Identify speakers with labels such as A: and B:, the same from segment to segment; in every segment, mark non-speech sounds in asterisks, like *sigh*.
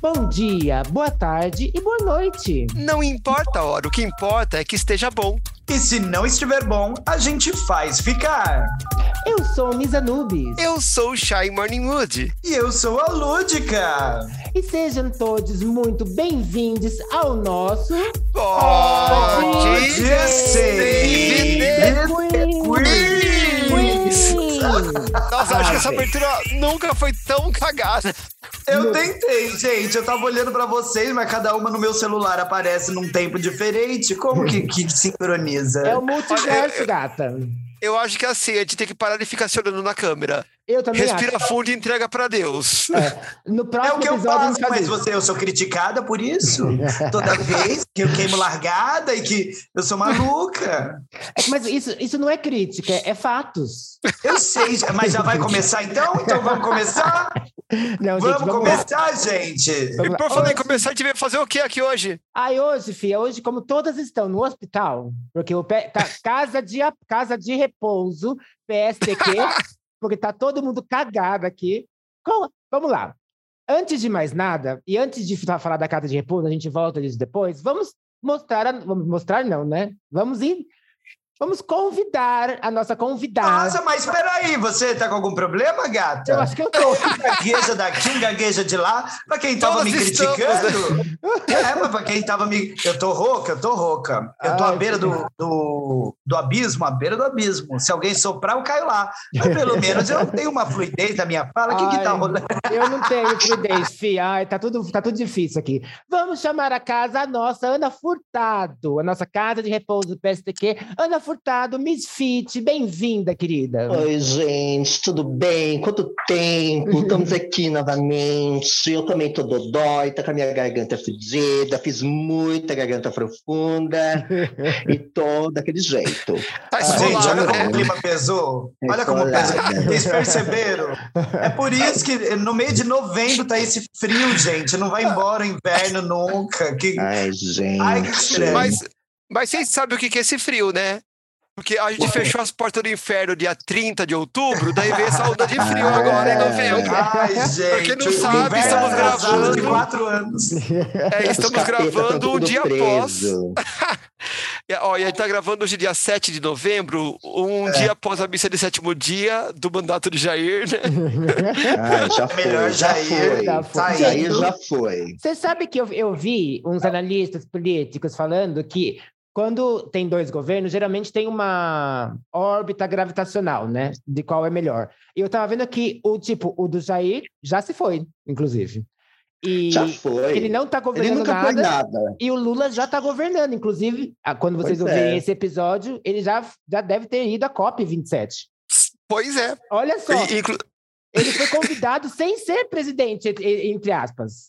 A: Bom dia, boa tarde e boa noite.
B: Não importa a hora, o que importa é que esteja bom.
C: E se não estiver bom, a gente faz ficar.
A: Eu sou Misa Nubes.
B: Eu sou o Shy Morningwood.
C: E eu sou a Lúdica.
A: E sejam todos muito bem-vindos ao nosso.
B: Pode ser.
A: Quiz!
B: Nossa, acho que essa
A: Ah, velho.
B: abertura nunca foi tão cagada.
C: Eu tentei, gente. Eu tava olhando pra vocês, mas cada uma no meu celular aparece num tempo diferente. Como que, que sincroniza?
A: É o multiverso, gata.
B: Eu acho que é assim, a gente tem que parar de ficar se olhando na câmera.
A: Eu também
B: Respira fundo e entrega pra Deus.
A: acho. No
C: É
A: próximo
C: o que eu
A: episódio, a
C: faço,
A: gente faz
C: mas
A: isso.
C: você, eu sou criticada por isso? Toda vez que eu queimo largada e que eu sou maluca.
A: É que- Mas isso, isso não é crítica, é fatos.
C: Eu sei, mas já vai começar então? Então vamos começar?
A: Não,
C: vamos,
A: gente, vamos lá. Tá.
C: começar, gente!
A: Vamos
B: E
A: lá.
B: por falar em
A: Hoje-
B: começar, a gente veio fazer o que aqui hoje?
A: Aí hoje, filha, hoje, como todas estão no hospital, porque o pé- tá casa de, a- casa de repouso, PSTQ, porque tá todo mundo cagado aqui. Com- vamos lá. Antes de mais nada, e antes de fa- falar da casa de repouso, a gente volta disso depois, vamos mostrar, a- vamos mostrar não, né? Vamos ir, vamos convidar a nossa convidada.
C: Nossa, mas peraí, você tá com algum problema,
A: Eu
C: gata?
A: acho que eu tô.
C: Gagueja daqui, um gagueja de lá. Pra quem tava
B: Todas
C: me
B: estamos,
A: né?
C: criticando. É, mas pra quem tava me. Eu tô rouca, eu tô rouca. Eu tô à
A: Ai,
C: beira do, do, do abismo, à beira do abismo. Se alguém soprar, eu caio lá. Mas
A: *laughs*
C: pelo menos eu tenho uma fluidez na minha fala. O que, que tá
A: Ai.
C: rolando?
A: Eu não tenho fluidez, fi. Ai, tá tudo, tá tudo difícil aqui. Vamos chamar a casa a nossa Ana Furtado, a nossa casa de repouso do PSTQ. Ana Furtado, Miss Fit, bem-vinda, querida. *laughs*
D: Oi, gente, tudo bem? Quanto tempo?
A: *laughs*
D: Estamos aqui novamente. Eu também tô dodói, tá com a minha garganta fedida, fiz muita garganta profunda
A: *laughs*
D: e tô daquele jeito.
B: Tá
C: Ah, Gente, olha
B: esfolado,
C: como
B: né?
C: o clima pesou.
B: É
C: Olha como pesou. Vocês perceberam? É por isso que no meio de novembro tá esse frio, gente. Não vai embora o inverno nunca. Que,
D: Ai, gente.
C: Ai, que estranho.
B: Ah, Mas, mas vocês sabem o que que é esse frio, né? Porque a gente fechou as portas do inferno dia 30 de outubro, daí veio essa onda de frio agora em novembro.
C: Ai,
B: é *laughs* Pra
C: gente.
B: quem não sabe,
C: inverno
B: estamos
C: atrasado
B: gravando.
C: de quatro anos.
B: É,
D: Os
B: estamos
D: capeta tão
B: gravando um
D: tá tudo
B: dia após.
D: preso.
B: E, Ó, e a gente tá gravando hoje, dia 7 de novembro, um
A: É.
B: dia após a missa de sétimo dia do mandato de Jair, né?
D: Ai,
B: *laughs*
D: já foi,
C: Melhor
D: já
C: Jair.
D: foi.
A: Já
C: foi.
D: Jair já foi.
A: tá Você sabe que eu, eu vi uns analistas políticos falando que quando tem dois governos, geralmente tem uma órbita gravitacional, né? De qual é melhor. E eu tava vendo que o tipo, o do Jair já se foi, inclusive. E
D: Já foi.
A: ele não tá
D: Ele
A: governando
D: nunca foi
A: nada.
D: nada.
A: E o Lula já está governando, inclusive, a- quando vocês
D: Pois
A: ouvirem
D: é.
A: esse episódio, ele já, já deve ter ido à COP27.
B: Pois é.
A: Olha só,
B: E, inclu-
A: ele foi convidado sem ser presidente, e- e- entre aspas.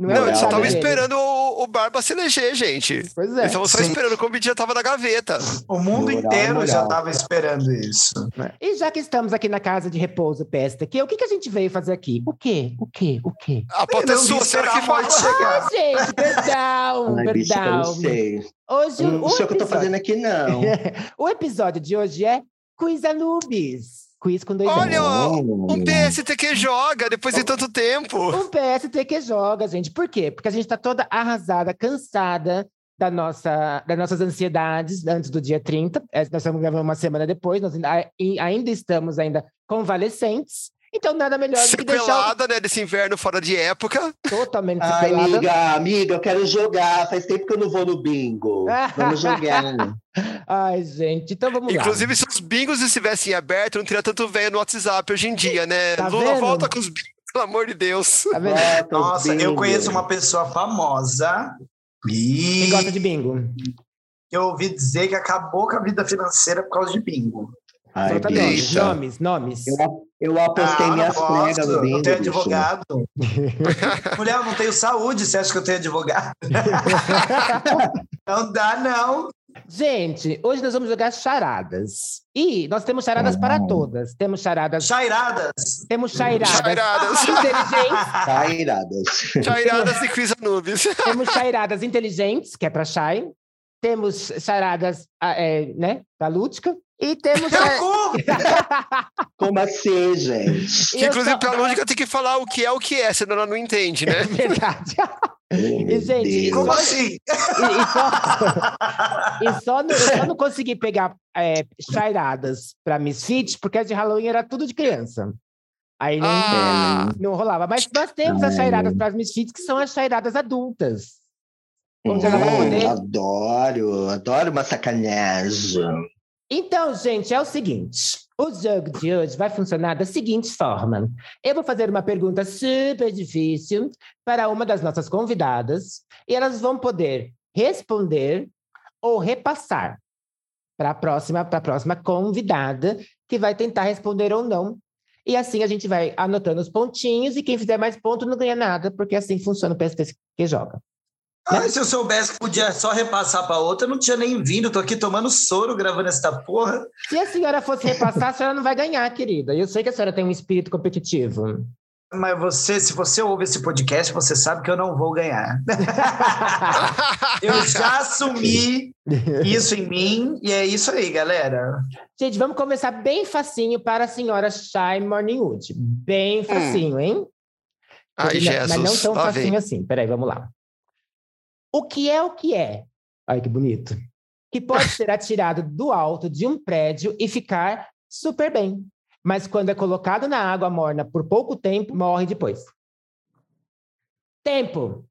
A: Não, é
B: Não,
A: o
B: eles só
A: estado
B: estavam
A: dele.
B: esperando o, o Barba se eleger, gente. Eles
A: Pois é.
B: estavam só
C: Sim.
B: esperando, o convite já tava na gaveta.
C: O mundo
D: Moral,
C: inteiro já
D: moral.
C: estava esperando isso.
A: E já que estamos aqui na casa de repouso Pesta, que, o que, que a gente veio fazer aqui? O quê? O quê? O quê?
B: A pauta é
C: não vi
B: sua,
C: esperar
B: será que
C: a
B: vai?
C: morte chegar.
A: Ah, gente, perdão,
D: *laughs* Ai, bicho, eu não
A: perdão.
D: sei.
A: Hoje,
D: Eu não
A: o,
D: sei o que eu tô
A: Um episódio,
D: fazendo aqui, não.
A: o episódio de hoje é Quiz Anubis. Quiz com dois N's.
B: Olha, ó, um
D: Hum.
B: PST que joga depois de tanto tempo.
A: Um PST que joga, gente. Por quê? Porque a gente tá toda arrasada, cansada da nossa, das nossas ansiedades antes do dia 30. É, Nós estamos gravando uma semana depois, nós ainda, ai- ainda estamos ainda convalescentes. Então, nada melhor do que deixar
B: Sequelada, né, desse inverno fora de época.
A: o- totalmente
D: Ai,
A: sequelada.
D: amiga, amiga, eu quero jogar. Faz tempo que eu não vou no bingo.
A: *laughs*
D: Vamos
A: Tá
D: jogar.
A: Ai, gente, então vamos
B: Inclusive, se os bingos estivessem abertos, não teria tanto velho no WhatsApp hoje em dia, né?
A: Tá
B: Lula,
A: vendo?
B: volta com os bingos, pelo amor
A: *laughs*
B: de Deus.
A: lá. Tá vendo?
D: Bota os
C: Nossa, eu
D: bingo.
C: conheço uma pessoa famosa.
A: Quem
C: E
A: gosta de bingo?
C: eu ouvi dizer que acabou com a vida financeira por causa de bingo.
D: Ai,
A: Solta nomes,
D: bicha.
A: tá nomes, nomes.
D: Eu, eu apostei
C: Ah,
D: minhas
C: não
D: pregas
C: posso,
D: no bingo.
C: não tenho
D: bicha.
C: advogado. *laughs* Mulher, eu não tenho saúde. Você acha que eu tenho
D: *laughs*
C: advogado? Não dá, não.
A: Gente, hoje nós vamos jogar charadas. E nós temos charadas para todas. Temos charadas,
C: Chairadas.
A: temos chairadas
B: Chairadas.
A: inteligentes.
D: Tá iradas.
B: Chairadas e Quiz Anubis.
A: Temos chairadas inteligentes, que é para Shai. Temos charadas ah, é, né, da Lúdica. E temos.
C: Pelo
A: a-
C: cu!
D: Como assim, gente?
B: Que,
A: eu
B: inclusive,
A: só-
B: pela lógica, tem que falar o que é o que é, senão ela não entende,
A: *laughs*
B: né?
A: Verdade.
D: Oh, meu
A: gente,
D: Deus.
C: Como assim?
A: E, e só, e só não, eu só não consegui pegar é, charadadas para Miss Fit, porque as de Halloween era tudo de criança. Aí não,
B: Ah,
A: não rolava. Mas nós temos as charadadas para as Miss Fit, que são as charadadas adultas. Vamos jogar né? pra poder?
D: Hum, adoro, adoro uma sacanagem.
A: Então, gente, é o seguinte. O jogo de hoje vai funcionar da seguinte forma. Eu vou fazer uma pergunta super difícil para uma das nossas convidadas e elas vão poder responder ou repassar para a próxima, para a próxima convidada que vai tentar responder ou não. E assim a gente vai anotando os pontinhos e quem fizer mais ponto não ganha nada, porque assim funciona o PSP que joga.
C: Ah, se eu soubesse que podia só repassar pra outra, eu não tinha nem vindo. Tô aqui tomando soro gravando essa porra.
A: Se a senhora fosse repassar, a senhora não vai ganhar, querida. Eu sei que a senhora tem um espírito competitivo.
C: Mas você, se você ouve esse podcast, você sabe que eu não vou
D: *laughs*
C: ganhar. Eu já
D: *laughs*
C: assumi isso em mim e é isso aí, galera.
A: Gente, vamos começar bem facinho para a senhora Shy Morningwood. Bem facinho, hein?
B: Hum. Ai,
A: Porque não- Mas não
B: Jesus.
A: tão
B: Lá
A: facinho
B: vem.
A: assim. Peraí, vamos lá. O que é o que é? Ai, que bonito. Que pode ser atirado do alto de um prédio e ficar super bem. Mas quando é colocado na água morna por pouco tempo, morre depois. Tempo.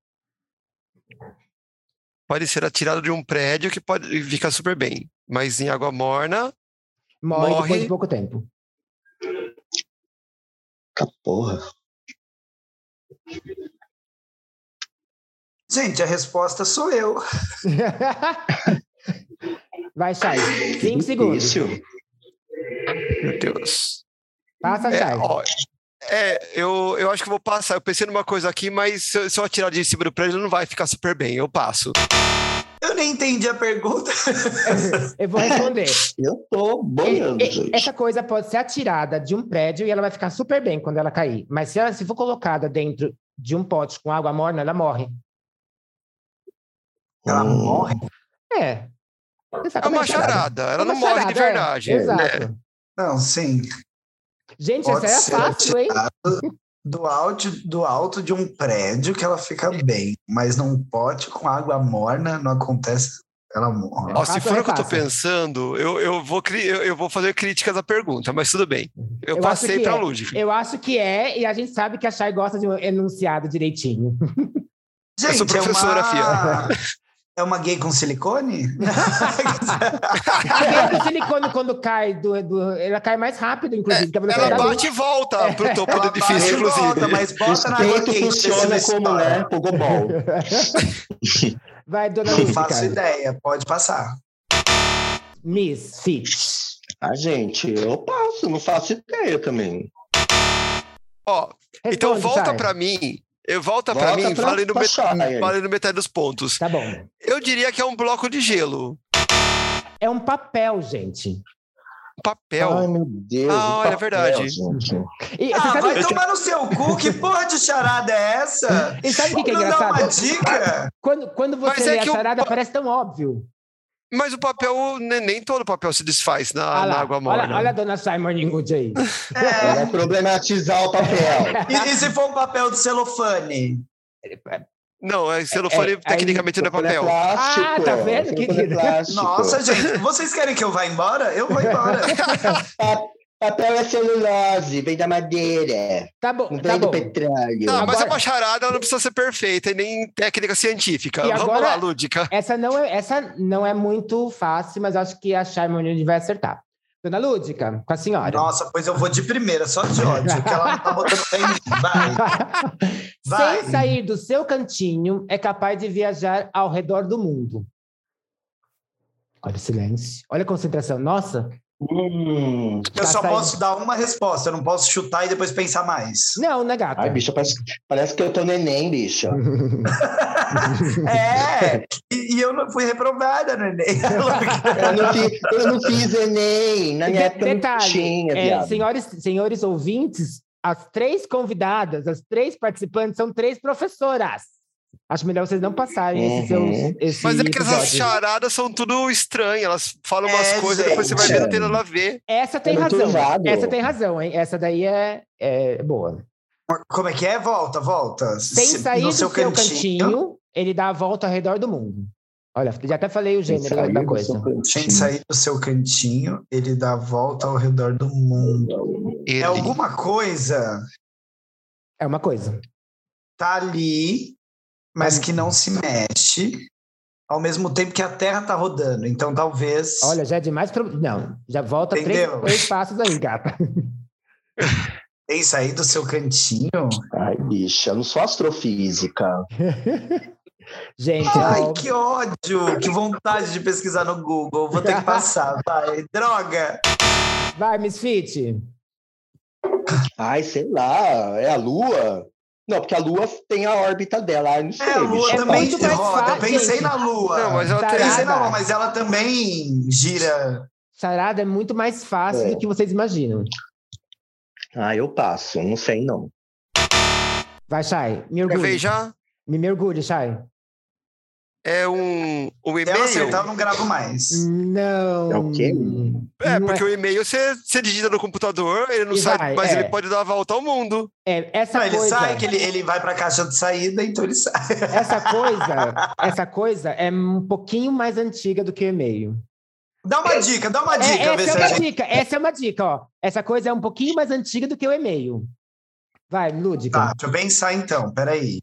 B: Pode ser atirado de um prédio que pode ficar super bem. Mas em água morna.
A: Morre,
B: Morre.
A: depois de pouco tempo. *laughs*
D: Que porra.
C: Gente, a resposta sou eu.
A: Vai, Chay. Cinco segundos.
D: Difícil.
B: Meu Deus.
A: Passa,
B: É,
A: Chay.
B: ó, é, eu, eu acho que eu vou passar. Eu pensei numa coisa aqui, mas se eu, se eu atirar de cima do prédio, não vai ficar super bem. Eu passo.
A: Ah,
C: Eu nem entendi a pergunta.
A: *laughs* Eu vou responder.
D: Eu tô boiando,
A: E- e-
D: gente.
A: Essa coisa pode ser atirada de um prédio e ela vai ficar super bem quando ela cair. Mas se ela se for colocada dentro de um pote com água morna, ela morre.
C: Ela
D: Hum.
C: morre.
A: É. Você sabe
B: É
A: como
B: uma
A: charada?
B: charada. Ela
A: É uma
B: não morre de
A: charada, é.
B: verdade.
A: Exato.
C: Não, sim.
A: Gente,
C: Pode
A: essa
C: ser
A: era fácil, hein?
C: Do alto, do alto de um prédio que ela fica bem, mas num pote com água morna não acontece, ela morre.
B: Ó, se
A: Passa
B: for
A: ou
B: o que eu tô
A: repassa?
B: pensando, eu, eu, vou, cri- eu, eu vou fazer críticas à pergunta, mas tudo bem.
A: Eu
B: Eu,
A: acho
B: passei
A: que
B: pra
A: é.
B: Ludwig.
A: Eu acho que é, e a gente sabe que a Chay gosta de um enunciado direitinho.
B: *laughs* eu sou professora,
C: é uma... *laughs* É uma gay com silicone? *laughs*
A: A gay do silicone, quando cai, do, do- ela cai mais rápido, inclusive. que a velocidade
B: É, Ela
A: da luz.
B: bate e volta pro topo
C: Ela
B: do edifício,
C: bate e volta,
B: É inclusive.
C: Mas bota na água
D: Peito
C: quente.
D: funciona
C: desse
D: como,
C: vestido.
D: né?
A: *laughs*
D: Pogobol.
A: Vai, dona
C: Não
A: Lúcia,
C: faço
A: cara.
C: ideia, pode passar.
A: Miss Fit.
D: Ah, gente, eu passo, não faço ideia também.
B: Ó, então
A: Responde,
B: volta
A: Chay.
B: pra mim. Eu volta, Tá, pra mim, falei no,
D: pra
B: met...
D: Shire.
B: falei no metade dos pontos.
A: Tá bom.
B: Eu diria que é um bloco de gelo.
A: É um papel, gente.
B: Um Papel.
D: Ai, meu
B: Ah,
D: Deus. um
B: olha, é
D: papel,
B: verdade.
D: gente.
A: E você
C: Ah,
A: sabe-
C: vai tomar no seu cu, que porra de charada é essa?
A: E sabe o *laughs* que, que é
C: não dá
A: engraçado?
C: uma
A: *laughs*
C: dica?
A: Quando, quando você
B: Mas é
A: lê a
B: que o
A: charada,
B: pa-
A: parece tão óbvio.
B: Mas o papel, ne- nem todo papel se desfaz na,
A: olha,
B: na
A: lá,
B: Ah, água né? morna.
A: olha, olha a dona Simon Ningwood aí.
D: Eu vou É, problematizar o
C: *laughs*
D: papel.
C: É. E, e se for um papel de celofane?
B: Não, é celofane
A: É, é,
B: tecnicamente não é
D: Quando é
B: papel.
D: plástico.
A: Ah, tá vendo,
D: quando é
A: querida? *laughs*
D: plástico.
C: Nossa, gente, vocês querem que eu vá embora? Eu
A: *laughs*
C: vou embora.
D: Papel é celulose, vem da madeira,
A: Tá bom,
D: não vem
A: tá
D: do
A: bom.
D: petróleo.
B: Não, mas é
A: Agora-
B: uma charada, ela não precisa ser perfeita e nem técnica científica.
A: E
B: Vamos
A: agora-
B: lá, Lúdica.
A: Essa não, é, essa não é muito fácil, mas acho que a Simon Ningwood vai acertar. Dona Lúdica, com a senhora.
C: Nossa, pois eu vou de primeira, só de ódio, que ela não tá botando fé em mim. Vai. Vai.
A: Sem sair do seu cantinho, é capaz de viajar ao redor do mundo. Olha o silêncio. Olha a concentração. Nossa.
D: Hum.
C: Eu
A: Tá
C: só
A: saindo.
C: posso dar uma resposta, eu não posso chutar e depois
A: *laughs*
C: pensar mais.
A: Não, né, gata?
D: Ai, bicho, parece, parece que eu tô neném, bicho.
C: É, e, e eu não fui reprovada no *laughs* Enem.
A: *laughs*
D: Eu não fiz, eu não fiz Enem, na minha
A: De-
D: época não
A: detalhe,
D: tinha,
A: É,
D: viado.
A: senhores, senhores ouvintes, as três convidadas, as três participantes são três professoras. Acho melhor vocês não passarem esses
D: Uhum.
A: seus. Esse
B: Mas é que essas
A: episódio.
B: charadas são tudo estranhas. Elas falam umas
C: É,
B: coisas, depois você vai ver, não tem nada a ver.
A: Essa tem
D: É muito
A: razão.
D: usado.
A: Essa tem razão, hein? Essa daí é, é boa.
C: Como é que é? Volta, volta.
A: Sem
C: Se-
A: sair do seu cantinho, ele dá a volta ao redor do mundo. Olha, já até falei o gênero da- da coisa.
C: Sem sair do seu cantinho, ele dá a volta ao redor do mundo.
B: Ele.
A: um
C: É alguma coisa
A: É uma coisa.
C: tá ali, mas que não se mexe, ao mesmo tempo que a Terra tá rodando. Então talvez.
A: Olha, já é demais. Pro... Não, já volta três,
C: Entendeu?
A: três passos aí, gata.
C: Sem sair do seu cantinho.
D: Ai, bicha, eu não sou astrofísica.
A: Gente,
C: Ai,
A: ó,
C: que ódio! Que vontade de pesquisar no Google. Vou
A: *laughs*
C: ter que passar, vai. Droga!
A: vai, Miss Fit.
D: Ai, sei lá, é a Lua? Não, porque a Lua tem a órbita dela. Ai, não sei,
C: É, a Lua
D: bicha.
A: É
C: também
A: muito mais
C: roda.
A: fácil,
C: Eu pensei
A: gente.
C: na Lua.
B: Não, mas ela
A: Tá
B: tem.
C: Pensei na
A: Nada.
C: Lua, mas ela também gira.
A: Sarada é muito mais fácil
D: É.
A: do que vocês imaginam.
D: Ah, eu passo, não sei não.
A: Vai, Chay. Me
B: Quer
A: orgulho.
B: ver já?
A: Me mergulhe, Chay.
B: É um, um
C: Se ela
B: e-mail.
C: acertar, eu não gravo mais.
A: Hum, Não.
D: É o quê?
B: É,
A: Não
B: porque o e-mail você, você digita no computador, ele não
A: E
B: sai,
A: vai,
B: mas
A: é.
B: ele pode dar a volta ao mundo.
A: É, essa
C: Não, ele
A: coisa.
C: sai, que ele, ele vai pra caixa de saída, então ele sai.
A: Essa coisa, essa coisa é um pouquinho mais antiga do que o e-mail.
C: Dá uma dica, dá uma
A: É,
C: dica,
A: essa
C: vê se
A: é
C: a
A: uma
C: gente.
A: dica, essa é uma dica, ó. Essa coisa é um pouquinho mais antiga do que o e-mail. Vai, Lúdica.
C: Tá, deixa eu pensar então, peraí.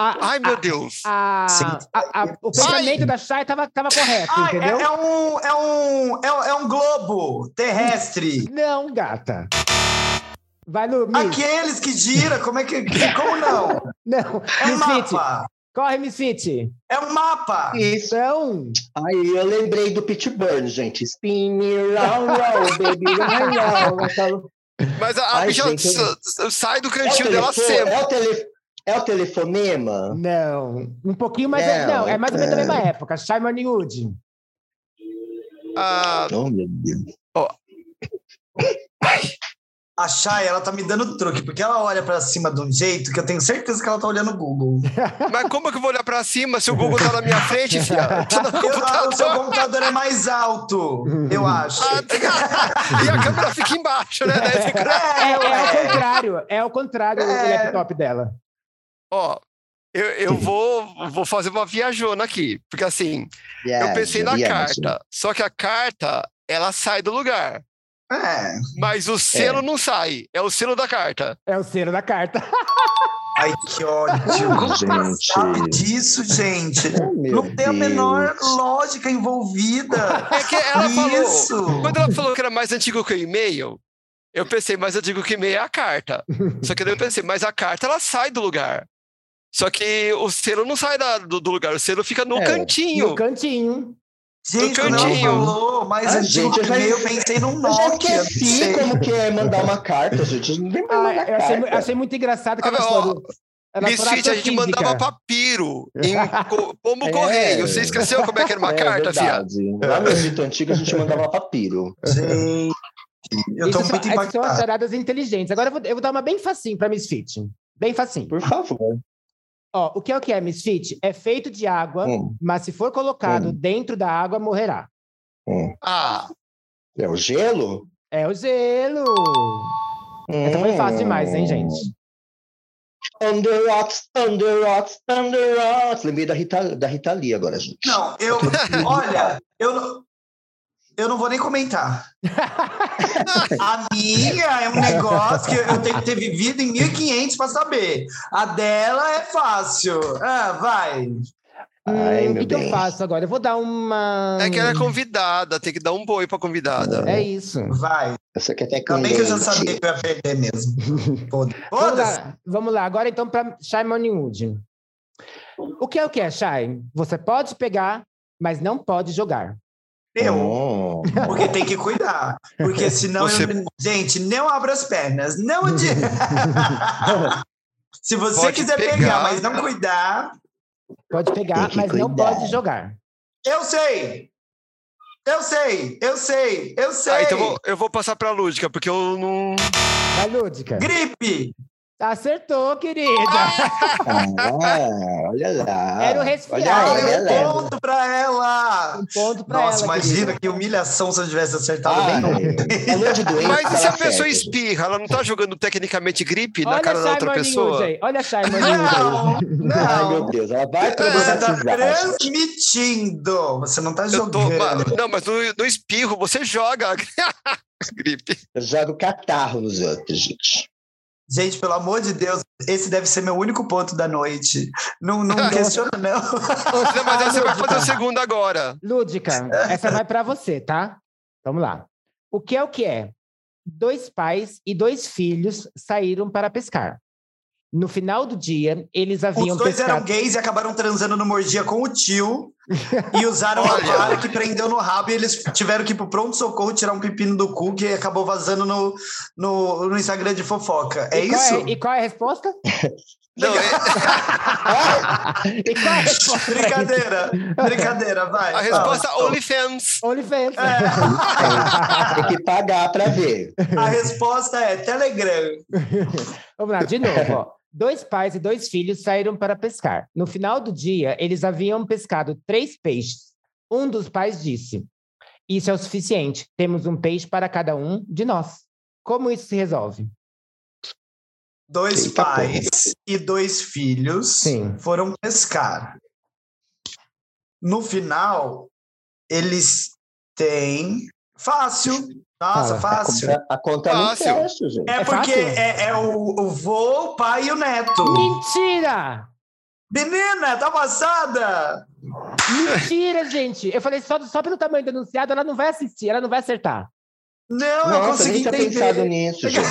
A: A,
B: Ai, meu Deus.
A: a-
C: Sim.
A: a- a- o pensamento da Chay tava, tava correto,
C: Ah, é,
A: entendeu?
C: é um, é, um, é, um- é um globo terrestre.
A: Não, gata. Vai, Lu, Miss.
C: Aqueles que gira, como é que. Como não?
A: Não,
C: É um
A: Miss Fit.
C: mapa.
A: Corre, Miss Fit.
C: É um mapa.
D: Isso.
A: Então,
D: Aí eu lembrei do Pit Burns, gente. Spin me round, round, baby, round, round. Aquela-
B: Mas a, a
D: Ai,
B: bicha
D: gente, eu-
B: sa- sai do
D: É o,
B: cantinho dela
D: telefone,
B: sempre.
D: é, o tele- é o telefonema?
A: não. Um pouquinho mais.
D: Não,
A: Não, é mais ou menos da
D: é.
A: mesma época. Chay Morningwood.
B: Ah,
D: Oh, meu Deus.
C: A Chay, ela tá me dando truque, porque ela olha pra cima de um jeito que eu tenho certeza que ela tá olhando o Google.
B: mas como é que eu vou olhar pra cima se o Google tá na minha frente, filha? Tá
C: *laughs*
B: no
C: Eu- o seu
B: computador.
C: computador é mais alto, eu acho.
B: Ah, tá- *laughs* e a câmera fica embaixo, né? Daí fica-
A: É, é
C: ué.
A: ao contrário. É ao contrário do
C: É.
A: laptop dela.
B: Ó, eu, eu vou, vou fazer uma viajona aqui. Porque assim, eu
D: Viagem,
B: pensei na
D: viagem.
B: carta. Só que a carta, ela sai do lugar.
C: É.
B: Mas o selo não sai. É o selo da carta.
A: É o selo da carta.
C: Ai, que ódio. Como
D: Gente.
C: sabe disso, gente?
D: Oh, meu
C: Não tem a
D: Deus.
C: menor lógica envolvida.
B: É que
C: *laughs*
B: ela falou.
C: Isso.
B: Quando ela falou que era mais antigo que o e-mail, eu pensei, mais antigo que o e-mail é a carta. Só que daí eu pensei, mas a carta ela sai do lugar. Só que o selo não sai da- do, do lugar, o selo fica no
D: É,
B: cantinho.
A: No cantinho.
C: Gente, quando ela
B: cantinho.
C: falou mais
D: Ah,
C: antigo
D: gente,
C: que
D: eu já-
C: meio, eu pensei num
D: Eu já
C: Nokia.
D: esqueci como que é mandar uma carta, gente. Não tem mais
A: Ah,
D: mandar
A: eu achei, mu-
D: carta.
A: achei muito engraçado que
B: Ah,
A: ela
B: ó,
A: falou. ela falou
B: Misfit, a gente
A: astrofísica.
B: mandava papiro em co- pombo
D: É.
B: correio. Você esqueceu como é que era uma
D: É
B: carta, fia?
D: verdade. Lá no Egito Antigo a gente mandava papiro.
C: Gente, eu tô
D: é
A: Isso são- essas
C: muito
A: são as
C: impactado.
A: charadas inteligentes. Agora eu vou, eu vou dar uma bem facinho para Misfit. Bem facinho.
D: Por favor.
A: Ó, o que é o que é Misfit? É feito de água,
D: Hum,
A: mas se for colocado dentro da água, morrerá.
D: hum.
B: Ah,
D: É o gelo?
A: É o gelo! Essa foi É fácil demais, hein, gente?
D: Under rocks, under rocks, under rocks. Lembrei da Rita, da Rita Lee agora, gente.
C: Não, eu. Olha, eu não. Eu não vou nem
D: *laughs*
C: comentar. A minha é um negócio que eu tenho que ter vivido em 1500 para saber. A dela é fácil. Ah, vai.
D: Ai,
A: Hum, o
D: meu
A: que, que eu
D: bem.
A: faço agora? Eu vou dar uma.
B: é que ela é convidada, tem que dar um boi pra convidada.
A: É isso.
C: Vai.
D: Essa aqui até que
C: Ainda bem que eu já
D: ninguém-
C: sabia que eu ia perder mesmo.
D: *laughs*
C: Foda-se.
A: Vamos
C: Foda-se.
A: lá, vamos lá. agora então para Shai Morningwood. O que é o que é, Shai? Você pode pegar, mas não pode jogar.
C: Eu.
D: Hum.
C: Porque tem que cuidar. *laughs* Porque senão.
B: Você-
C: eu- gente, não abra as pernas. Não adi... *laughs* Se você
B: Pode
C: quiser pegar.
B: pegar.
C: mas não cuidar.
A: Pode pegar,
D: Tem que
A: mas não
D: cuidar.
A: pode jogar.
C: Eu sei! Eu sei! Eu sei! Eu sei!
B: Ah, então eu vou, eu vou passar pra Lúdica, porque eu não.
A: Vai, Lúdica.
C: Gripe!
A: Acertou, querida.
D: Ah, olha lá.
A: Era o resfriado.
D: Olha aí,
C: Olha, um
D: ela-
C: ponto pra ela!
A: Um ponto pra ela.
C: Nossa, imagina
A: querida.
C: que humilhação se eu tivesse acertado
D: Ah,
C: bem. não.
D: falou de doença,
B: Mas e se a
D: ela
B: pessoa
D: perde.
B: espirra? Ela não tá jogando tecnicamente gripe na
A: Olha
B: cara da
A: a
B: outra
A: Shimon News
B: pessoa?
A: aí. Olha a Shimon News aí.
C: Não,
D: Ai, meu
C: não.
D: Deus, ela
B: É,
D: vai
C: Você tá
D: problematizar.
C: transmitindo. Você não tá
B: Eu tô, ma-
C: jogando.
B: não, mas no, no espirro você joga a gripe.
D: Eu jogo catarro nos outros, gente.
C: Gente, pelo amor de Deus, esse deve ser meu único ponto da noite. Não, não
A: *laughs*
C: questiona, não.
B: Não, mas aí você vai fazer
A: Lúdica.
B: o segundo agora.
C: *laughs*
A: Lúdica, essa vai pra você, tá? Vamos lá. O que é o que é? Dois pais e dois filhos saíram para pescar. No final do dia, eles haviam
C: Os dois eram
A: pescado.
C: gays e acabaram transando no mordia com o tio e usaram a
B: Olha.
C: vara que prendeu no rabo e eles tiveram que ir pro pronto-socorro tirar um pepino do cu que acabou vazando no, no, no Instagram de fofoca. É
A: e qual
C: isso?
A: e qual é a resposta?
B: Não, é-
A: E qual
C: *laughs*
A: é a resposta?
C: Brincadeira, brincadeira, vai.
B: a resposta é um. OnlyFans.
A: OnlyFans.
C: É.
D: Tem que pagar pra ver.
C: A resposta é Telegram.
A: Vamos lá, de novo. Ó. Dois pais e dois filhos saíram para pescar. No final do dia, eles haviam pescado três peixes. Um dos pais disse: Isso é o suficiente, temos um peixe para cada um de nós. Como isso se resolve?
C: Dois
D: Eita
C: pais e dois filhos
A: Sim.
C: foram pescar. No final, eles têm. Fácil. Nossa,
A: Fala.
C: fácil.
D: A conta não
B: Fácil.
D: fecha, gente.
C: É
A: É
C: porque
A: fácil?
C: é, é o, o vô, o pai e o neto.
A: Mentira!
C: Menina, tá passada!
A: Mentira, gente! Eu falei só, só pelo tamanho do enunciado, ela não vai assistir, ela não vai acertar.
C: Não, eu
D: Nossa, eu
C: consegui
D: nem tinha pensado
C: entender.
D: nisso, gente.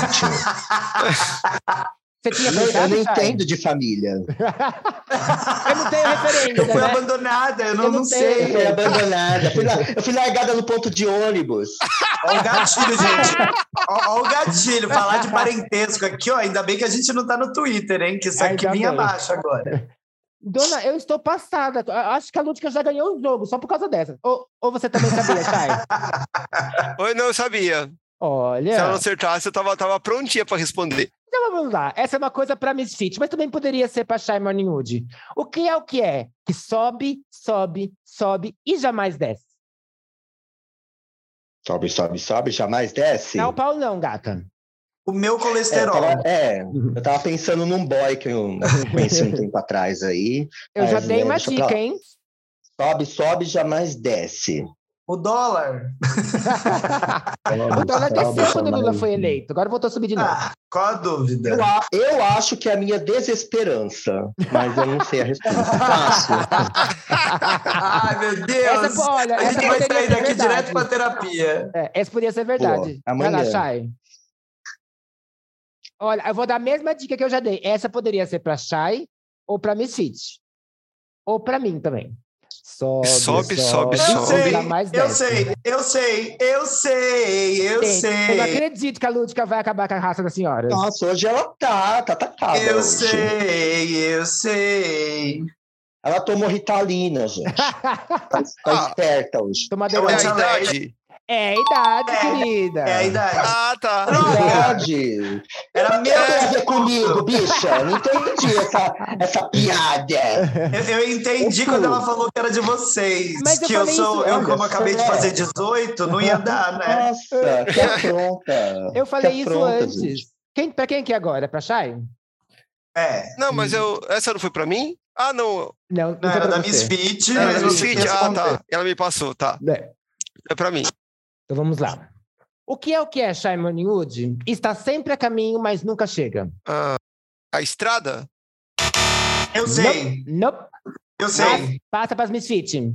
A: Você tinha
D: Eu, eu
A: pensado,
D: não
A: Chay?
D: entendo de família.
A: Eu não tenho referência,
C: Eu fui
A: né?
C: abandonada, eu não,
A: Eu não
C: não
D: Eu
C: sei.
D: fui abandonada. Fui la- eu fui largada no ponto de ônibus.
C: Olha o gatilho, gente. Olha o gatilho. Falar de parentesco aqui, ó. Ainda bem que a gente não tá no Twitter, hein? Que isso aqui
A: Ainda
C: vinha
A: bem.
C: abaixo agora.
A: Dona, eu estou passada. A- Acho que a Lúdica já ganhou o jogo, só por causa dessa. Ou, ou você também
D: *laughs*
A: sabia, Chay?
B: Oi, não, eu sabia.
A: Olha.
B: Se ela não acertasse, eu tava, tava prontinha pra responder.
A: Então vamos lá. Essa é uma coisa para Misfit, mas também poderia ser para Shy Morning Wood. O que é o que é? Que sobe, sobe, sobe e jamais desce.
D: Sobe, sobe, sobe, jamais desce.
A: Não, Paulo, não, gata.
C: O meu
D: É, eu
C: colesterol.
D: tava, é, eu tava pensando num boy que eu conheci um tempo atrás aí.
A: Eu
D: Mas,
A: já dei
D: né,
A: uma
D: deixa pra lá.
A: dica, hein?
D: Sobe, sobe, jamais desce.
C: O dólar.
A: o dólar desceu quando o é Lula
D: jamais
A: foi eleito. Agora voltou a subir de novo.
C: Ah, qual a
D: Eu,
C: dúvida?
D: a- eu acho que é a minha desesperança, mas eu não sei a resposta. Fácil.
C: Ai, meu Deus.
A: essa, olha,
C: a
A: essa
C: gente vai
A: poderia
C: sair
A: ser
C: daqui
A: verdade.
C: direto pra terapia.
A: É, essa poderia ser verdade.
D: Boa,
A: Vai lá,
D: amanhã.
A: Chay. Olha, eu vou dar a mesma dica que eu já dei. Essa poderia ser para Chay ou para Misfit. Ou para mim também. Sobe, sobe,
B: Sobe,
A: sobe.
B: sobe,
C: Eu
B: sobe.
C: sei,
A: jamais
C: eu
A: desce.
C: sei, eu sei, eu sei, eu
A: Gente, Eu não
C: sei.
A: acredito que a Lúdica vai acabar com a raça da senhora.
D: Nossa, hoje ela tá, tá atacada.
C: Eu
D: hoje.
C: sei, eu sei.
D: Ela tomou
A: *laughs*
D: ritalina, gente. Tá, tá
B: Ah.
D: esperta hoje.
B: É
A: Tomadeira.
C: Eu
B: a
C: acho-
B: idade.
A: É a idade,
C: É,
A: querida.
C: É a idade.
B: Ah, tá.
D: Verdade.
C: Era meu.
D: Tem a ver comigo, bicha. Não entendi essa, essa
A: É.
D: piada.
C: Eu, eu entendi quando ela falou que era de vocês.
A: Mas eu
C: que eu
A: falei
C: sou.
A: isso,
C: eu,
A: olha,
C: como acabei de
D: é.
C: fazer 18, não ia dar, né?
D: Nossa, que é afronta.
A: Eu falei
D: Que
A: isso
D: afronta,
A: antes.
D: gente.
A: Quem, pra quem que é agora? Pra Chay?
C: É.
B: Não, mas eu. Essa não foi pra mim? Ah, não.
A: Não,
C: Não,
A: foi
C: era
A: pra
C: da
A: você.
C: Misfit,
B: Ela
C: mas
B: me
C: eu não sei
B: feed? Ah,
C: responder.
B: tá. Ela me passou, tá.
A: É.
B: É pra mim.
A: Então vamos lá. O que é o que é Shimon Wood? Está sempre a caminho, mas nunca chega.
B: Ah, a estrada?
C: Eu sei,
A: Nope.
C: eu
A: Passa,
C: sei.
A: passa para as Misfit.
C: É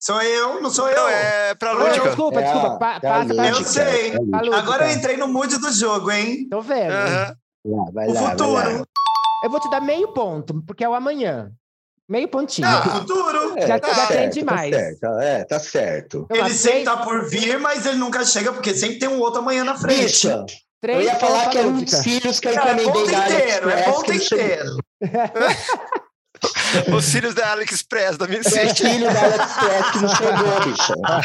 C: Sou eu, não sou
B: Não,
C: eu.
B: é pra
A: Não,
B: Lúdica.
A: desculpa,
D: É a-
A: desculpa. Pa-
D: é a
A: passa para
D: lógica,
C: Eu sei.
D: é a lógica.
A: Lúdica.
C: Agora eu entrei no mood do jogo, hein?
A: Tô vendo.
B: Aham.
D: Vai lá, vai
C: O
D: lá, vai lá.
C: futuro.
A: Eu vou te dar meio ponto, porque é o amanhã. Meio pontinho.
C: O
B: Ah,
C: futuro.
D: É,
A: Já-
D: tá
B: já
D: certo,
A: tem
D: tá
A: demais.
D: certo, é, tá certo.
A: Vamos lá,
C: Ele sempre
A: três-
C: tá por vir, mas ele nunca chega, porque sempre tem um outro amanhã na frente.
D: Bicha, eu
A: três
D: ia falar
A: pontos
D: que era
A: pra
D: um
A: Lúdica.
D: dos filhos que eu
C: Não, é
D: encomendei
C: ponto
D: da
C: inteiro, é
D: AliExpress,
C: ponto
D: que não chegou.
C: inteiro.
B: Os filhos da AliExpress, da minha
D: É filho da AliExpress que não chegou,
C: *laughs*
D: bicho. Não
C: Tá,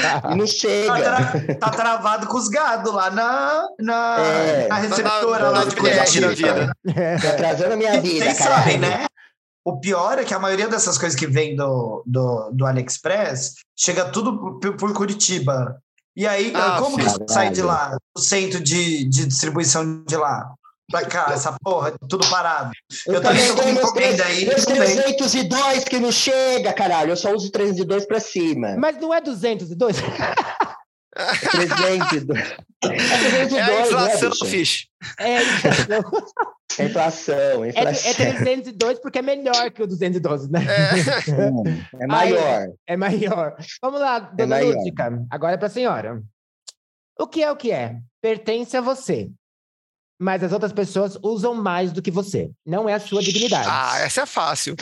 D: chega.
C: tra- tá travado com os gados lá na, na,
D: É.
C: na receptora
B: Na- na-
C: lá de
B: na-
C: coisa
B: na-
C: chique.
B: na-
D: Tá atrasando a minha vida,
C: Vocês
D: caralho.
C: sabem, né? O pior é que a maioria dessas coisas que vem do, do, do AliExpress chega tudo por, por Curitiba. E aí,
B: Ah,
C: como
B: sim.
C: que isso sai de
D: Caralho.
C: lá? O centro de, de distribuição de lá? Pra cá, essa porra, tudo parado. Eu, também tô com
D: tenho meus
C: encomenda
D: três-
C: aí.
D: meus
C: também.
D: 302 que não chega, caralho. Eu só uso 302 pra cima.
A: *laughs* Mas não é 202?
D: 302. É 302,
B: É a inflação,
D: né, bicho?
B: ficha.
A: *laughs* É, então,
D: *laughs* É inflação, é
A: é,
D: inflação.
A: é 302 porque é melhor que o 212, né?
C: *laughs*
B: É.
D: É maior.
A: É maior. *laughs* Vamos lá, dona
D: maior.
A: Lúdica. Agora é para a senhora. O que é o que é? Pertence a você. Mas as outras pessoas usam mais do que você. Não é a sua dignidade.
B: Ah, essa é fácil.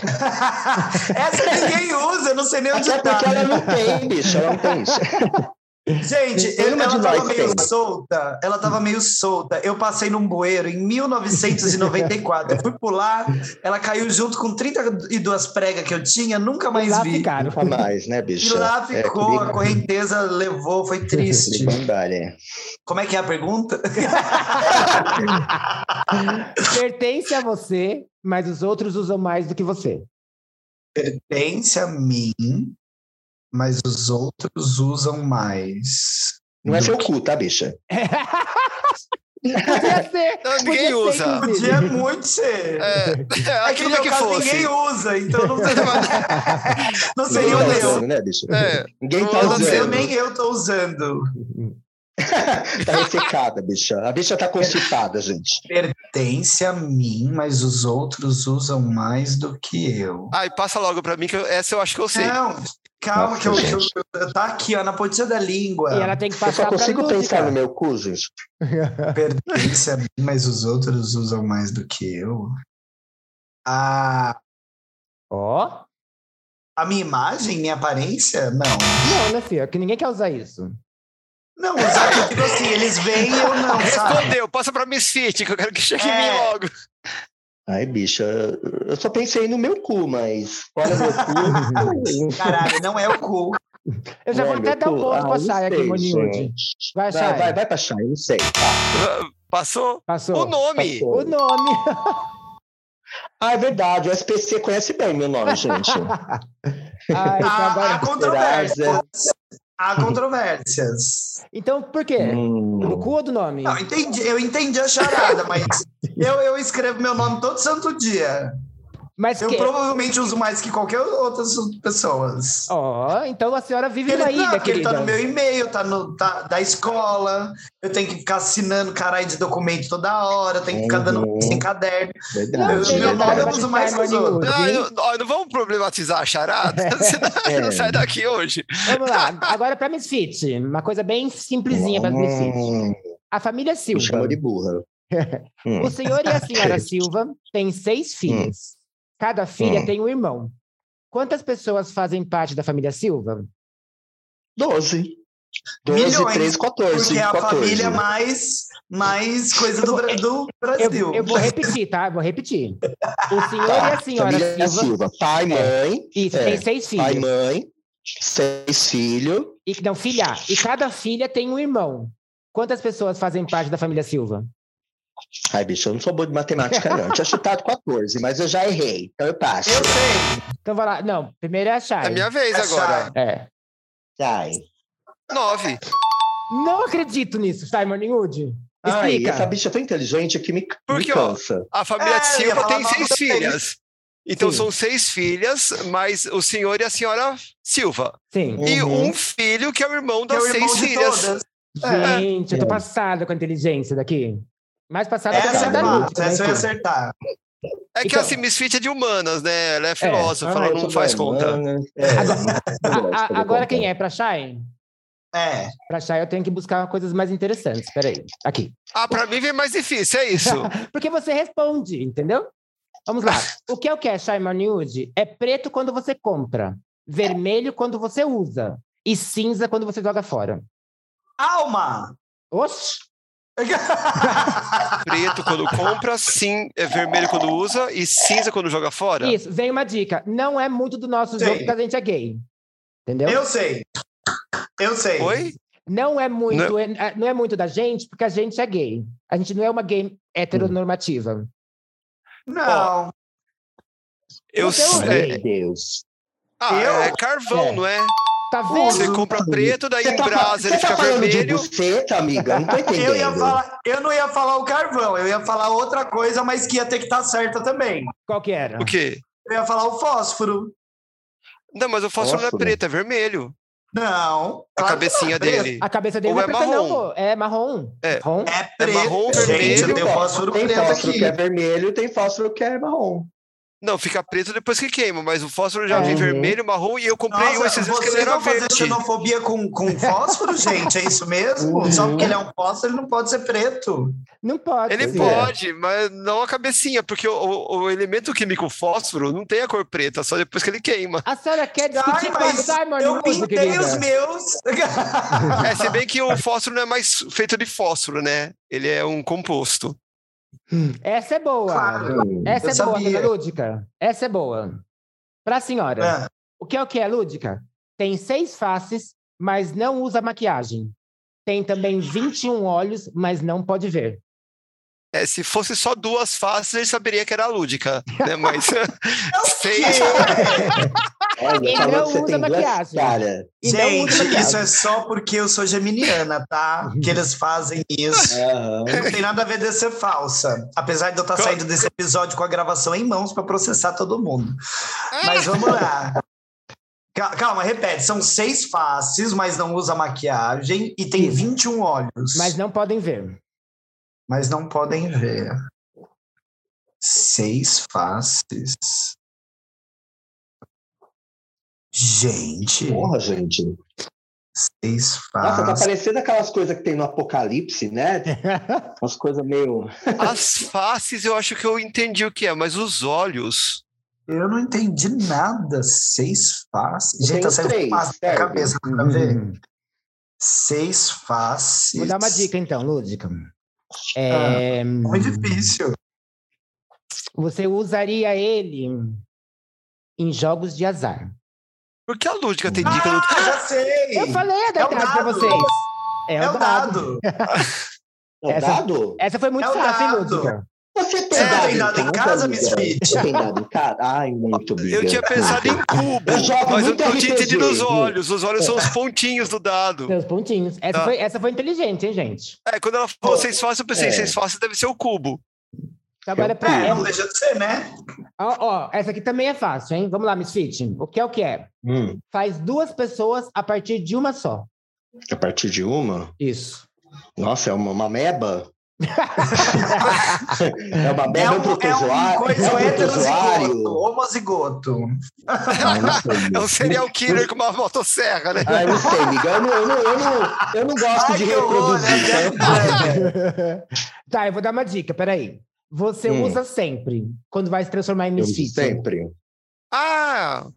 C: Essa ninguém usa, eu não sei nem onde
D: Até
C: tá.
D: É porque ela
A: *laughs*
D: não tem, bicho. Ela não tem isso. É
C: Gente,
D: Nenhuma
C: ela
D: de
C: estava
D: nós
C: meio
D: tem.
C: solta. Ela estava meio solta. Eu passei num bueiro em 1994. Eu fui pular, ela caiu junto com 32 pregas que eu tinha, nunca
A: E
C: mais
A: lá
C: vi.
D: *laughs*
A: ficaram.
D: Nunca mais, né, bicho?
C: E lá
D: É,
C: ficou, a
D: comigo-
C: correnteza levou, foi
D: *laughs*
C: triste.
D: comigo andar, é.
C: Como é que é a pergunta?
A: Pertence a você, mas os outros usam mais do que você.
C: Pertence a mim, mas os outros usam mais.
D: Não é seu cu, tá, bicha?
A: Podia
D: *laughs*
A: ser.
B: Não,
A: podia
B: ninguém
A: ser,
B: usa.
A: inclusive.
C: Podia é muito ser.
B: É, *laughs*
C: É que
B: aquilo
C: no meu
B: que
C: caso
B: fosse.
C: ninguém usa, então não,
D: *laughs*
C: *laughs* não seria
D: Ninguém
C: o
D: tá
C: meu.
D: usando, né, bicho?
B: É,
D: Ninguém tá
B: Não,
C: Não sei,
D: usando.
C: nem eu tô usando.
D: Tá ressecada, bicha. A bicha tá constipada, gente.
C: Pertence a mim, mas os outros usam mais do que eu.
B: Ai, passa logo pra mim, que eu- essa eu acho que eu sei.
C: Não, calma
D: Nossa,
C: que eu, que eu-
D: gente.
C: eu- tá aqui, ó, na pontinha da língua.
A: E ela tem que
D: Ah. Eu
A: passar
D: só
A: pra
D: consigo
A: Lúdica.
D: pensar no meu cu, gente.
C: Pertence a mim, mas os outros usam mais do que eu. A,
A: Ó.
C: a minha imagem, minha aparência? Não.
A: Não, né, filha? Que ninguém quer usar isso.
C: Não, usar que eu digo assim, eles veem eu não, sabe?
B: Respondeu, passa pra Miss Fit, que eu quero que chegue em
C: É.
B: mim logo. *laughs*
D: Ai, bicha, eu só pensei no meu cu, mas olha meu
C: *laughs*
D: cu.
C: Caralho, não é o cu.
A: Eu já vou
D: Olha,
A: até dar um
D: pô,
A: ponto
D: ah,
A: pra
D: não
A: Shai aqui,
D: sei,
A: Moniude.
D: gente.
A: Vai,
D: Vai,
A: Shai.
D: vai, vai pra Shai, não sei.
B: Passou?
A: Passou.
B: O nome.
A: O
D: *laughs*
A: nome.
D: Ah, é verdade, o SPC conhece bem meu
A: *laughs*
D: nome, é gente. Ah,
A: Ai, então,
C: Há, há
A: agora- né?
C: controvérsias. Há controvérsias.
A: então, por quê? Do cu
D: Hum.
A: ou do nome?
C: Não, entendi, eu entendi a charada, mas eu, eu escrevo meu nome todo santo dia.
A: Mas
C: Eu
A: que...
C: provavelmente uso mais que qualquer outras pessoas.
A: Ó, então a senhora vive
C: Ele,
A: numa
C: não,
A: ilha,
C: porque ele
A: querida.
C: tá no meu e-mail, tá, no, tá da escola, eu tenho que ficar assinando caralho de documento toda hora, eu tenho que ficar dando
D: Uhum.
C: sem caderno.
A: Não, né?
D: Verdade.
C: Eu-
A: chega
C: meu
A: nada,
C: nome é eu
A: vai
C: uso
A: ficar
C: mais que os
A: Moniude,
C: outros.
B: Ah,
A: hein?
B: eu- ó, não vamos problematizar a
C: *laughs*
B: charada,
C: É.
B: senão eu não sai daqui hoje.
A: Vamos lá. Agora pra Miss Fit. Uma coisa bem simplesinha pra assim. Miss Fit.
D: Hum,
A: A família
D: Me
A: Silva.
D: chamou de
A: *laughs*
D: burra. Hum.
A: O senhor
D: *laughs*
A: e a senhora Silva têm seis filhos. Cada filha
D: Hum.
A: tem um irmão. Quantas pessoas fazem parte da família Silva?
D: 12. 12,
C: Milhões,
D: 13, 14.
C: Porque é a
D: 14.
C: família mais, mais coisa do, Bra- do
A: Eu,
C: Brasil.
A: eu vou repetir, tá? Eu Vou repetir. O senhor e a senhora
D: Tá, família é
A: Silva.
D: Silva. Pai, mãe.
A: Isso,
D: É.
A: tem seis filhos.
D: Pai, mãe. Seis filhos.
A: E, não, filha. E cada filha tem um irmão. Quantas pessoas fazem parte da família Silva?
D: Ai, bicho, eu não sou boa de matemática, não. Eu tinha chutado 14, mas eu já errei. Então eu passo.
C: Eu sei.
A: Então vai lá. Não, primeiro é a Chay.
B: É minha vez
C: É
B: agora.
C: Chay.
A: É.
D: Ai.
B: Nove.
A: Não acredito nisso, Simon Wood.
D: Ai,
A: Explica.
D: essa bicha é tão inteligente que me, me
B: Porque, ó,
D: cansa.
B: A família
C: É,
B: de
C: eu ia
B: Silva
C: falar
B: tem
C: mal
B: seis
C: deles.
B: filhas. Então
A: Sim.
B: são seis filhas, mais o senhor e a senhora Silva.
A: Sim.
B: E
D: Uhum.
B: um filho que é o irmão
C: que é
B: das
C: o irmão
B: seis
C: de
B: filhas.
C: todas. É.
A: Gente, eu tô
D: É.
A: passada com a inteligência daqui. Mais passada que
C: Essa
A: a
C: é
A: da
C: fácil,
A: Lúcia, né,
C: essa eu ia
A: filha?
C: acertar.
B: É que
A: Então-
B: a Simisfit é de humanas, né? Ela é filósofa,
D: Ah,
B: ela
D: eu
B: não
D: sou
B: faz
D: bem,
B: conta.
D: né? É,
A: A-
D: eu gosto,
A: a-
D: eu
A: agora
D: gosto.
A: quem é? Pra Shai?
C: É.
A: Pra Shai eu tenho que buscar coisas mais interessantes. Peraí. Aqui.
B: Ah, pra mim vem mais difícil, é isso.
D: *laughs*
A: Porque você responde, entendeu? Vamos lá. O que é o que é, Shai Marniud? É preto quando você compra, vermelho quando você *laughs* usa e cinza quando você joga fora.
C: Alma!
A: Oxi!
B: Preto quando compra, sim, é vermelho quando usa e cinza quando joga fora.
A: Isso, vem uma dica. Não é muito do nosso
C: Sim.
A: jogo porque a gente é gay. Entendeu?
C: Eu sei. Eu sei.
B: Oi?
A: Não é muito,
B: Não.
A: é- não é, muito da gente porque a gente é gay. A gente não é uma gay heteronormativa.
C: Não.
A: Então,
B: Eu
D: um
B: sei.
A: velho.
D: Meu Deus.
B: Ah,
C: Eu?
B: é carvão,
A: É.
B: não é?
A: Tá vendo?
B: Você compra preto, daí
D: tá fal-
B: embrasa, ele
D: você tá
B: fica
D: falando de
B: vermelho.
D: buceta, amiga? Eu Não tô tá entendendo.
C: Eu, ia falar, eu não ia falar o carvão, eu ia falar outra coisa, mas que ia ter que estar certa também.
A: Qual que era?
B: O quê?
C: Eu ia falar o fósforo.
B: Não, mas o fósforo não é
D: Fósforo. Ah,
B: preto, é vermelho.
C: Não.
B: A
C: Claro que
B: cabecinha
C: não é preto.
B: dele.
A: A cabeça dele
B: Ou
A: não é,
B: é
A: preta, não,
B: marrom.
A: pô. É marrom.
B: É.
A: Marrom.
C: É
B: É
C: preto.
B: marrom,
C: Gente,
B: vermelho.
C: eu tenho fósforo
D: tem
C: preto
D: fósforo
C: aqui.
D: que é vermelho, tem fósforo que é marrom.
B: Não, fica preto depois que queima, mas o fósforo eu já vi
D: Uhum.
B: vermelho, marrom e eu comprei um
C: Nossa,
B: esses dias que ele
C: vocês
B: era
C: vão fazer
B: verde.
C: xenofobia com,
D: *laughs*
C: com fósforo, gente? É isso mesmo?
D: Uhum.
C: Só porque ele é um fósforo, ele não pode ser preto.
A: Não pode.
B: Ele
D: Pois é.
B: pode, mas não a cabecinha, porque o, o- o elemento químico fósforo não tem a cor preta, só depois que ele
D: *laughs*
B: queima.
A: A senhora quer
C: Ai,
A: discutir com a
C: mas
A: Simon
C: eu
A: News,
C: pintei
A: querida?
C: os
D: *laughs*
C: meus. *laughs*
B: É, se bem que o fósforo não é mais feito de fósforo, né? Ele é um composto.
A: Essa é boa.
C: Claro.
D: Hum.
A: Essa
C: Eu
A: é boa,
C: sabia.
A: dona Lúdica. Essa é boa. Pra senhora.
C: Ah,
A: O que é o que é, Lúdica? Tem seis faces, mas não usa maquiagem. Tem
C: Uhum.
A: também 21 olhos, mas não pode ver.
B: É, se fosse só duas faces, ele saberia que era a lúdica, né?
D: *laughs*
B: Mas *laughs* seis.
D: Olha,
A: Ele
D: falou
A: não
D: que você
A: usa
D: tem duas
A: maquiagem.
D: caras.
A: E não usa
C: Gente,
A: maquiagem.
C: isso é só porque eu sou geminiana, tá? Que eles fazem isso.
D: *laughs* Aham.
C: Não tem nada a ver de ser falsa. Apesar de eu estar
B: Co-
C: saindo desse episódio com a gravação em mãos para processar todo mundo. Mas vamos lá. Ca- Calma, repete. São seis faces, mas não usa maquiagem e tem
A: Isso.
C: 21 olhos.
A: Mas não podem ver.
C: mas não podem ver. Seis faces. Gente,
D: Porra, gente.
A: tá
C: seis
D: Nossa, tá
C: faces.
D: parecendo aquelas coisas que tem no
A: *laughs*
D: Apocalipse, né? Umas coisas meio.
B: As faces eu acho que eu entendi o que é, mas os olhos.
C: Eu não entendi nada. Seis faces.
D: Eu
C: Gente, tá
D: tenho
C: saindo
D: três,
C: fácil da
D: sério.
C: cabeça pra
A: Uhum.
C: ver. Seis faces.
A: Vou dar uma dica então, Lúdica.
C: Ah.
A: É,
C: Muito difícil.
A: Você usaria ele em jogos de azar.
B: Por que a lúdica tem dica no.
C: Ah, já sei!
A: Eu falei da
C: É o
A: idade pra
C: dado.
A: vocês.
C: é o dado.
D: É um
A: Essa-
D: dado?
A: Essa foi muito
C: É o
A: fácil, hein,
C: dado.
A: Lúdica?
D: Você tem
B: Você
D: dado,
C: tem dado em casa, Miss Fit?
D: Você tem dado em casa? Ai, muito bem.
B: Eu tinha pensado em cubo,
D: Eu jogo
B: mas eu
D: muito
B: não tinha
D: RPG,
B: entendido os
D: viu?
B: olhos. Os olhos são
D: É.
B: os pontinhos do dado.
A: Seus pontinhos. Essa,
B: Tá.
A: foi, essa foi inteligente, hein, gente?
B: É, quando ela falou seis faces, eu pensei,
D: É.
B: seis faces deve ser o cubo.
A: Agora, pra
C: É, não
A: ela.
C: deixa de ser, né?
A: Ó, ó, essa aqui também é fácil, hein? Vamos lá, Miss Fit. O que é o que é?
D: Hum,
A: Faz duas pessoas a partir de uma só.
D: a partir de uma?
A: Isso.
D: Nossa, é uma, uma meba? é uma
C: É
D: meba, é um
C: um, é um
D: protozoário?
C: coisa
D: É um
C: heterozigoto,
D: protozoário?
C: homozigoto.
D: Ai, não sei.
B: É um serial killer com uma motosserra, né?
D: Ai, não sei, amiga. Eu não, eu não, eu não, eu não gosto
C: Ai,
D: de
C: que horror,
D: reproduzir.
C: né?
D: então-
A: *laughs* tá, eu vou dar uma dica, peraí. Você
D: Hum.
A: usa sempre quando vai se transformar em
D: Eu
A: Miss
D: uso
A: Fit.
D: sempre.
B: Ah!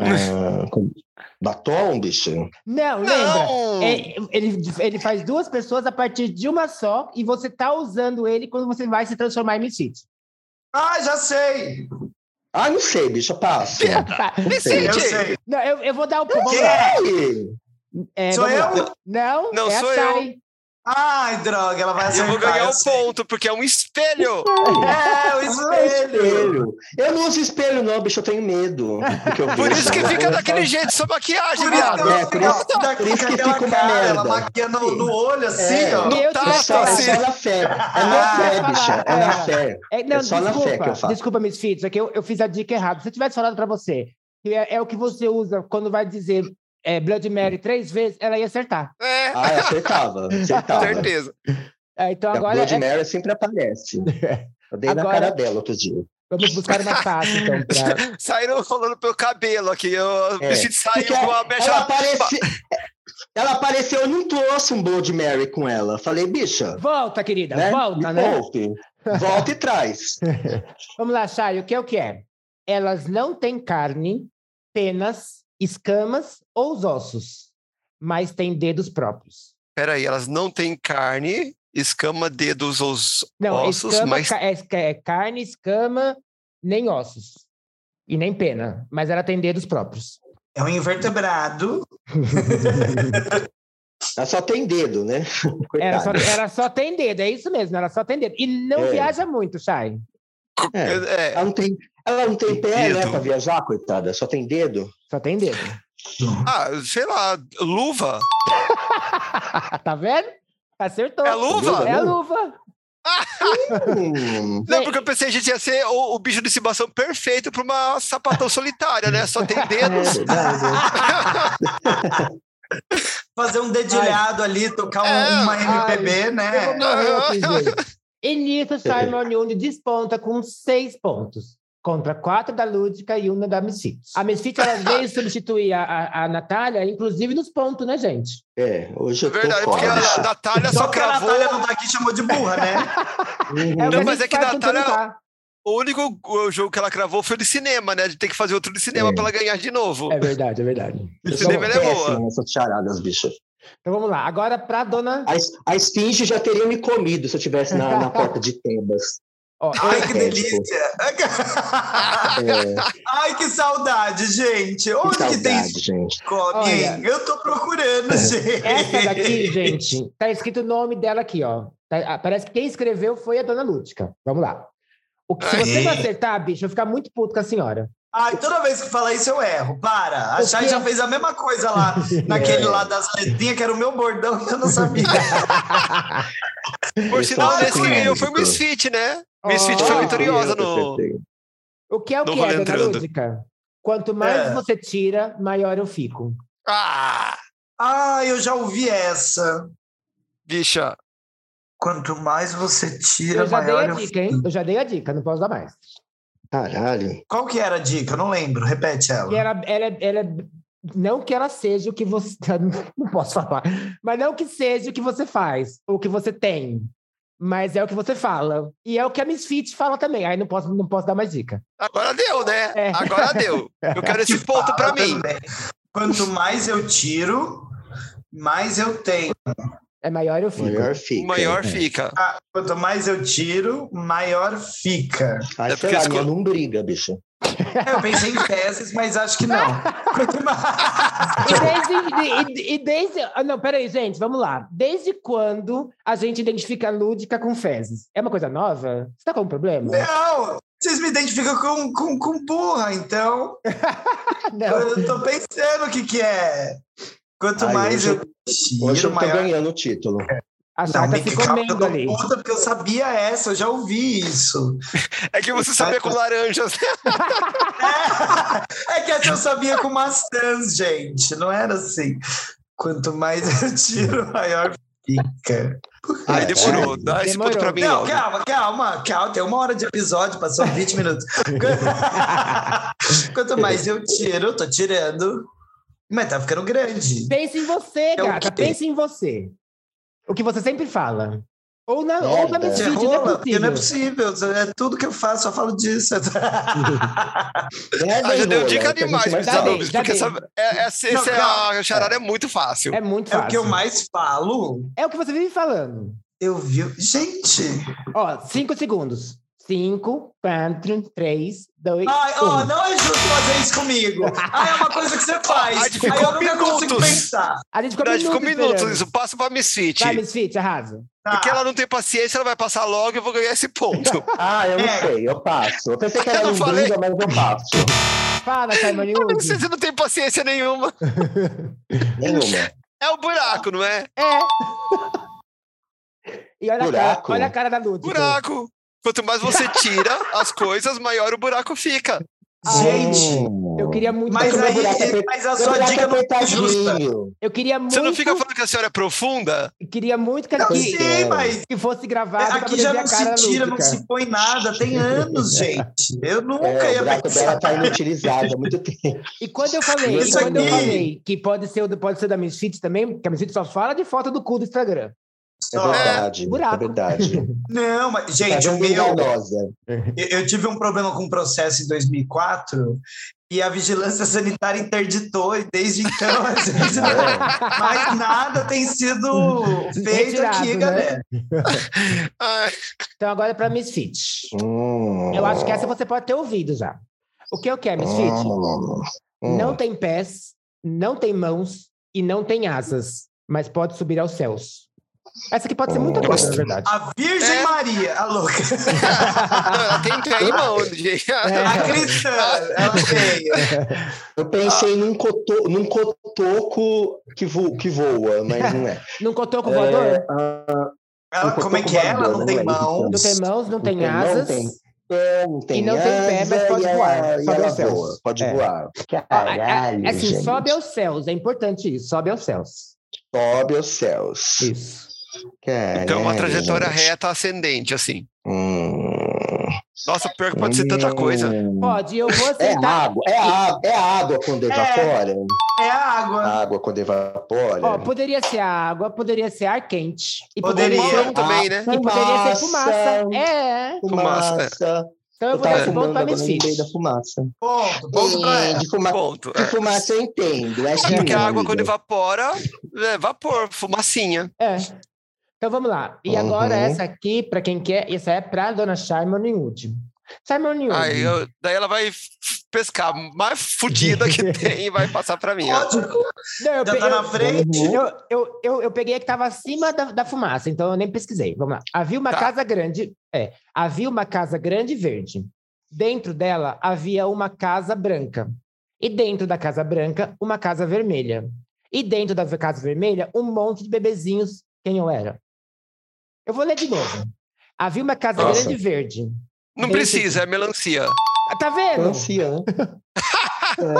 D: Ah, com- batom, bicho?
A: Não, lembra?
B: Não!
A: É, ele, ele faz duas pessoas a partir de uma só e você tá usando ele quando você vai se transformar em Miss Fit.
C: Ah, já sei!
D: Ah, não sei, bicho. Eu passo.
A: Tá.
B: Me
D: sei.
C: Eu
B: sente.
C: sei.
A: Não, eu, eu vou dar o pulo.
C: Quem
A: lá.
C: é?
D: Ai,
A: É,
C: Sou
A: vamos lá.
C: eu?
A: Não,
B: Não,
A: é a
B: sou eu.
A: Sari.
C: Ai, droga, ela vai
B: Eu
C: acertar.
B: vou ganhar
C: eu
B: o
C: sei.
B: ponto, porque é um espelho.
C: É, o
D: Ah,
C: espelho.
D: espelho. Eu não uso espelho, não, bicho. Eu tenho medo. Porque eu
B: Por
D: vejo-
B: isso que fica daquele jeito, sua maquiagem,
C: Por isso que
B: viado.
C: ela
D: É, por isso-
C: fica
D: por isso que
C: daquela
D: fica uma
C: cara, Ela
D: merda.
C: maquia no, no olho, assim,
D: É.
C: ó.
A: Meu
B: tá,
A: Deus
D: É
A: do
D: só,
A: céu.
D: é
B: assim.
D: só na fé. É na fé, bicha. É na fé.
A: É, não,
D: É só na fé
A: desculpa,
D: que eu faço.
A: desculpa, Miss Fitz, é que eu, eu fiz a dica errada. Se eu tivesse falado pra você que é, é o que você usa quando vai dizer é, Blood Mary três vezes, ela ia acertar.
B: É,
D: Ah, tá. eu acertava. Acertava.
B: certeza.
A: É, então
D: A
A: agora
D: Blood
A: é-
D: Mary sempre aparece. Eu dei na
A: Agora-
D: cara dela outro dia.
A: vamos buscar uma face, então.
D: *laughs*
A: pra-
B: Saíram falando pelo cabelo aqui. Eu,
D: É.
B: O bicho saiu
D: Porque
B: com a
D: Ela,
B: mecha.
D: aparece... ela apareceu, eu não trouxe um Blood Mary com ela. Falei, bicha,
A: Volta, querida,
D: né?
A: volta,
D: Me
A: né?
D: poupe. Volta e traz.
A: Vamos lá, Chay, o que é o que é? Elas não têm carne, penas, escamas ou os ossos, mas têm dedos próprios.
B: Peraí, elas não têm carne, escama, dedos ou os
A: Não,
B: ossos,
A: escama,
B: mas
A: ca- é, é carne, escama, nem ossos. E nem pena. Mas ela tem dedos próprios.
C: É um invertebrado.
D: Ela só tem dedo, né? *laughs*
A: Ela
D: Coitada.
A: só, ela só tem dedo, é isso mesmo, ela só tem dedo. E não
D: É.
A: viaja muito, Chay.
B: co- é,
D: Ela não tem, ela não tem pé, né,
B: Dedo.
D: pra viajar, coitada. Só
B: *laughs*
D: tem dedo.
A: Só tem dedo.
B: Ah, sei lá, luva.
A: tá vendo? Acertou.
B: É luva?
A: É a luva.
D: Hum,
B: Não, porque eu pensei, gente, ia ser o, o bicho de estimação perfeito para uma sapatão solitária, né? Só tem
D: é
B: dedos.
D: verdade.
C: Fazer um dedilhado ali, tocar um-
B: É.
C: uma MPB,
A: Eu vou
C: né?
A: morrer aqui, gente. E nisso, Simon Yund desponta com seis pontos. Contra quatro da Lúdica e uma da Misfits. A Misfits, ela veio substituir a, a, a Natália, inclusive nos pontos, né, gente?
D: É, hoje eu tô
B: Verdade, porque
D: fora.
B: a Natália só
C: Só que a
B: cravou.
C: Natália não tá aqui chamou de burra, né?
D: Uhum.
A: o
B: Não,
A: a
B: mas
A: gente
B: é que
A: faz com tá.
B: Natália-
A: todo lugar.
B: O único o jogo que ela cravou foi de cinema, né? De ter que fazer outro de cinema
D: É.
B: para ela ganhar de novo.
A: É verdade, é verdade.
B: *laughs*
D: Eu
B: Esse
D: sou
B: nível é boa.
D: péssimo nessas charadas, bicho.
A: Então vamos lá. Agora, pra dona.
D: A, es- a esfinge já teria me comido se eu estivesse na, na porta
B: *laughs*
D: de Tebas.
A: Ó,
C: *laughs* Ai, que
D: É,
C: delícia!
D: É,
C: Ai, que saudade, gente! Onde
D: que
C: que tem
D: saudade, É.
C: isso?
D: gente.
C: Come?
A: Olha.
C: Eu tô procurando, gente.
A: Essa
C: *laughs*
A: daqui, gente, tá escrito o nome dela aqui, ó. Tá- ah, parece que quem escreveu foi a dona Lúdica. Vamos lá. O que, se você não
C: Aí.
A: acertar, bicho, eu vou ficar muito puto com a senhora.
C: Ai, toda vez que fala isso eu erro. Para. A
A: O
C: Chay
A: quê?
C: já fez a mesma coisa
D: *laughs*
C: lá, naquele
D: É.
C: lá das letrinhas, que era o meu bordão, e eu não *laughs* sabia.
B: Por
D: Eu
B: sinal, né,
D: sou um
B: nesse
D: péssimo
B: ganhou foi o
D: nisso.
B: Misfit, né? Misfit
A: Oh.
B: foi vitoriosa no.
D: Acertei.
A: O que é o
B: Não
A: que
B: vale
A: é, dona
B: entrando.
A: Lúdica? Quanto mais
C: É.
A: você tira, maior eu fico.
B: Ah,
C: Ah, eu já ouvi essa.
B: bicha.
C: Quanto mais você tira,
A: Eu já dei
C: maior
A: a
C: eu
A: dica, hein? Eu já dei a dica, não posso dar mais.
D: Caralho.
C: Qual que era a dica? Eu não lembro. Repete
A: E
C: ela.
A: ela, ela, ela, não que ela seja o que você. *laughs* Não posso falar. Mas não que seja o que você faz, ou o que você tem. Mas é o que você fala. E é o que a Misfit fala também. Aí não posso, não posso dar mais dica.
B: Agora deu, né?
A: É.
B: Agora deu. Eu quero esse ponto pra
D: Ah,
C: Fala
B: mim.
C: também. Quanto mais eu tiro, mais eu tenho.
A: É maior eu
D: O
A: fico.
D: Maior fica.
B: O maior
D: É.
B: fica.
C: Ah, Quanto mais eu tiro, maior fica. É,
D: Ai,
B: É
D: sei
B: porque
D: lá,
B: as
D: minha
B: co-
D: não briga, bicho.
C: Eu pensei em fezes, mas acho que não. Quanto
D: *laughs*
C: mais...
A: E desde, e, e- e desde. ah, Não, peraí, gente, vamos lá. Desde quando a gente identifica lúdica com fezes? É uma coisa nova? Você tá com um problema?
C: Não, vocês me identificam com, com, com burra, então
A: Não.
C: eu tô pensando o que que é. Quanto
D: Ai,
C: mais
D: hoje
C: eu tiro,
D: Hoje eu tô
C: maior...
D: ganhando o título.
A: A
C: Não,
A: chata
C: me
A: Tá se
C: calma, eu
A: comendo
C: tô
A: ali.
C: puta porque eu sabia essa, eu já ouvi isso.
B: É que você sabia com laranjas. né?
C: *laughs* É que essa eu sabia com maçãs, gente, não era assim. Quanto mais eu tiro, maior fica.
D: Ah, é?
B: Aí demorou. Dá esse ponto pra mim
C: Não,
B: logo.
C: calma, calma, calma. Tem uma hora de episódio, passou
A: *laughs*
C: 20 minutos. Quanto mais eu tiro, eu tô tirando. Mas tá ficando grande.
A: Pense em você,
C: É o
A: gata.
C: quê?
A: Pense em você. O que você sempre fala. Ou na,
D: Merda.
A: ou na
C: Você
A: Misfit, não é
C: rola, porque
A: possível.
C: não é possível. É tudo que eu faço, só falo disso. *laughs*
D: É,
B: Ah, já deu
D: Daniela,
B: dica
D: é o que a gente
B: demais,
D: mais
A: Dá
D: sabe.
A: bem,
B: Zanubis,
A: dá
B: porque
A: bem.
B: essa, é, essa,
C: Não,
B: essa-
C: calma.
B: a charada é muito fácil.
A: É muito
C: é
A: fácil.
C: o que eu mais falo.
A: É o que você vive falando.
C: Eu vi. Gente!
A: Ó, cinco segundos. Cinco, quatro, três, dois,
C: Ai, ó,
A: um.
C: não é justo fazer isso comigo. Ai, é uma coisa que você faz.
B: Ai, ficou
C: Ai, eu nunca
B: minutos.
C: consigo pensar.
A: A gente ficou
B: Verdade, ficou
A: minutos
B: minutos.
A: esperando.
B: Isso passa pra Misfit.
A: Vai, Misfit, arrasa.
C: Tá.
B: Porque ela não tem paciência, ela vai passar logo e eu vou ganhar esse ponto.
D: Ah, eu não
C: É.
D: sei, eu passo. Eu pensei que era
B: Eu não
D: um
B: falei.
D: briga, mas eu passo.
C: *laughs*
A: Fala, Simon
C: é
A: Yund.
B: Você não tem paciência nenhuma.
D: Nenhuma.
B: É o buraco, não é?
C: *laughs*
A: É. E olha a, cara,
D: Buraco.
A: olha a cara da Lúdica.
B: Buraco. Quanto mais você tira as coisas, maior o buraco fica.
C: Gente,
A: Eu queria muito.
C: mas
D: Mas o
C: aí,
D: buraco é
C: mas a
D: Eu
C: sua dica não foi justa.
D: apertadinho.
A: Eu queria muito.
B: Você não fica falando que a senhora é profunda?
A: Queria muito que,
C: Não
A: que,
C: sei, mas
A: que fosse gravado. pra
C: aqui
A: poder
C: já
A: ver
C: não
A: a cara
C: se
A: da
C: tira, não
A: Lúdica.
C: se põe nada. Tem anos, gente. Eu nunca
D: É, o
C: ia
D: buraco
C: pensar.
D: dela tá inutilizado há muito tempo. É
A: E quando eu falei, e
C: Isso
A: quando eu
C: aqui.
A: falei que pode ser, o do- pode ser da Misfits também, porque a Misfits só fala de foto do cu do Instagram.
D: É
C: Ó,
D: verdade,
A: buraco.
D: é
C: *laughs*
D: verdade.
C: Não, mas,
D: É
C: gente, o meu.
D: enganosa.
C: Eu eu tive um problema com o processo em 2004 E a vigilância sanitária interditou, e desde então *laughs*
D: *laughs* É.
C: mais nada tem sido feito
A: Retirado,
C: aqui,
A: né?
C: galera.
B: Ai,
A: Então agora é pra Misfit.
D: Hum.
A: Eu acho que essa é você pode ter ouvido já. O que eu quero, Misfit?
D: Hum,
A: Não tem pés, não tem mãos e não tem asas, mas pode subir aos céus. Essa aqui pode ser
D: Hum.
A: muita coisa, na verdade.
C: A Virgem
B: É.
C: Maria, a louca,
B: não, ela tem pé e mão, gente.
C: *laughs* a cristã,
B: *laughs*
C: ela veio.
D: Eu pensei num, coto, num cotoco que, vo, que voa, mas não é.
A: Não contou com o voador?
D: É, ah,
C: Ela,
D: um
C: como é que é? Ela
D: cotoco
B: né?
C: não tem
D: voador, é
C: mão.
A: Não
D: isso,
A: tem mãos, não tem
D: tem mão,
A: asas.
D: tem é, não
A: *laughs*
D: tem
A: E não tem pé, mas
D: asa,
A: pode
D: e ela-
A: voar,
D: e
A: sobe
D: ela
A: aos céus.
D: voa, Pode
A: É.
D: voar.
A: Ah, ah,
D: Caralho,
A: assim,
D: gente.
A: sobe aos céus, é importante isso, sobe aos céus.
D: Sobe aos céus.
A: Isso.
D: Caralho,
B: Então, uma trajetória
D: gente.
B: reta ascendente, assim.
D: Hum.
B: Nossa, pior que pode ser tanta coisa.
D: Hum.
A: Pode, eu vou
D: É
A: aceitar.
D: água, é água, é água quando evapora.
C: É a água.
D: A água quando evapora.
A: Ó, poderia ser água, poderia ser ar quente. E
C: Poderia.
B: Pulmão também, né?
A: E poderia ser fumaça. É.
B: Fumaça.
D: Fumaça.
A: Então eu
D: Eu
A: vou dar
D: tava
A: esse ponto
D: fumando
A: pra
D: agora lembrei da
A: Misfit.
D: fumaça.
C: Ponto, ponto pra ela.
D: É, de fuma...
B: Ponto.
D: de
B: é.
D: fumaça eu entendo. Essa
B: É porque a
D: minha,
B: água,
D: amiga.
B: quando evapora, é vapor, fumacinha.
A: É. Então vamos lá. E agora
D: Uhum.
A: essa aqui, pra quem quer, essa é pra dona Charmony Wood. Charmony Wood.
B: Aí eu- daí ela vai f- pescar mais fudida que tem e vai passar pra mim. ó.
C: Ótimo.
A: Não, eu,
C: Já
A: pe-
C: tá na
A: eu-
C: frente.
A: Eu, eu, eu, eu peguei a que estava acima da, da fumaça, então eu nem pesquisei. Vamos lá. Havia uma
B: Tá.
A: casa grande. É, havia uma casa grande e verde. Dentro dela havia uma casa branca. E dentro da casa branca, uma casa vermelha. E dentro da casa vermelha, um monte de bebezinhos. Quem eu era? Eu vou ler de novo. Havia uma casa
D: Nossa.
A: grande e verde.
B: Não precisa, é melancia.
A: Ah, Tá vendo?
D: Melancia, né? É,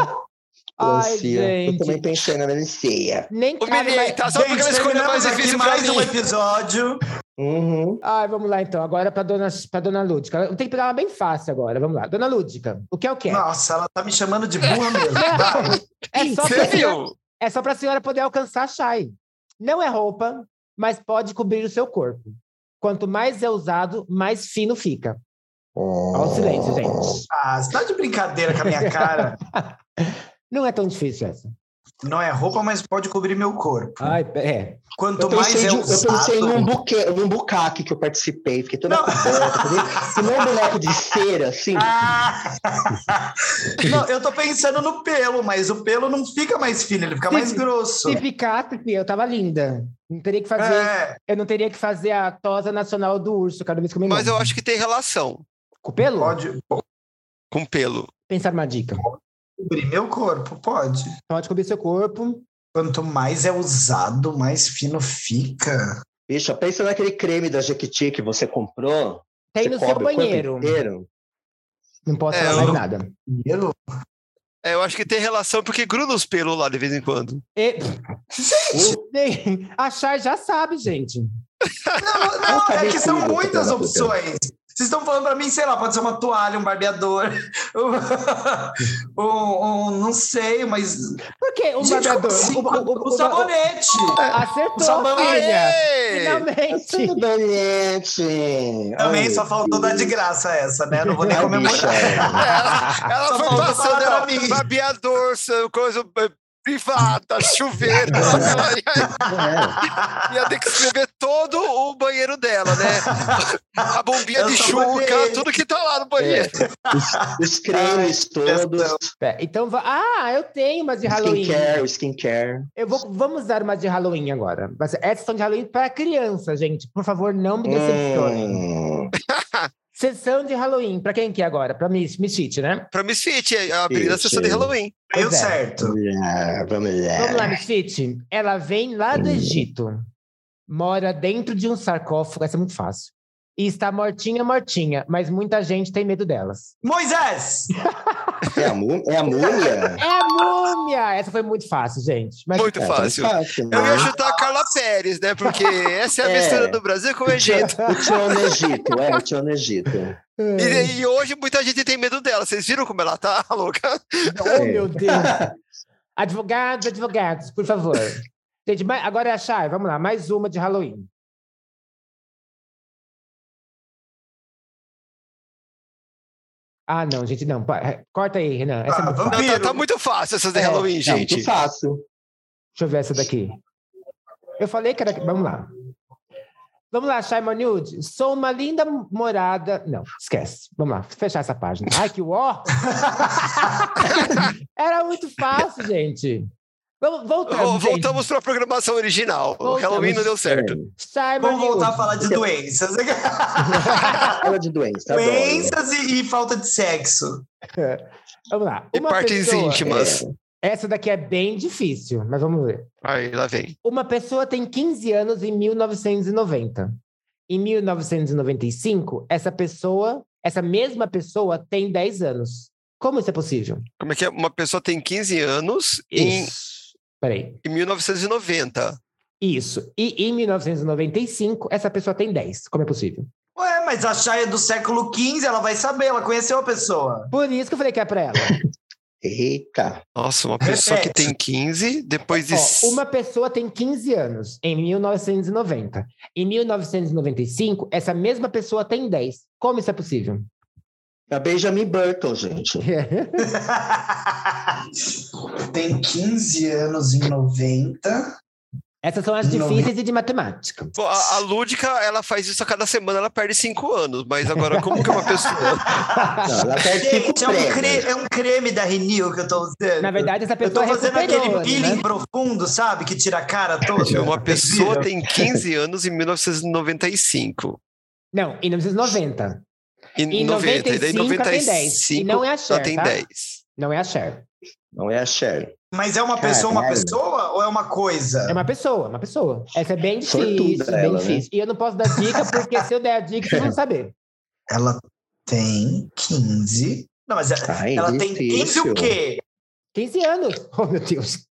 A: Ai,
D: melancia. Eu também
A: gente.
D: pensei na melancia.
A: Nem cabe mais...
B: Humilhei, tá? Só porque ela escolheu mais
C: terminamos aqui
B: difícil pra
C: mais um
B: mim.
C: episódio.
D: Uhum.
A: Ai, vamos lá então. Agora para dona para dona Lúdica. Eu tenho que pegar uma bem fácil agora. Vamos lá. Dona Lúdica, o que é o que é?
C: Nossa, ela tá me chamando de burra mesmo. Vai.
A: É só
B: Você
A: pra senhora,
B: viu?
A: é só pra senhora poder alcançar a Shai. Não é roupa, mas pode cobrir o seu corpo. Quanto mais é usado, mais fino fica. Olha o silêncio, gente.
C: Ah, você tá de brincadeira com a minha cara.
A: Não é tão difícil essa.
C: Não é roupa, mas pode cobrir meu corpo.
A: Ai, pe- é.
C: Quanto
D: Eu
C: mais
D: pensei,
C: é
D: de- um- eu pensei num,
C: usado...
D: buque, num bucaque que eu participei, fiquei toda
C: Não.
D: coberta,
C: *laughs*
D: entendeu? Se não é um boneco de cera, assim,
C: Ah! *laughs* Não, eu tô pensando no pelo, mas o pelo não fica mais fino, ele fica mais grosso.
A: Se ficar, eu tava linda. Não teria que fazer,
C: É,
A: eu não teria que fazer a tosa nacional do urso cada vez que eu me
B: Mas eu
A: engano.
B: acho que tem relação
A: Com o pelo?
C: pode
B: com pelo.
A: Pensar uma dica.
C: cobrir meu corpo, pode.
A: Pode cobrir seu corpo.
C: Quanto mais é usado, mais fino fica.
D: bicho, pensa naquele creme da Jequiti que você comprou.
A: Tem
D: você
A: no seu
D: cobre o corpo
A: banheiro.
D: inteiro.
A: Não posso
B: É,
A: falar
B: eu-
A: mais nada.
C: Pelo?
B: É, eu acho que tem relação porque gruda os pelos lá de vez em quando.
A: E,
C: *laughs*
D: Uh,
A: nem- a Chay já sabe, gente.
C: Não,
D: Eu
C: não, é
D: sabia
C: que
D: que
C: são
D: ia ter
C: muitas
D: essa
C: opções. Vocês estão falando pra mim, sei lá, pode ser uma toalha, um barbeador, *laughs* um, um- não sei, mas.
A: Por que o
C: Gente, como
A: jogador?
C: assim?
A: Um o, o- o-
C: Um
A: o-
C: sabonete!
A: acertou,
C: o é! sabão.
A: filha.
B: Aê!
D: Tá
A: Finalmente.
D: sabonete.
C: Também
D: Ai,
C: só faltou dar de graça essa, né? Não vou nem
D: ai,
C: comemorar.
A: é.
D: bicha. é.
B: Ela, É, ela
C: Só
B: foi
C: faltou
B: passando,
C: falar pra
B: ela,
C: mim.
B: babeador, seu- coisa eh, privada, chuveiro. ela ia,
D: É.
B: *laughs* ia ter que escrever todo o banheiro dela, né? A bombinha
C: Eu
B: de
C: só
B: chuca,
C: banheiro.
B: tudo que tá lá no banheiro.
D: É. Os,
C: *laughs*
D: os cremes todos,
A: Pera, Então, va- ah, eu tenho uma de Halloween.
D: skincare, skincare.
A: Eu vou, vamos dar uma de Halloween agora. Mas Essas são de Halloween para criança, gente. Por favor, não me decepcionem.
D: Hum,
A: Sessão de Halloween. Para quem que é agora? Para Miss Misfit, né?
B: Pra Miss Fit, a avenida da
D: Isso.
B: sessão de Halloween.
C: Deu
A: Pois é.
C: certo.
D: vamos lá, vamos lá.
A: Vamos lá, Misfit. Ela vem lá do Egito, mora dentro de um sarcófago, essa é muito fácil. E está mortinha, mortinha, mas muita gente tem medo delas.
C: Moisés!
D: É a, mú- é a múmia?
A: É a múmia! Essa foi muito fácil, gente. Mas
B: Muito
D: É, tá
B: fácil.
D: fácil,
B: Eu
D: né?
B: ia chutar a Carla Pérez, né? Porque essa é a
D: É.
B: mistura do Brasil com o Egito.
D: O tio no Egito, é, o tio no Egito.
A: é,
B: E, e hoje muita gente tem medo dela. Vocês viram como ela tá, louca?
A: Oh, meu Deus! Advogados, advogados, por favor. Gente, mas agora é a Chay, vamos lá, mais uma de Halloween. Ah, não, gente, não. pa- Corta aí, Renan. Essa é
C: Ah,
A: muito fácil.
B: Não, tá,
C: vampiro.
B: tá muito fácil essa de
D: É,
B: Halloween,
D: não,
B: gente.
D: muito fácil.
A: Deixa eu ver essa daqui. Eu falei que era. Vamos lá. Vamos lá, Shaima Nude. Sou uma linda morada. Não, esquece. Vamos lá, fechar essa página. Ai, que ó! *laughs* Era muito fácil, gente. Vamos,
B: Vol-
A: voltamos. É, gente.
B: Voltamos pra programação original.
A: Voltamos.
B: O Halloween não deu
D: É.
B: certo.
D: Hum.
A: Shaima
C: Vamos voltar a
A: Nude.
C: falar de doenças. *laughs*
D: Fala é de doença. adoro.
C: doenças e, e falta de sexo.
A: Vamos lá.
B: E
A: Uma
B: partes
A: pessoa-
C: tipo-
D: É,
B: íntimas.
A: Essa daqui é bem difícil, mas vamos ver.
B: Aí, lá vem.
A: Uma pessoa tem 15 anos em 1990. Em 1995, essa pessoa, essa mesma pessoa tem 10 anos. Como isso é possível?
B: Como é que é? Uma pessoa tem 15 anos em,
A: Isso. Peraí.
B: em 1990.
A: Isso. E em 1995, essa pessoa tem 10. Como é possível?
C: Ué, mas a Chay é do século XV, ela vai saber, ela conheceu a pessoa.
A: Por isso que eu falei que é pra ela.
D: Eita.
B: Nossa, uma pessoa que
C: Repete.
B: tem 15, depois de.
A: Ó, uma pessoa tem 15 anos em 1990. Em 1995, essa mesma pessoa tem 10. Como isso é possível?
D: É A Benjamin Burton, gente.
C: Tem 15 anos em 90.
A: Essas são as difíceis e de matemática.
B: Pô, A, a Lúdica, ela faz isso a cada semana, ela perde 5 anos. Mas agora, como que uma pessoa.
D: Não, ela perde cinco
C: Gente, é um,
D: prêmios.
C: creme, é um creme da Renew que eu tô usando.
A: Na verdade, essa
C: eu tô
A: pessoa
C: fazendo aquele
A: recuperou,
C: peeling
A: né?
C: profundo, sabe? Que tira a cara
B: Gente,
C: toda.
B: É Uma pessoa
C: Viram?
B: tem 15 anos em 1995.
A: Não, em 1990.
B: E
A: Em
B: 90,
A: 95,
B: e daí
A: ela tem 10. E
B: 95
A: não é a
B: só
A: Cher,
B: tem
A: tá?
B: 10.
A: Não é a Cher.
D: Não é a Cher.
C: Mas é uma pessoa, uma
D: Caralho.
C: pessoa ou é uma coisa?
A: É uma pessoa, uma pessoa. Essa é bem difícil,
D: Sortuda
A: bem
D: ela, né?
A: difícil. E eu não posso dar dica, porque se eu der a dica, vocês vão saber.
C: Ela tem 15. Não, mas ela,
D: Ai,
C: ela tem
D: Tá difícil.
C: 15 o quê?
A: 15 anos. *laughs* Oh, meu Deus.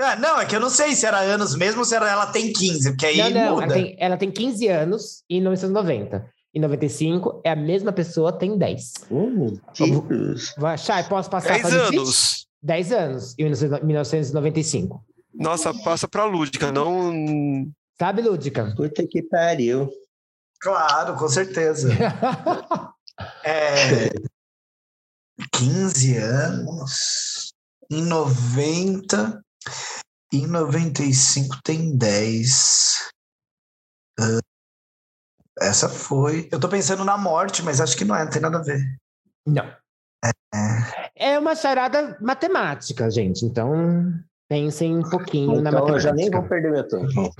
C: Ah, não, é que eu não sei se era anos mesmo ou se era ela tem 15, porque aí
A: não, não. Ela
C: muda.
A: tem, ela tem 15 anos em 1990. Em 95, é a mesma pessoa, tem 10.
D: Oh, meu Deus.
A: Vai, Chay, posso passar
B: 10
A: para o difícil?
B: anos.
A: 10 anos, em 1995.
B: Nossa, passa pra Lúdica, não.
A: Sabe, Lúdica?
D: Puta que pariu.
C: Claro, com certeza. *laughs* É, 15 anos. Em 90. Em 95 tem 10. Ah, Essa foi. Eu tô pensando na morte, mas acho que não é, não tem nada a ver.
A: Não. É uma charada matemática, gente. Então, pensem um pouquinho na
D: Então eu
A: matemática.
D: já nem vou perder meu tempo.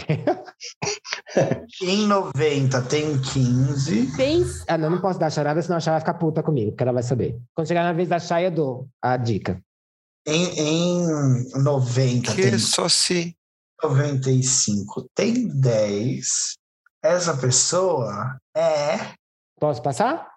C: Em 90 tem 15.
A: Pense... Ah, não, não posso dar charada, senão a Chay vai ficar puta comigo, porque ela vai saber. Quando chegar na vez da Chay, eu dou a dica.
C: Em, em 90
B: Que
C: tem
B: só se.
C: 95 tem 10. Essa pessoa é.
A: Posso passar?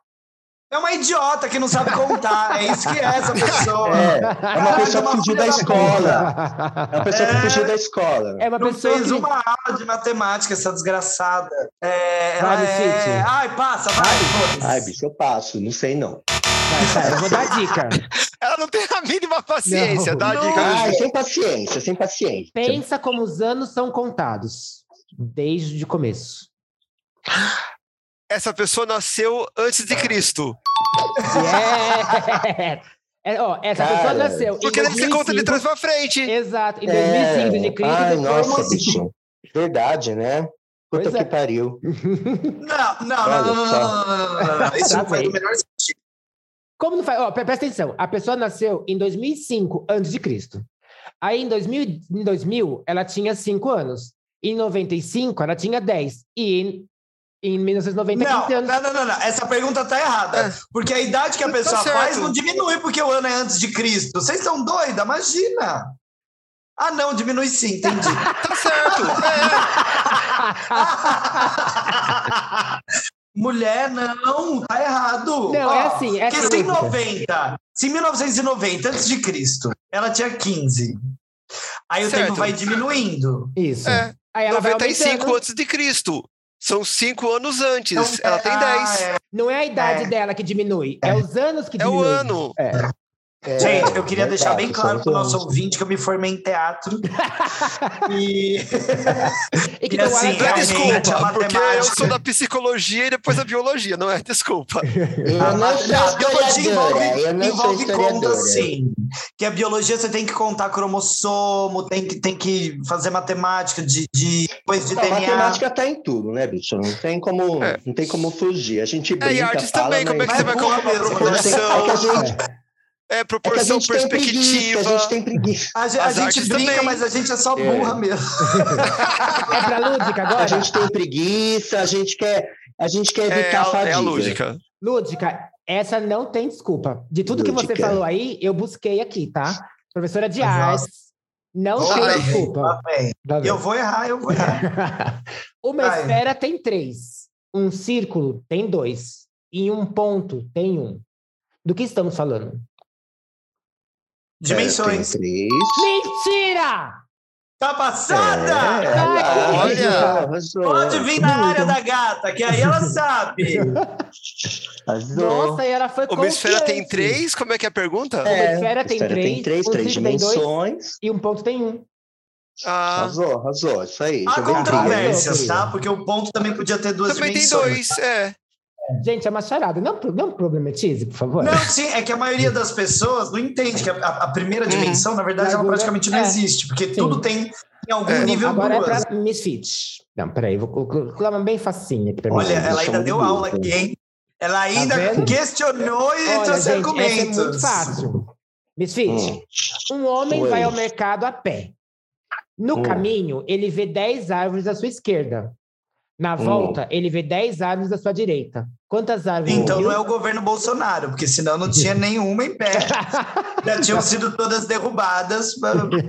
C: É uma idiota que não sabe contar. É isso que é essa pessoa.
D: *laughs* É, é uma pessoa que
C: uma
D: fugiu
C: filha
D: da
C: da
D: escola. É uma pessoa que
C: É.
D: fugiu da escola.
A: *laughs* É uma
C: Não
A: pessoa
C: fez
A: que...
C: uma aula de matemática, essa desgraçada. É, ela
A: Vai, Vicente.
C: é... Ai, passa, vai. foda-se.
D: Ai, bicho, eu passo. Não sei, não.
A: Vai, Chay, eu vou dar a dica.
B: Ela não tem a mínima paciência,
A: Não.
B: tá, dá a dica.
D: Ai,
B: Lúdica.
D: sem paciência, sem paciência.
A: Pensa como os anos são contados. Desde o começo.
B: Essa pessoa nasceu antes de Cristo.
A: Yeah! É, *laughs* ó, essa
D: Cara,
A: pessoa nasceu em
B: Porque deve ser conta de
A: 2005.
B: trás pra frente.
A: Exato, em
D: É.
A: 2005 de Cristo.
D: Ai,
A: depois-
D: nossa, bicho. Verdade, né? Puta
A: Pois é.
D: que pariu.
C: Não, não,
D: Olha
C: não, não, não,
D: só.
C: não, não, não, não, não, não. Isso
A: Tá
C: não faz
A: bem.
C: o menor sentido.
A: Como não faz? Ó, pre- presta atenção. A pessoa nasceu em 2005 antes de Cristo. Aí em 2000, em 2000 ela tinha 5 anos. Em 95 ela tinha 10 e em, em 1990 15
C: Não,
A: anos.
C: não, não, não, não. Essa pergunta tá errada. Porque a idade que a
B: Tá
C: pessoa
B: certo.
C: faz não diminui porque o ano é antes de Cristo. Vocês estão doida? Imagina. Ah, não, diminui sim, entendi.
A: *laughs*
B: Tá certo. É.
C: *laughs* Mulher, não, tá errado.
A: Não, é assim, é
C: Porque se em
A: assim.
C: 90, se em 1990, antes de Cristo, ela tinha 15. Aí o
B: Certo.
C: tempo vai diminuindo.
A: Isso.
B: É.
A: Aí ela vai
B: 95
A: aumentando.
B: antes de Cristo. São 5 anos antes.
C: Então,
B: ela tem
C: ah,
B: 10.
C: é.
A: Não é a idade
C: É.
A: dela que diminui, é, os anos que
B: É o
A: diminuem.
B: ano.
A: É.
D: É,
C: Gente, eu queria deixar
D: verdade,
C: bem
D: é
C: claro para o nosso
D: exatamente.
C: ouvinte que eu me formei em teatro. e
A: E que
C: E
A: não
C: assim,
A: era
B: Não é
C: Realmente, a
B: desculpa, porque eu
C: matemática.
B: sou da psicologia e depois da biologia, não é
D: *laughs*
B: desculpa.
D: Eu
C: a,
D: não sou
C: a biologia
D: historiadora.
C: envolve,
D: Eu não sou é.
C: envolve contas,
D: historiadora.
C: sim. Que a biologia você tem que contar cromossomo, tem que, tem que fazer matemática de, de coisa de
D: A
C: DNA.
D: matemática tá em tudo, né, bicho? Não tem como,
B: É.
D: não tem como fugir. A gente brinca,
B: É, e artes
D: fala,
B: também, como é que
D: mas-
B: você vai
C: Mas
B: colocar uma
C: burro mesmo,
D: É que a
B: proporção, é,
D: gente- é que a
B: proporção,
D: gente tem preguiça, a gente
B: perspectiva.
D: tem preguiça.
C: A, ge- a
B: As
C: gente
B: artes
C: brinca,
B: também.
C: mas a gente é só
D: É.
C: burra mesmo.
A: É pra lúdica
D: A
A: agora?
D: gente tem preguiça, a gente quer, a gente quer
B: É,
D: evitar a
B: a-
D: fadiga.
B: é a lógica.
A: Lúdica, essa não tem desculpa. De tudo que você
D: Lúdica.
A: falou aí, eu busquei aqui, tá? Professora de
C: Nossa.
A: artes. Não
B: Vai.
A: tem desculpa.
C: Tá bem.
A: Tá bem.
C: Eu vou errar, eu vou errar.
A: É, Uma
C: Vai.
A: esfera tem três. Um círculo tem dois. E um ponto tem um. Do que estamos falando?
C: Dimensões.
D: É, tem três.
A: Mentira!
C: Tá passada!
D: É, lá,
B: Olha!
D: arrasou,
C: Pode vir na área da gata, que aí ela sabe.
D: arrasou.
A: Nossa, e ela foi
B: Uma esfera tem
A: É confiante.
B: três, como é que é a pergunta?
A: Uma
D: É,
A: esfera tem
D: Espera,
A: três,
D: tem três,
A: um
D: três
A: círculo tem dois.
D: dimensões.
A: E um ponto tem um.
B: Ah,
D: Arrasou, arrasou. Isso é aí.
C: Há
D: já vem
C: controvérsias,
A: bem.
C: tá? Porque o ponto também podia ter duas
B: também tem
C: dimensões.
D: né?
B: dois, é.
A: Gente, é uma charada. Não, pro- não problematize, por favor.
C: Não, sim, é que a maioria das pessoas não entende que a, a- a primeira dimensão, na verdade, ela
A: Largura,
C: praticamente não
A: é.
C: existe, porque tudo tem em algum
B: É.
C: nível
A: Agora
C: duas.
A: é pra Misfit. Não, peraí, vou colocar bem facinho aqui pra mim.
C: Olha, ela
D: São
C: ainda deu
D: duas,
C: aula
D: né?
C: aqui, hein? Ela ainda
A: vendo?
C: questionou e
A: Olha,
C: trouxe
A: gente, essa é
C: argumentos.
A: muito fácil. Misfit,
D: Hum.
A: um homem
D: Oi.
A: vai ao mercado a pé. No
D: Hum.
A: caminho, ele vê 10 árvores à sua esquerda. Na
D: Hum.
A: volta, ele vê 10 árvores à sua direita. Quantas árvores?
C: Então
A: viu?
C: não é o
D: Uhum.
C: governo Bolsonaro, porque senão não tinha nenhuma em
D: *laughs*
C: pé. Já tinham sido todas derrubadas.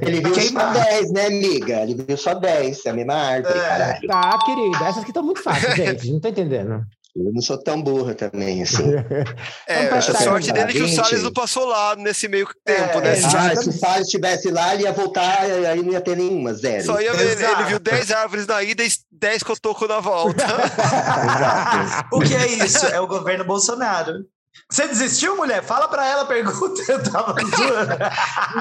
D: Ele viu só
C: Queimar.
D: 10, né, amiga? Ele viu só 10, é a mesma árvore,
C: É.
D: caralho.
A: Tá, querida. Essas aqui estão muito fáceis, gente. Não tô
C: *laughs*
A: entendendo.
D: Eu não sou tão burra
A: *laughs*
D: também, assim.
B: É,
A: Então,
B: a
A: tá,
B: sorte
D: tá,
B: dele é que o
D: gente.
B: Salles não passou lá nesse meio tempo, né?
C: É,
D: Ah,
A: Exatamente.
D: se o Salles estivesse lá, ele ia voltar, aí não ia ter nenhuma, zero.
B: Só ia ver,
C: Exato.
B: ele viu 10 árvores na ida e 10 cotocos na
D: *laughs*
B: volta.
D: Exato.
C: O que é isso? É o governo Bolsonaro. Você desistiu, mulher? Fala pra ela a pergunta. Eu tava zoando.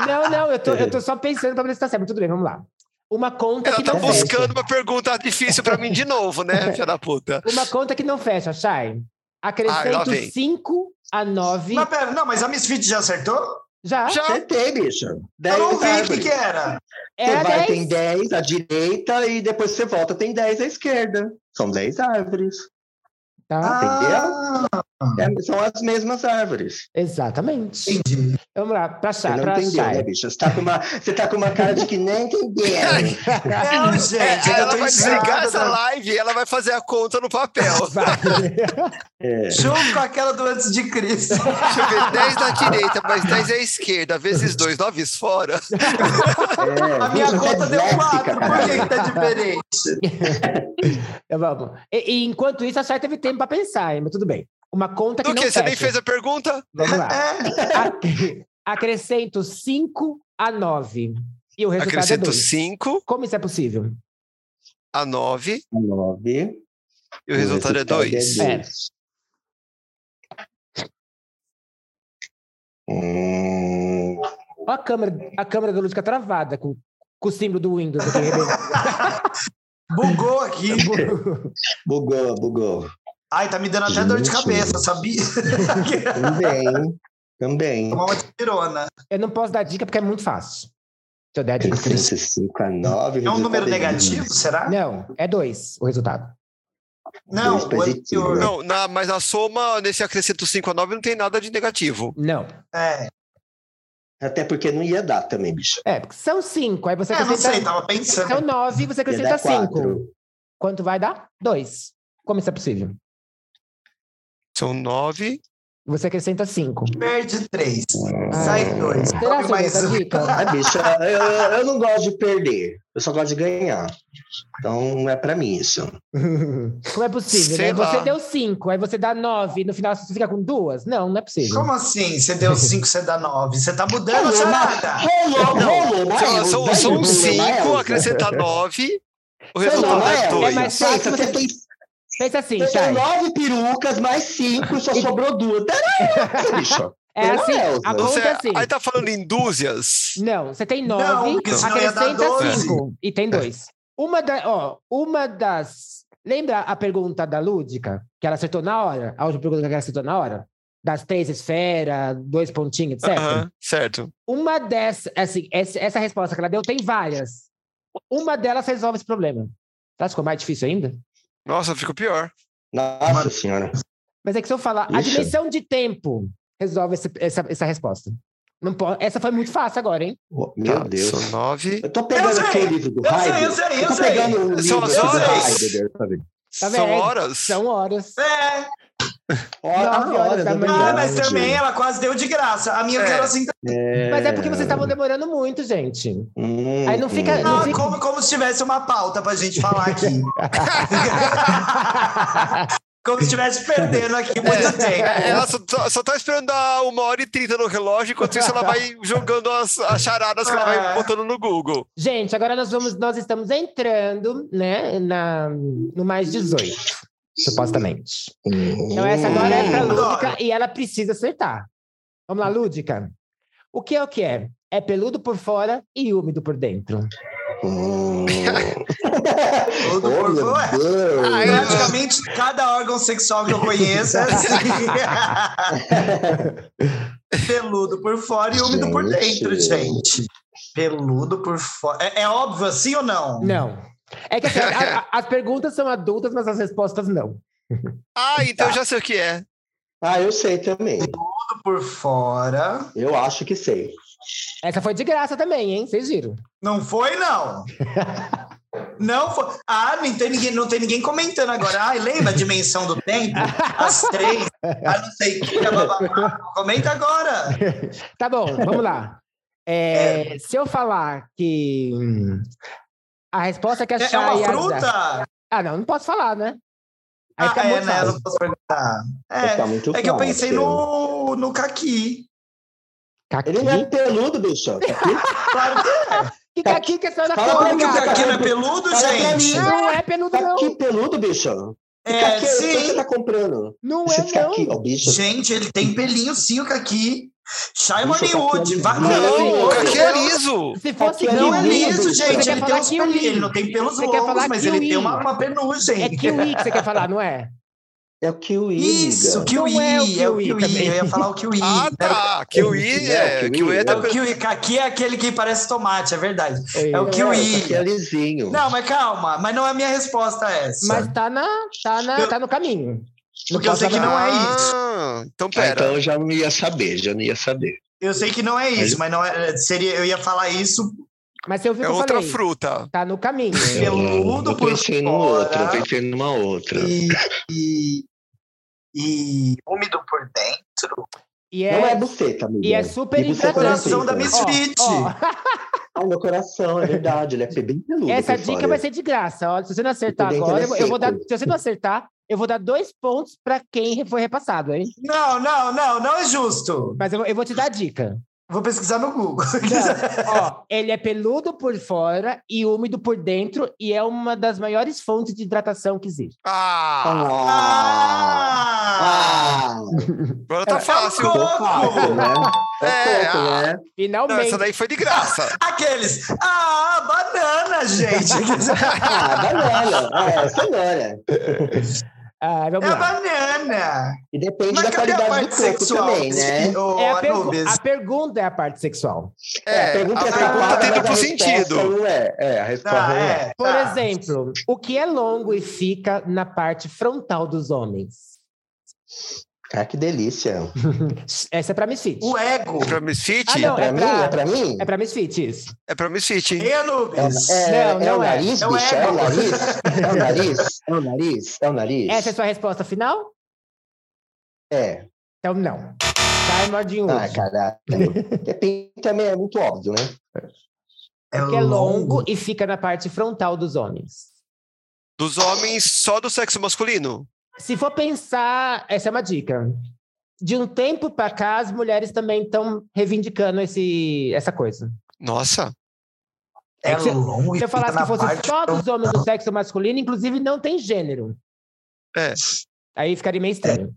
A: Não, não, eu tô, eu tô só pensando pra ver se tá certo. Tudo bem, vamos lá. Uma conta
B: Ela
A: que
B: tá
A: não fecha.
B: buscando uma pergunta difícil pra mim de novo, né, filha da puta?
A: Uma conta que não fecha, Shai.
B: Ai, lá
A: Acrescento
B: vem.
A: 5 a 9.
C: Ah, Mas pera, não, mas a Misfit já acertou?
A: Já,
B: Já,
D: Acertei, bicho.
C: Eu
D: Dez
C: não vi o que,
D: árvores.
C: que era.
D: Você
A: era
D: vai,
A: 10.
D: tem 10 à direita e depois você volta, tem 10 à esquerda. São 10 árvores. Ah,
A: Tá?
C: Ah.
D: É, são as mesmas árvores.
A: Exatamente.
C: entendi.
A: Vamos lá, pra,
D: Você
A: Shai,
D: não
A: pra
D: entendeu, né,
A: Shai.
D: bicho? Você tá com uma, você tá com uma cara de que nem
C: *laughs*
D: entendeu.
C: Não, Ah, gente,
B: É,
C: eu
B: ela
C: tô
B: vai desligar
C: intrigada.
B: essa
C: Tá...
B: live e ela vai fazer a conta no papel.
A: *laughs*
C: *laughs*
D: É.
C: Junto com aquela do antes de Cristo.
B: Deixa eu ver, 10 na direita, mas 10 à esquerda, vezes 2, 9 fora.
D: É,
C: A minha
D: bicho, você é
C: conta deu
D: disléxica,
C: quatro. Por
D: caralho.
C: que que tá diferente?
A: Então Vamos. E, e enquanto isso, a Shai teve tempo pra pensar, hein? mas tudo bem. Uma conta que
B: Do
A: não
B: que?
A: fecha.
B: Você nem fez a pergunta?
A: Vamos
B: *laughs*
A: lá.
C: É,
A: Ac- Acrescento 5 a 9. E o resultado é
B: Acrescento
A: 2.
B: 5
A: Como isso é possível?
B: a 9
D: Nove.
B: e o resultado é
D: tá
B: 2.
A: dois.
D: dois. Hum,
A: Ó a câmera, a câmera da Lúdica travada com, com o símbolo do Windows aqui. né? rebentando.
C: bugou aqui.
B: *laughs*
D: bugou, bugou.
C: Ai, tá me dando até dor de
D: Gente.
C: cabeça, sabia?
D: Também, também.
C: Tomar É uma tirona.
A: Eu não posso dar dica porque é muito fácil. Se eu der a dica.
D: 35 a 9.
C: É um número negativo, será?
A: Não, é dois o resultado.
C: Não,
D: Dois
C: o
D: positivo.
C: anterior.
B: Não, na- mas na soma, nesse acrescento 5 a 9, não tem nada de negativo.
A: Não.
C: É,
D: Até porque não ia dar também, bicho.
A: É, porque são cinco. Aí você
B: Ah,
A: tá-
C: É, não
A: acrescenta.
C: sei, tava pensando.
A: São nove, você
D: Ia
A: acrescenta
D: dar
A: cinco.
D: 4.
A: Quanto vai dar? Dois. Como isso é possível?
B: São 9.
A: Você acrescenta cinco.
C: Perde três.
A: Ah.
C: Sai dois.
A: É. Será
C: Sobe
A: que tá
C: mais
A: essa
C: um. *laughs*
A: dica?
D: Ah, bicho, eu, eu- eu não gosto de perder. Eu só gosto de ganhar. Então não é pra mim isso.
A: Como é possível?
B: Sei
A: né? Você
B: lá.
A: deu cinco, aí você dá nove, no final você fica com duas? Não, não é possível.
C: Como assim? Você deu cinco, você dá nove. Você tá mudando a
D: Rolou,
C: charada.
D: rolou, rolou, mas
B: São-
D: eu
B: São
D: ganho,
B: são
D: rolou, mas
B: 5,
D: eu-
B: acrescentar 9, o
D: Rolou,
B: resultado
D: mas
B: é
D: eu-
A: É
B: 2.
A: mais
D: Nossa,
A: fácil
D: Você
A: você-
D: tem
A: Pensa assim,
D: Eu tenho
A: Chay.
D: nove perucas, mais cinco, só sobrou duas. Tá, bicho.
A: É assim,
D: Elza.
A: a
B: Você,
A: conta é assim.
B: Aí tá falando em dúzias.
A: Não, você tem
C: Não,
A: nove,
C: porque senão ia dar
A: acrescenta
C: doze.
A: cinco e tem dois. Uma, da, ó, uma das. Lembra a pergunta da Lúdica, que ela acertou na hora? A última pergunta que ela acertou na hora? Das três esferas, dois pontinhos, etc.
B: Aham, certo.
A: Uma dessas, assim, essa, essa resposta que ela deu tem várias. Uma delas resolve esse problema. Tá, ficou mais difícil ainda?
B: Nossa, ficou pior.
D: Nossa senhora.
A: Mas é que se eu falar, a
D: Ixi.
A: dimensão de tempo resolve esse- essa, essa resposta. Não pode, essa foi muito fácil agora, hein?
D: Meu
B: Tá,
D: Deus.
B: São nove.
D: Eu tô pegando
C: Eu sei,
D: aqui o livro do
C: eu sei,
D: Heidegger.
C: eu sei, eu
D: tô
C: sei.
D: pegando o livro
B: São
D: do
B: as horas.
D: Heidegger, sabe?
A: Tá
B: são
A: vendo?
B: horas.
A: São horas.
C: É,
D: Hora,
A: Nove horas da
D: eu tô
A: manhã.
C: ah,
D: pegando,
C: mas
D: gente.
C: também ela quase deu de graça. A minha
B: É.
C: quero assim.
A: Mas é porque vocês estavam demorando muito, gente.
D: Hum,
A: Aí não fica-
D: hum.
A: não
C: Ah,
A: fica-
C: como, como se tivesse uma pauta pra gente falar
A: *laughs*
C: aqui. *laughs* como se estivesse perdendo aqui muito tempo.
B: É, Ela só, só- só tá esperando dar uma hora e trinta no relógio, enquanto isso ela vai jogando as, as charadas que ela vai
C: É.
B: botando no Google.
A: Gente, agora nós vamos, nós estamos entrando, né, na, no mais 18, supostamente.
D: hum,
A: Então essa agora é
C: Hum.
A: pra Lúdica e ela precisa acertar. Vamos lá, Lúdica. O que é o que é? É peludo por fora e úmido por dentro.
D: Hum.
C: Todo
D: Oh,
C: corpo,
D: meu
C: ué.
D: Deus.
B: Ai,
C: Praticamente cada órgão sexual que eu conheço é assim. Peludo por fora e úmido por
D: Gente.
C: dentro, gente. Peludo por fora. É, é óbvio assim ou não?
A: Não. É que assim, a- a- as perguntas são adultas, mas as respostas não.
B: Ah, então eu já sei o que é.
D: Ah, eu sei também.
C: Peludo por fora.
D: Eu acho que sei.
A: Essa foi de graça também, hein? Vocês viram.
C: Não foi, não. Não foi. Ah, não tem ninguém, não tem ninguém comentando agora. Ai, lembra a dimensão do tempo? As três. Ah, não sei o que. blá, blá, blá. Comenta agora.
A: Tá bom, vamos lá. É, Se eu falar que hum, a resposta que a
C: É, é uma
A: Shayada-
C: fruta?
A: Ah, não, não posso falar, né? Aí fica
C: ah, é,
A: muito
C: né? Eu
A: fácil.
C: Não posso perguntar.
D: Vai
C: É,
D: ficar tá muito
C: é que eu
D: fácil.
C: pensei no, no caqui.
A: Caqui?
D: Ele não é peludo, bicho. Tá aqui?
C: Claro que
A: Que
C: tá
A: caqui que é a senhora
D: Fala
A: come,
C: Como que o
A: cara?
C: caqui não é peludo,
D: Fala pra
C: gente?
D: mim.
A: Não é peludo,
D: Tá
A: não.
D: aqui peludo, bicho.
C: É,
D: Fica aqui, o que você
C: sim.
D: tá comprando?
A: Não
D: Deixa eu
A: é,
D: ficar
A: não.
D: aqui, ó, bicho.
C: Gente, ele tem pelinho sim, o caqui. Simon
D: Deixa eu
C: Wood.
D: caqui-
C: Vai
D: Não,
B: Não, o
C: Wood.
B: caqui é liso.
A: Se fosse
D: Caqui
C: Não é
A: kiwi,
C: liso,
D: Você
C: gente.
A: quer
C: Ele tem
A: falar é
C: uns
A: kiwi.
C: pelinhos. Ele não tem pelos
A: Você quer
C: longos,
A: falar
C: mas ele
A: kiwi.
C: tem uma, uma penugem.
A: é kiwi que você quer falar, não é?
D: É o kiwi.
C: Isso,
D: amiga.
C: kiwi.
A: Não é o
C: É o
A: kiwi
C: kiwi.
A: também.
C: Eu ia falar o kiwi.
B: Ah, tá. Kiwi é.
D: Kiwi,
B: Kiwi é
C: É o
A: tá.
B: da.
C: kiwi. Caqui é aquele que parece tomate, é verdade. É o
D: Esse aqui
C: kiwi.
D: é lisinho.
C: Não, mas calma. Mas não é a minha resposta essa.
A: Mas tá, na, tá, na, tá no caminho.
C: Porque eu sei que não é isso.
B: Ah, então
D: Ah,
B: pera.
D: então eu já não ia saber, já não ia saber.
C: Eu sei que não é isso, mas não é, seria, eu ia falar isso
A: Mas você ouviu
B: É
A: o que eu
B: outra
A: falei.
B: fruta.
A: Tá no caminho.
C: peludo
D: eu
C: por
D: pensei num
C: fora.
D: outro, eu pensei numa outra.
C: e, e, e úmido por dentro.
A: E é,
D: Não é buceta, amiga.
A: e é super
D: E você
A: importante.
C: coração da
D: Miss
A: Ó,
C: Fit.
A: ó,
D: Ah, meu coração, é verdade, ele é bem peludo.
A: Essa
D: por
A: dica
D: fora.
A: vai ser de graça. Ó. Se você não acertar
D: Tudo bem que
A: agora,
D: ele é
A: eu vou- eu vou dar.
D: seco.
A: Se você não acertar, eu vou dar dois pontos pra quem foi repassado, hein?
C: Não, não, não, não é justo.
A: Mas eu, vou- eu vou te dar a dica.
C: Vou pesquisar no Google.
A: Ó, ele é peludo por fora e úmido por dentro e é uma das maiores fontes de hidratação que existe.
B: Ah,
D: Ah!
C: Ah!
D: Ah!
B: agora tá fácil.
C: Coco!
D: Fácil, né?
B: É,
D: É pouco, né?
B: Não,
A: Finalmente.
B: essa daí foi de graça.
C: Aqueles. Ah, banana,
D: *laughs*
C: gente. É
D: Ah, banana. Ah, essa banana.
A: Ah,
C: é
A: vamos
C: a
A: lá.
C: banana.
D: E depende
C: Mas
D: da
C: cadê a
D: qualidade do
C: parte
D: coco
C: sexual?
D: também, né?
C: Ô,
A: É a, pergu-
C: Anubis.
A: a pergunta é a parte sexual.
C: Tá.
B: É, a
D: pergunta é
B: pergunta tem
D: adequada, mas a
B: duplo
D: resposta
B: sentido.
D: Não é. é, a resposta
C: Tá,
D: não é.
C: é,
A: Por
C: tá.
A: exemplo, o que é longo e fica na parte frontal dos homens?
D: Ah, que delícia.
A: Essa é pra Misfit.
C: O ego.
B: É pra Miss Fit?
A: Ah, não.
D: Pra
A: é
D: mim?
A: pra-
D: É pra mim?
A: É pra Misfit, isso.
B: É pra Miss Fit.
C: E Anubis.
D: É,
A: Não,
D: é
A: não
D: o
A: é.
D: nariz,
C: É o
D: bicho? É o
C: ego.
D: nariz? É o nariz? É o nariz? É o nariz?
A: Essa é a sua resposta final?
D: É.
A: Então, não. Tá, Sai mordinho.
C: Tá,
D: Ah, caralho. Depende também, é muito óbvio, né?
A: que é longo e fica na parte frontal dos homens.
B: Dos homens só do sexo masculino?
A: Se for pensar, essa é uma dica. De um tempo para cá, as mulheres também estão reivindicando esse, essa coisa.
B: Nossa.
C: É
A: Se-
C: longo e
A: Se eu falasse
C: fica
A: que
C: na
A: fosse
C: parte
A: só dos homens do sexo masculino, inclusive não tem gênero.
B: É.
A: Aí ficaria meio estranho.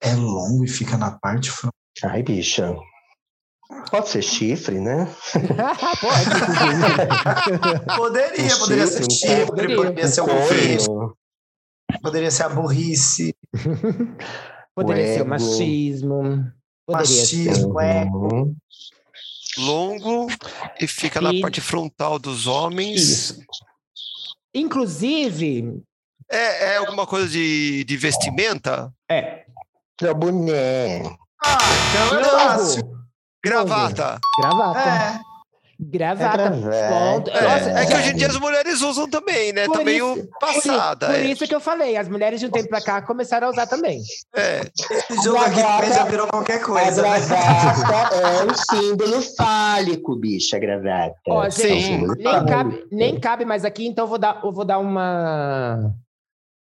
C: É longo e fica na parte frontal.
D: Ai, bicha. Pode ser chifre, né?
A: Pode.
C: Poderia, poderia ser
D: Chifre,
C: chifre,
A: poderia.
C: poderia, ser um bicho, poderia ser a burrice,
A: *laughs* Poderia ser o
D: Ego.
A: machismo. Poderia ser.
C: machismo, é.
D: Uhum.
B: Longo e fica na
A: E-
B: parte frontal dos homens.
D: Isso.
A: Inclusive,
B: É, é alguma coisa de, de vestimenta?
A: é.
D: É o boné.
C: Ah, então é
A: Longo.
C: fácil.
B: Gravata.
A: Gravata.
C: É.
D: É
A: Gravata.
D: gravata.
A: Ponto.
B: É,
A: Nossa,
B: é que
A: já-
B: hoje em dia as mulheres usam também, né?
A: Por
B: Também
A: isso-
B: o
A: Por, isso-
B: passada.
A: por
B: é.
A: isso que eu falei, as mulheres de um tempo pra cá começaram a usar também.
B: É.
C: Esse jogo aqui
D: Agora-
C: já virou qualquer
D: A
C: coisa. né?
D: gravata é um símbolo fálico, bicha, a gravata.
A: Ó,
D: É um
B: Sim.
A: gente,
D: símbolo
A: nem cabe,
D: fálico.
A: nem cabe mais aqui, então eu vou dar, eu vou dar uma,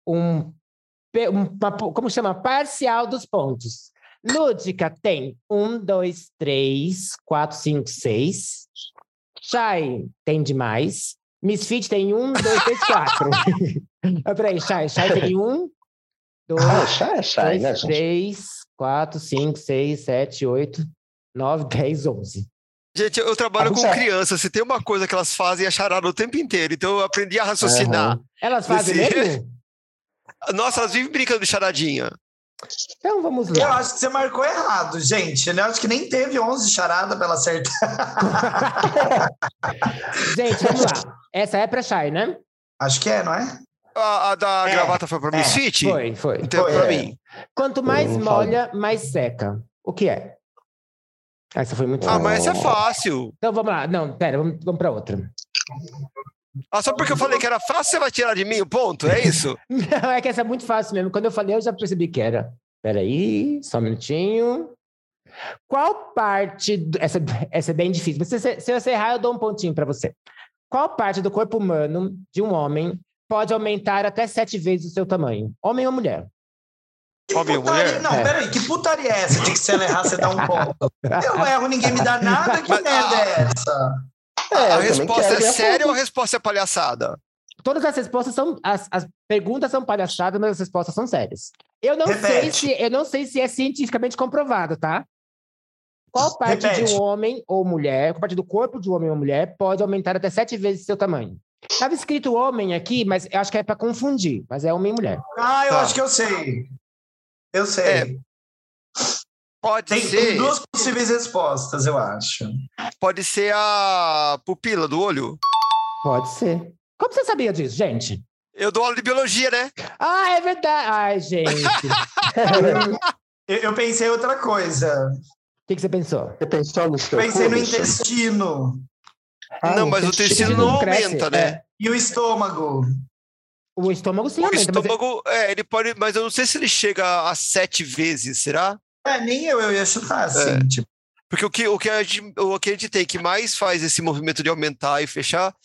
A: um, pe- um- uma- Como chama? Parcial dos pontos. Lúdica tem um, dois, três, quatro, cinco, seis. Shai tem demais. Misfit tem um, dois, três,
D: *laughs*
A: quatro. Ah, Peraí, Shai. Shai tem um, dois,
D: Ah, chai, chai, né,
A: dois,
D: gente?
A: três, quatro, cinco, seis, sete, oito, nove, dez, onze.
B: Gente, eu
A: Tá
B: trabalho com
D: Abusar.
B: crianças. Se tem uma coisa que elas fazem é charada o tempo inteiro. Então eu aprendi a raciocinar.
A: Elas fazem
B: Esse-
A: mesmo?
B: Nossa, elas vivem brincando de charadinha.
A: Então vamos
C: Eu
A: lá.
C: acho que você marcou errado, gente. Né? Eu acho que nem teve 11 charada pela certa.
A: Gente, vamos lá. Essa é pra Shai, né?
C: Acho que é, não é?
B: A, a da
C: É,
B: gravata foi pra
C: é,
B: Misfit?
A: Foi, foi.
B: Então,
C: Foi,
B: pra
D: é.
B: mim.
A: Quanto mais
D: Hum, fala.
A: molha, mais seca. O que é? Essa foi muito
B: Ah,
A: fácil.
B: mas essa é fácil.
A: Então vamos lá. Não, pera, vamos, vamos pra outra. *laughs*
B: Ah, só porque eu falei que era fácil, você vai tirar de mim o ponto? É isso?
A: Não, é que essa é muito fácil mesmo. Quando eu falei, eu já percebi que era. Peraí, só um minutinho. Qual parte. do- Essa, essa é bem difícil. mas Se, você- se você errar, eu dou um pontinho pra você. Qual parte do corpo humano de um homem pode aumentar até sete vezes o seu tamanho? Homem ou mulher?
B: Homem ou mulher?
C: Putaria- Não,
A: É.
C: peraí, que putaria é essa de que se ela errar, você dá um ponto? Eu erro, ninguém me dá nada, que
B: Mas- ah,
C: merda é essa?
D: É, eu
B: A
D: também
B: resposta
D: quero ver
B: é
D: a
B: séria ou a resposta é palhaçada?
A: Todas as respostas são. As, as perguntas são palhaçadas, mas as respostas são sérias. Eu não, sei
C: Repete.
A: se, eu não sei se é cientificamente comprovado, tá? Qual parte de
C: Repete.
A: um homem ou mulher, qual parte do corpo de um homem ou mulher pode aumentar até sete vezes seu tamanho? Estava escrito homem aqui, mas eu acho que é para confundir, mas é homem e mulher.
C: Ah, eu
B: Tá.
C: acho que eu sei. Eu sei.
B: É, Pode
C: tem,
B: ser,
C: tem duas possíveis respostas, eu acho.
B: pode ser a pupila do olho.
A: Pode ser. Como você sabia disso, gente?
B: Eu dou aula de biologia, né?
A: Ah, é verdade. Ai,
C: *laughs*
A: gente. O
C: Eu, eu pensei em outra coisa.
A: que, que você pensou?
D: Você pensou no seu
C: Pensei no
D: cu, bicha?
C: intestino
D: Ah,
B: não, mas o intestino não
A: cresce,
B: aumenta, né?
A: é.
C: e o estômago.
A: O estômago sim
B: O
A: aumenta. mas é-
B: estômago, é, ele pode, mas eu não sei se ele chega a sete vezes, será?
C: É, nem eu, eu ia
D: É.
C: chutar, assim. Tipo,
B: Porque o que, o, que a gente, o que a gente tem que mais faz esse movimento de aumentar e fechar,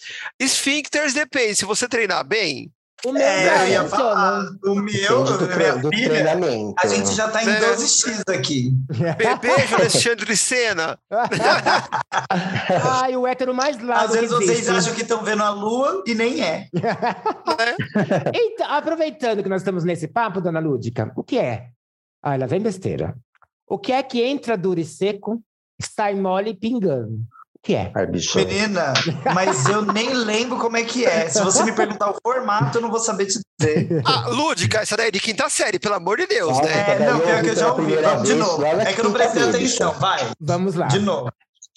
B: esfíncteres depende. Se você treinar
D: *laughs*
B: bem,
A: O meu
C: é,
A: já
C: eu ia
A: funciona.
C: falar. O meu, né,
D: Depende
C: minha
D: do, tre- do
C: filha,
D: treinamento.
C: a gente já tá em
B: É.
C: 12x aqui.
A: *laughs*
B: be- beijo Alexandre Senna.
A: *laughs* Ai, o hétero mais largo
C: Às vezes
A: que
C: vocês
A: existe.
C: acham que estão vendo a lua e nem é.
A: Então, aproveitando que nós estamos nesse papo, dona Lúdica, o que é? Ah, ela vem besteira. O que é que entra duro e seco, sai mole e pingando? O que é?
D: Ai, bicho.
C: Menina, mas eu nem lembro como é que é. Se você me perguntar o formato, eu não vou saber te dizer.
B: Ah, Lúdica, essa daí é de quinta série, pelo amor de Deus, né?
D: Nossa,
C: É, não, pior que eu já ouvi. Vamos de novo. É que eu não prestei atenção. Vai,
A: Vamos lá.
C: de novo.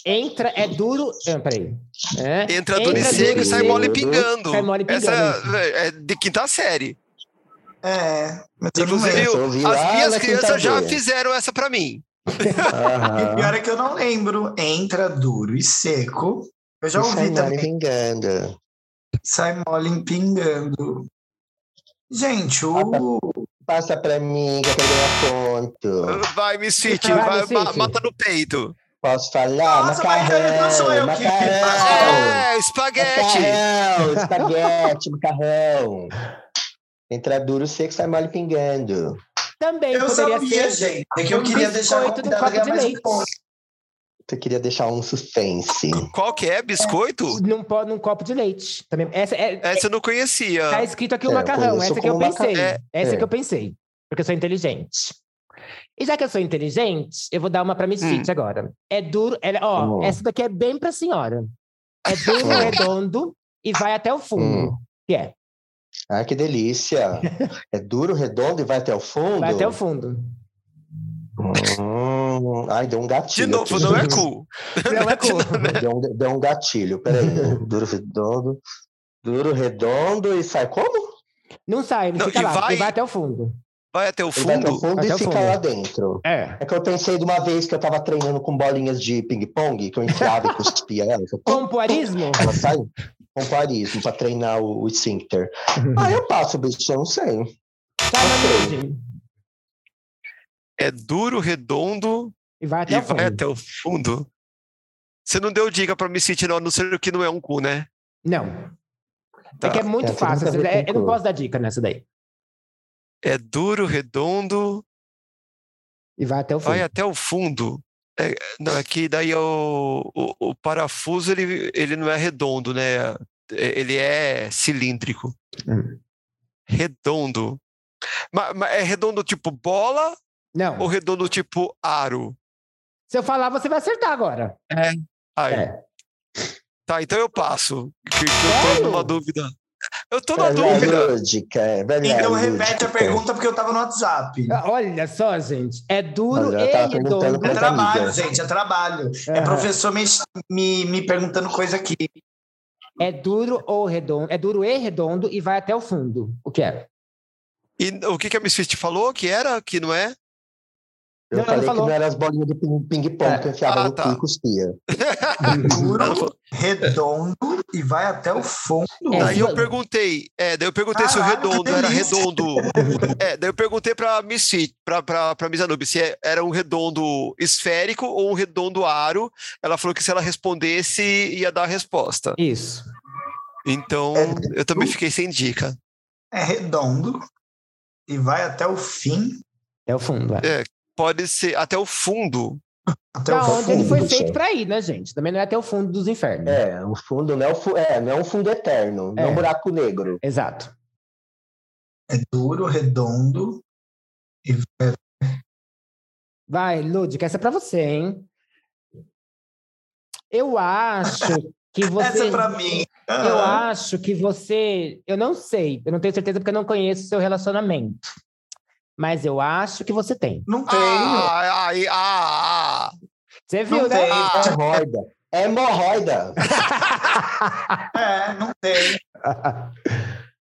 A: Entra, é duro. Ah, peraí. É,
B: Entra duro e
A: Entra
B: seco
A: duro
B: e
A: e
B: sai mole
D: seco,
B: pingando.
A: sai mole pingando,
B: Essa é é de quinta série.
C: É, mas eu não
B: Inclusive,
C: lembro.
D: Eu ouvi lá
B: as minhas
D: na
B: crianças já
D: quinta-feira.
B: fizeram essa pra mim.
D: Ah.
C: E pior é que eu não lembro. Entra duro e seco. Eu já ouvi também.
D: vingando.
C: Sai mole pingando. Gente, o.
D: Passa pra mim que eu quero ganhar ponto.
B: Vai, Misfit,
A: Vai,
B: vai,
A: Misfit.
B: ma- mata no peito.
D: Posso falar?
C: Nossa, mas
D: macarrão,
C: então sou eu que-
D: macarrão,
B: É, espaguete.
D: macarrão, espaguete, macarrão. Entra duro, seco, sai mole pingando.
A: também
C: Eu
A: poderia
C: sabia,
A: ser.
C: gente. É que eu
A: um
C: queria deixar
A: biscoito no copo
C: convidado ganhar
A: de
C: mais um
A: leite.
C: ponto.
D: Eu queria deixar um suspense.
B: Qual que é? Biscoito?
A: Num, po- num copo de leite. Também. Essa é,
B: Essa eu não conhecia.
A: Tá escrito aqui o
D: É, eu
A: macarrão.
D: conheço
A: Essa que eu
D: como
A: pensei.
D: macarrão.
A: Essa
D: é.
A: que eu pensei. Porque eu sou inteligente. E já que eu sou inteligente, eu vou dar uma pra Mesite agora. É duro. ela- ó,
D: Hum.
A: essa daqui é bem pra senhora. É duro,
D: Hum.
A: redondo e vai até o fundo.
D: Hum.
A: Que é?
D: Ah, que delícia. É duro, redondo e vai até o fundo?
A: Vai até o fundo.
D: Hum, ai, deu um
B: De
D: gatilho.
B: novo,
D: aqui.
B: não é
A: *laughs*
B: cool.
A: Não é cool.
D: Deu um, deu um gatilho, peraí. Duro, redondo. Duro, redondo e sai como?
A: Não sai, ele
B: Não,
A: fica
B: e
A: lá,
B: vai-
A: e vai até o fundo.
B: Vai até o
D: E vai até
B: fundo.
D: o fundo
A: Até o
D: e fica
A: fundo.
D: lá dentro.
A: É.
D: É que eu pensei de uma vez que eu tava treinando com bolinhas de ping-pong, que eu enfiava e cuspia ela. que eu-
A: Pompoarismo?
D: Ela sai com parismo pra treinar o,
A: *laughs*
D: o esfíncter. Ah, eu passo, bicho, eu não sei.
A: Sai na nude.
B: É duro, redondo
A: E vai até
B: e
A: o fundo.
B: vai até o fundo. Você não deu dica pra me sentir, não, a não ser que não é um cu, né?
A: Não.
B: Tá.
A: É que é muito
D: É, tem
A: fácil.
D: muito a ver
A: essa- é-
D: com
A: eu não
D: cor.
A: posso dar dica nessa daí.
B: É duro, redondo,
A: E vai até o fundo.
B: vai até o fundo. É, não, é que daí o, o, o parafuso ele, ele não é redondo, né? É, Ele é cilíndrico.
A: Hum.
B: Redondo. Mas, é redondo tipo bola
A: Não.
B: ou redondo tipo aro?
A: Se eu falar, você vai acertar agora.
B: Ai,
A: É.
B: Tá, então eu passo. Que, que eu tô
A: Sério?
B: numa dúvida. Eu tô na
D: Ela é
B: dúvida.
D: lúdica, é velha
C: Então
D: lúdica.
C: repete a pergunta porque eu tava no WhatsApp.
A: É. Ah, Olha só, gente. É duro
D: Olha, eu tava
A: e redondo.
D: perguntando
C: É
D: pra-
C: trabalho,
D: amiga.
C: gente, é trabalho. É
A: Aham.
C: professor me, me, me perguntando coisa aqui.
A: É duro ou redondo. É duro e redondo e vai até o fundo. O que
D: *laughs*
A: é?
B: E o que, que a Miss Fist falou? Que era? Que não é?
D: Eu
A: Não, ela
D: falei
A: falou.
D: que não eram as bolinhas de ping- ping-pong que eu enfiava
B: Ah,
D: no
B: tá.
D: cu e cuspia.
C: Duro, redondo e vai até o fundo.
A: É,
B: Daí eu
A: se-
B: perguntei, é, daí eu perguntei se o
C: Caralho,
B: redondo
C: que
B: era
C: delícia.
B: redondo. É, daí eu perguntei pra Miss Fit, pra, pra, pra Miss Anubis, se é- era um redondo esférico ou um redondo aro. Ela falou que se ela respondesse, ia dar a resposta.
A: Isso.
B: Então,
D: É,
B: eu também fiquei sem dica.
C: É redondo e vai até o fim.
A: Até o fundo. É.
B: Pode ser até o fundo.
C: Até
A: Pra
C: o
A: onde ele
C: fundo.
A: foi
D: gente.
A: feito pra ir, né, gente? Também não é até o fundo dos infernos.
D: É, o fundo não é, o fu- é, não é um fundo eterno, não é
A: É.
D: um buraco negro.
A: Exato.
C: É duro, redondo.
A: Vai, Lúdica, essa é pra você, hein? Eu acho que você.
C: *laughs* Essa é pra mim.
A: Eu
C: Ah,
A: acho que você. Eu não sei, eu não tenho certeza porque eu não conheço o seu relacionamento. Mas eu acho que você tem.
C: não tem.
B: Ah, ai, ah, ah.
A: Você
C: Não
A: viu, né?
C: tem.
B: Ah.
D: Hemorroida. É hemorroida.
C: É, não
A: *laughs*
C: tem.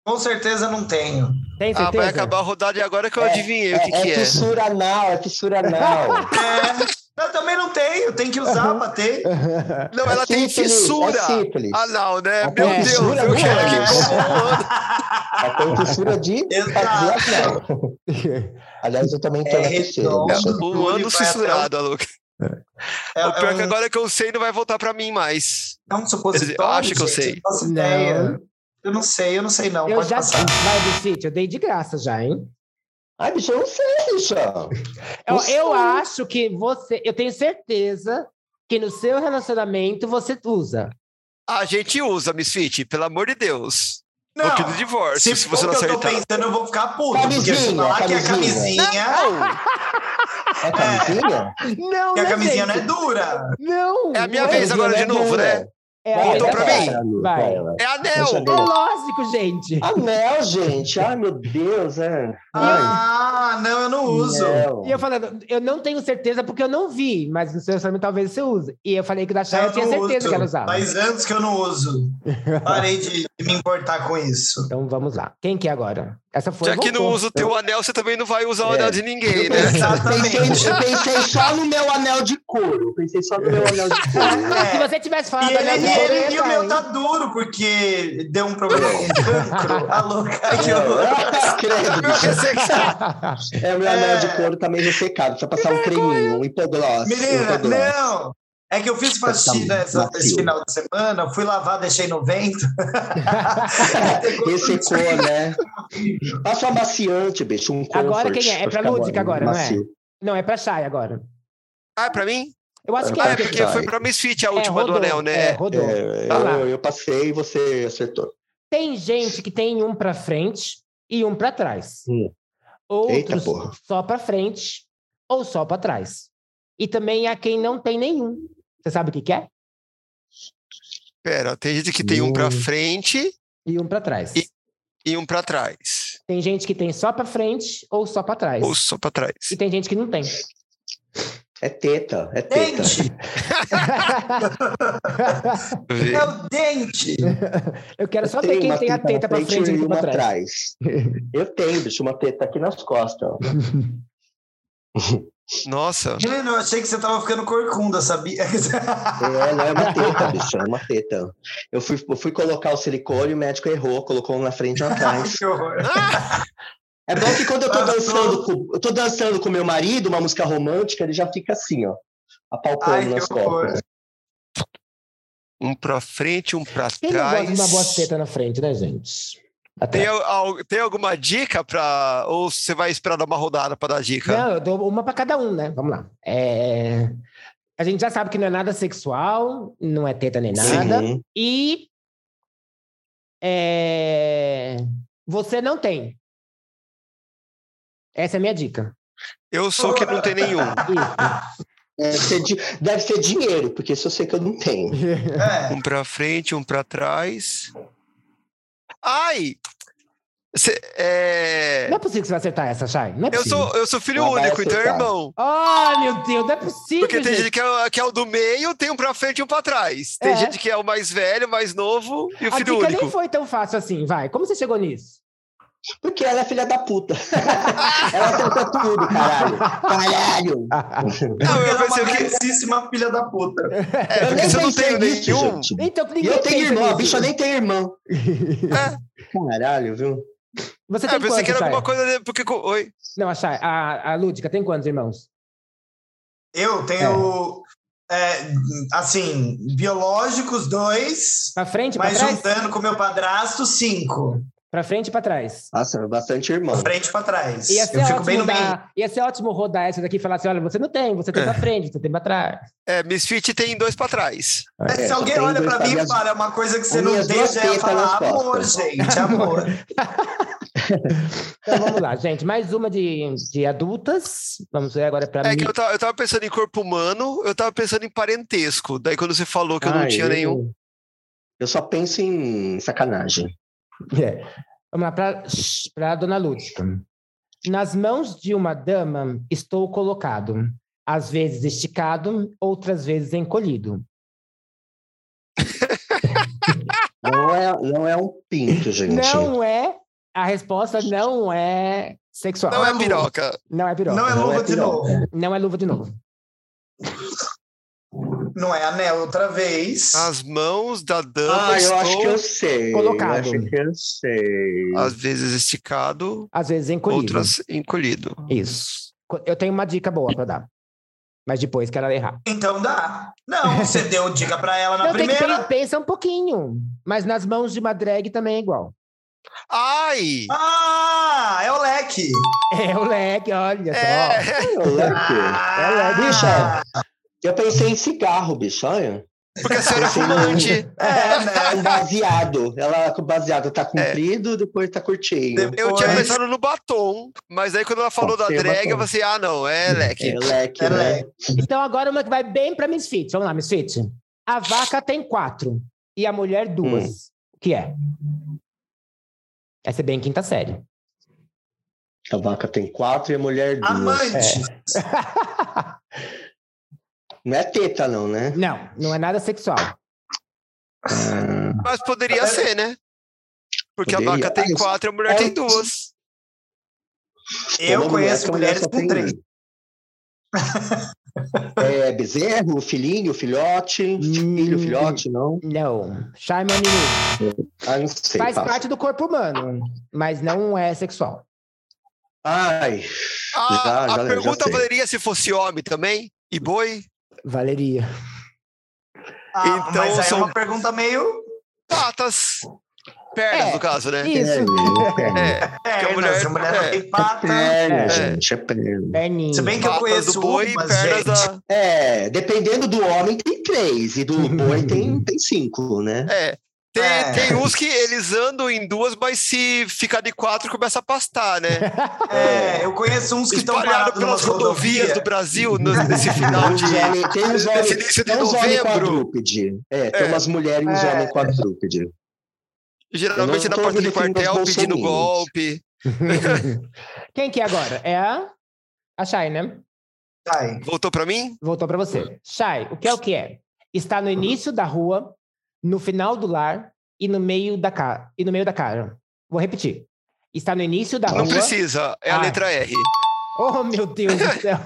C: Com certeza não tenho.
A: Tem
B: Ah, vai
A: certeza?
B: acabar a rodada *laughs* e agora que eu
D: É,
B: adivinhei
D: É,
B: o que, que
D: é
B: é.
D: fissura anal, é fissura anal.
C: É, eu também não tenho. Tem que usar, bater.
B: *laughs* Não, ela
D: É
B: tem
D: sífilis,
B: fissura.
D: É sífilis.
B: Ah, não, né?
D: Ela
B: Meu
D: tem
B: Deus,
D: fissura
B: eu quero
D: anal.
B: que comum.
D: Ela tem
B: *laughs*
D: fissura de
A: *laughs*
C: é, Exato.
D: fazer anal. Aliás, eu também tô
C: É
D: na fissura.
C: redondo.
D: bicha.
B: Um
C: Ele
B: ano
C: vai até
B: fissurado, Aluca.
C: É,
B: o pior
C: é
B: é que
C: um-
B: agora que eu sei não vai voltar pra mim mais.
C: É um supositório.
B: Eu acho que eu
C: gente,
B: sei.
C: não faço
A: Não.
C: ideia. Eu não sei, eu não sei, não.
A: Eu
C: Pode
A: já
C: passar.
A: vai do sítio, eu dei de graça já, hein?
D: Ai, bicho, eu não sei, bicha.
A: Eu,
D: Você-
A: eu acho que você, eu tenho certeza que no seu relacionamento você usa.
B: A gente usa, Misfit, pelo amor de Deus.
C: Não,
B: Não. do divórcio, se,
C: Se for
B: você
C: o
B: não
C: que eu tô
B: acertar.
C: pensando, eu vou ficar puto. Porque se
D: Camisinha,
C: falar que a
D: camisinha.
C: camisinha,
B: Não,
D: É camisinha?
A: Não,
C: que
A: né,
C: a camisinha não é
A: gente?
C: dura.
A: não.
B: É a minha
A: não
B: vez agora de novo, né?
A: É,
D: Vai,
B: Voltou
A: é,
D: vai,
B: pra
A: é-
B: mim.
D: Lu,
A: Vai.
D: vai, vai.
B: é
D: Eu
B: anel.
D: já
A: É
D: dei.
A: lógico, gente.
D: Anel, Ah, gente. Ai, meu Deus. É. Ai,
C: Ah, não, eu não uso.
D: anel.
A: E eu falando, eu não tenho certeza porque eu não vi, mas no seu relacionamento talvez você use. E eu falei que da Chay eu,
C: Eu
A: tinha
C: não
A: certeza
C: uso.
A: que ela usava.
C: Faz anos que eu
A: *laughs*
C: não uso. Parei de, de me importar com isso.
A: Então vamos lá. Quem que é agora? Essa foi
B: Já que não
A: voltou.
B: usa o teu anel, você também não vai usar o
D: É.
B: anel de ninguém, né?
D: *laughs*
C: Exatamente.
D: Eu pensei só no meu anel de couro. Eu Pensei só no meu anel de *laughs* couro.
A: Ah, Se
C: É.
A: você tivesse
C: E
A: falado
C: ele,
A: anel de
C: e
A: couro, eu
C: ele-
A: ia
C: e o meu
A: sair.
C: tá duro, porque deu um problema com o *laughs* cancro. A louca É que eu...
D: Ah, *laughs* credo,
B: Meu
D: bicho.
B: ressecado.
D: É, o meu anel de couro tá meio ressecado. Precisa passar um creminho, um hipogloss.
C: Menina,
D: um *laughs* hipogloss.
C: não! É que eu fiz faxina
D: Tá
C: essa- esse
D: macio.
C: final de semana, fui lavar, deixei no vento.
D: Ressecou, né? Passa um amaciante, bicho. Um
A: Agora
D: comfort
A: quem é? É pra
D: ficar né?
A: Lúdica agora, não é?
D: macio.
A: *laughs* Não, é pra Chay agora.
B: Ah, é pra mim?
A: Eu acho
D: É
A: que
B: Ah,
A: é.
B: é
D: que
B: porque
D: vai.
B: foi pra Misfit a
A: é,
B: última do
A: rodou.
B: anel,
A: É,
B: né?
A: rodou.
D: É,
B: Vai lá.
D: eu, eu passei e você acertou.
A: Tem gente que tem um pra frente e um pra trás.
D: Hum.
A: Outros
D: Eita, porra.
A: só pra frente ou só para trás. E também há quem não tem nenhum. Você sabe o que, que é?
B: Pera, tem gente que tem um pra frente
A: E um para trás.
B: E- e um pra trás.
A: Tem gente que tem só para frente ou só para trás.
B: Ou só pra trás.
A: E tem gente que não tem.
D: É teta, é teta.
C: Dente!
B: Vê.
C: É o dente!
A: Eu quero só
D: Eu
A: ver
D: tenho
A: quem
D: uma
A: tem a teta para frente e
D: e
A: uma
D: um uma
A: para trás.
D: atrás. Eu tenho, bicho, uma teta aqui nas costas. ó.
B: Nossa.
C: Helena, eu achei que você tava ficando corcunda, sabia? *laughs*
D: É, não é uma teta, bicho, é uma teta. Eu fui, eu fui colocar o silicone, o médico errou, colocou um na frente e um atrás.
C: que horror.
D: É bom que quando eu tô dançando com, eu tô dançando com meu marido, uma música romântica, ele já fica assim, ó.
C: Ai,
D: Apalpando
C: que
D: nas
C: horror.
D: costas.
B: Um pra frente, um pra
A: Quem não
B: trás.
A: gosta de uma boa teta na frente, né, gente?
B: Tem,
A: Até.
B: al- al- tem alguma dica pra. Ou você vai esperar dar uma rodada pra dar dica?
A: Não, eu dou uma para cada um, né? Vamos lá. É, A gente já sabe que não é nada sexual, não é teta nem nada.
D: Sim.
A: E é, você não tem. Essa é a minha dica.
B: Eu sou o que não
A: *laughs*
B: tem nenhum.
A: Isso.
D: Deve ser, di- deve ser dinheiro, porque isso eu sei que eu não tenho.
C: É.
B: Um pra frente, um pra trás. Ai! Cê- é,
A: Não é possível que você vai acertar essa, Chay. Não é
B: Eu,
A: possível.
B: sou, eu sou filho
D: Ela vai
B: único, então é
D: acertar.
B: irmão.
A: Ah, meu Deus, não é possível.
B: Porque tem
A: gente.
B: gente que é, que é o do meio, tem um pra frente e um pra trás. Tem
A: É.
B: gente que é o mais velho, o mais novo e o
A: A
B: filho
A: dica
B: único.
A: nem foi tão fácil assim, vai. Como você chegou nisso?
D: Porque ela é filha da puta. *laughs* ela tenta tudo, caralho. Caralho.
B: Não, eu
C: Ela é uma
B: pensei que-
C: grandíssima filha da puta.
B: É, porque se eu não tenho
D: nisso,
B: nenhum.
D: gente.
A: Então, ninguém
D: E eu tenho
A: pensa
D: irmão, a
A: nisso.
D: bicha nem tem irmão.
B: É,
D: Caralho, viu?
A: Você
B: é,
A: tem
B: eu pensei que
A: quantos,
B: era
A: Chay?
B: alguma coisa. de- Porque, co- oi.
A: Não, a, Chay, a, a Lúdica tem quantos irmãos?
C: Eu tenho. é, assim, biológicos, dois.
A: Pra frente, pra
C: Mas
A: trás?
C: juntando com meu padrasto, cinco.
A: Pra frente e pra trás.
D: Nossa, bastante irmão.
C: Frente pra trás.
A: Ia ser,
C: Eu fico bem
A: ótimo
C: no meio. É.
A: dar, ia ser ótimo rodar essa daqui e falar assim: olha, você não tem, você tem pra frente, você tem pra trás.
B: É, Misfit tem dois pra trás.
C: Mas
D: É,
C: se
D: só
C: alguém
D: tem
C: olha
D: dois
C: pra mim e
D: padrastos.
C: fala, é uma coisa que você
D: As
C: não
D: minhas duas
C: deixa, eu ia
D: tetas nas
C: falar, amor,
D: costas. *laughs*
C: gente, amor.
A: Então vamos
C: *laughs*
A: lá, gente. Mais uma de, de adultas. Vamos ver agora pra
B: É
A: mim.
B: que eu tava, eu tava pensando em corpo humano, eu tava pensando em parentesco. Daí quando você falou que eu não
D: Ah,
B: tinha
D: eu-
B: nenhum.
D: Eu só penso em sacanagem.
A: É. Vamos lá, pra, pra dona Lúdica. Nas mãos de uma dama estou colocado, às vezes esticado, outras vezes encolhido.
D: Não é, não é um pinto, gente.
A: Não é, a resposta não é sexual.
B: Não é
C: Lu.
B: piroca.
A: Não é piroca.
C: Não é luva
D: é
C: de
D: piroca.
C: novo.
A: Não é luva de novo.
C: Não é anel outra vez.
B: As mãos da dama
D: Ah, eu acho
B: estão,
D: que eu sei.
A: Colocado.
D: Eu acho que eu sei.
B: às vezes esticado,
A: Às vezes encolhido.
B: outras encolhido.
A: Isso. Co- Eu tenho uma dica boa para dar. Mas depois que ela errar.
C: Então dá. Não, você deu dica pra ela na
A: Não, tem que
C: primeira.
A: pen- pensa um pouquinho. Mas nas mãos de uma drag também é igual. *laughs*
B: Ai!
C: Ah, é o leque.
A: É o leque, olha só.
B: É,
D: Olha aqui.
A: É
C: Ah,
D: bicha. Eu pensei em cigarro, bicho. Olha.
B: porque a senhora é fumante.
C: É, né?
D: Um baseado. Ela com baseado
B: É.
D: tá comprido, depois tá curtinho.
B: Eu tinha
C: Pois.
B: pensado no batom, mas aí quando ela falou da
D: Tem o
B: drag, eu
D: batom.
B: falei assim, ah não, é leque.
D: É leque,
C: É
D: né?
C: leque.
A: Então agora uma que vai bem para Misfit. Vamos lá, Misfit. A vaca tem quatro e a mulher duas.
C: Hum.
A: O que é? Essa é bem quinta série.
D: A vaca tem quatro e a mulher
B: Ah,
D: duas. É,
C: Amante.
D: Não é teta, não, né?
A: Não, não é nada sexual.
D: Ah,
B: Mas poderia ser, né? Porque a
D: Poderia.
B: vaca tem
D: Ah,
B: quatro, a mulher
D: é-
B: tem duas.
C: Eu
D: toda
C: conheço
D: mulher
C: mulheres
D: só
C: com
D: tem
C: três.
D: um. *laughs* É bezerro, filhinho, filhote. Filho,
A: Hum.
D: filhote, não.
A: Não. Charme Animu.
D: Ah, não sei.
A: Faz
D: passa.
A: parte do corpo humano, mas não é sexual.
D: Ai,
B: A,
D: Já- já-
B: a
D: já
B: pergunta
D: sei.
B: valeria se fosse homem também? E boi?
A: Valeria.
C: Ah,
B: Então,
C: mas aí
B: são-
C: é uma pergunta meio.
B: Patas. Pernas,
A: É,
B: no caso, né?
A: Isso.
D: perna, perna.
B: É. mulher-
C: Pernas, mulher, mulher tá não
B: é.
C: tem
D: É
C: pata.
D: perna,
A: É.
D: gente, é perna.
A: Perninha.
C: Se bem que eu
B: Patas
C: conheço
B: do boi
C: umas,
B: um e pernas
C: gente.
B: da.
D: É, dependendo do homem tem três e do boi tem, tem cinco, né?
B: É. Tem,
C: É.
B: tem uns que eles andam em duas, mas se ficar de quatro, começa a pastar, né?
C: É, eu conheço uns que estão
B: Espalhado
C: parados
B: pelas
C: pelas
B: rodovias do Brasil no- nesse final de.
D: Os homens- tem uns
B: Nesse
D: homens,
B: início de
D: tem uns homens
B: novembro.
D: quadrúpede. É, tem
B: É.
D: umas mulheres e uns
C: É.
D: homens quadrúpede.
B: Geralmente
D: Eu não
B: na
D: tô
B: porta do
D: ouvindo filme dos
B: quartel pedindo
D: bolsominions.
B: golpe.
A: *laughs* Quem que é agora? É a, a Shai, né?
C: Ai,
B: Voltou pra mim?
A: Voltou para você. Shai, o que é o que é? Está no início da rua, no final do lar e no meio da cara. E no meio da cara. Vou repetir. Está no início da
B: Não
A: rua.
B: precisa, é a
A: Ah.
B: letra R.
A: Oh, meu Deus do céu.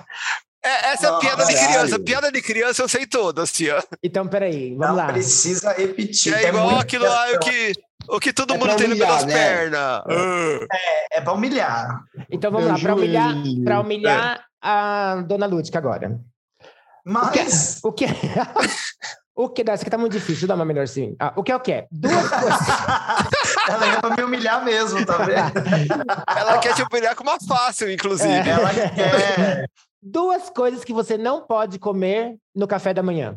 B: É, essa é a
C: Nossa,
B: piada de
D: caralho.
B: criança. Piada de criança eu sei todas, tia.
A: Então, peraí, vamos
C: não
A: lá.
C: precisa
B: Que
C: repetir.
B: é igual
C: muito
B: aquilo lá o
C: piada.
B: que, o que todo
D: É
B: mundo
D: pra
B: tem no meio das
D: humilhar, né?
B: pernas. Ah.
C: É pra humilhar.
A: Então vamos
D: Meu
A: lá, para humilhar,
D: joelho.
A: pra humilhar a dona Lúdica agora.
C: Mas
A: O que é? O que dessa que tá muito difícil, dá uma melhor sim. Ah, o que é o que é? Duas coisas.
C: ela é pra me humilhar mesmo, tá vendo?
B: Ela quer te humilhar com uma fácil,
A: É,
B: inclusive.
C: Ela quer.
A: Duas coisas que você não pode comer no café da manhã.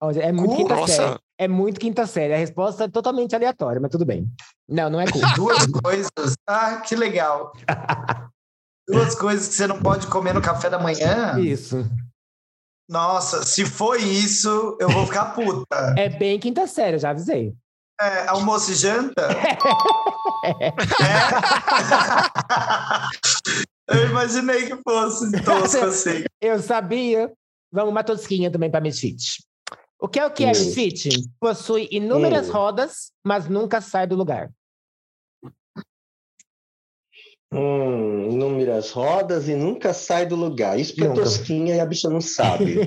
A: Olha, É muito
C: Cu?
A: quinta
B: Nossa.
A: série. É muito quinta série. A resposta é totalmente aleatória, mas tudo bem. Não, não é cu.
C: Duas coisas. Ah, que legal. Duas coisas que você não pode comer no café da manhã.
A: Isso.
C: Nossa, se for isso, eu vou ficar puta.
A: É bem quinta série, eu já avisei.
C: É, almoço e janta?
A: *laughs*
C: É. Eu imaginei que fosse tosco assim.
A: Eu sabia. Vamos uma tosquinha também para Misfit. O que é o que é
D: Hum.
A: Misfit? Possui inúmeras
D: Hum.
A: rodas, mas nunca sai do lugar.
D: Hum, inúmeras rodas e nunca sai do lugar. Isso que é
A: Nunca.
D: tosquinha e a bicha não sabe.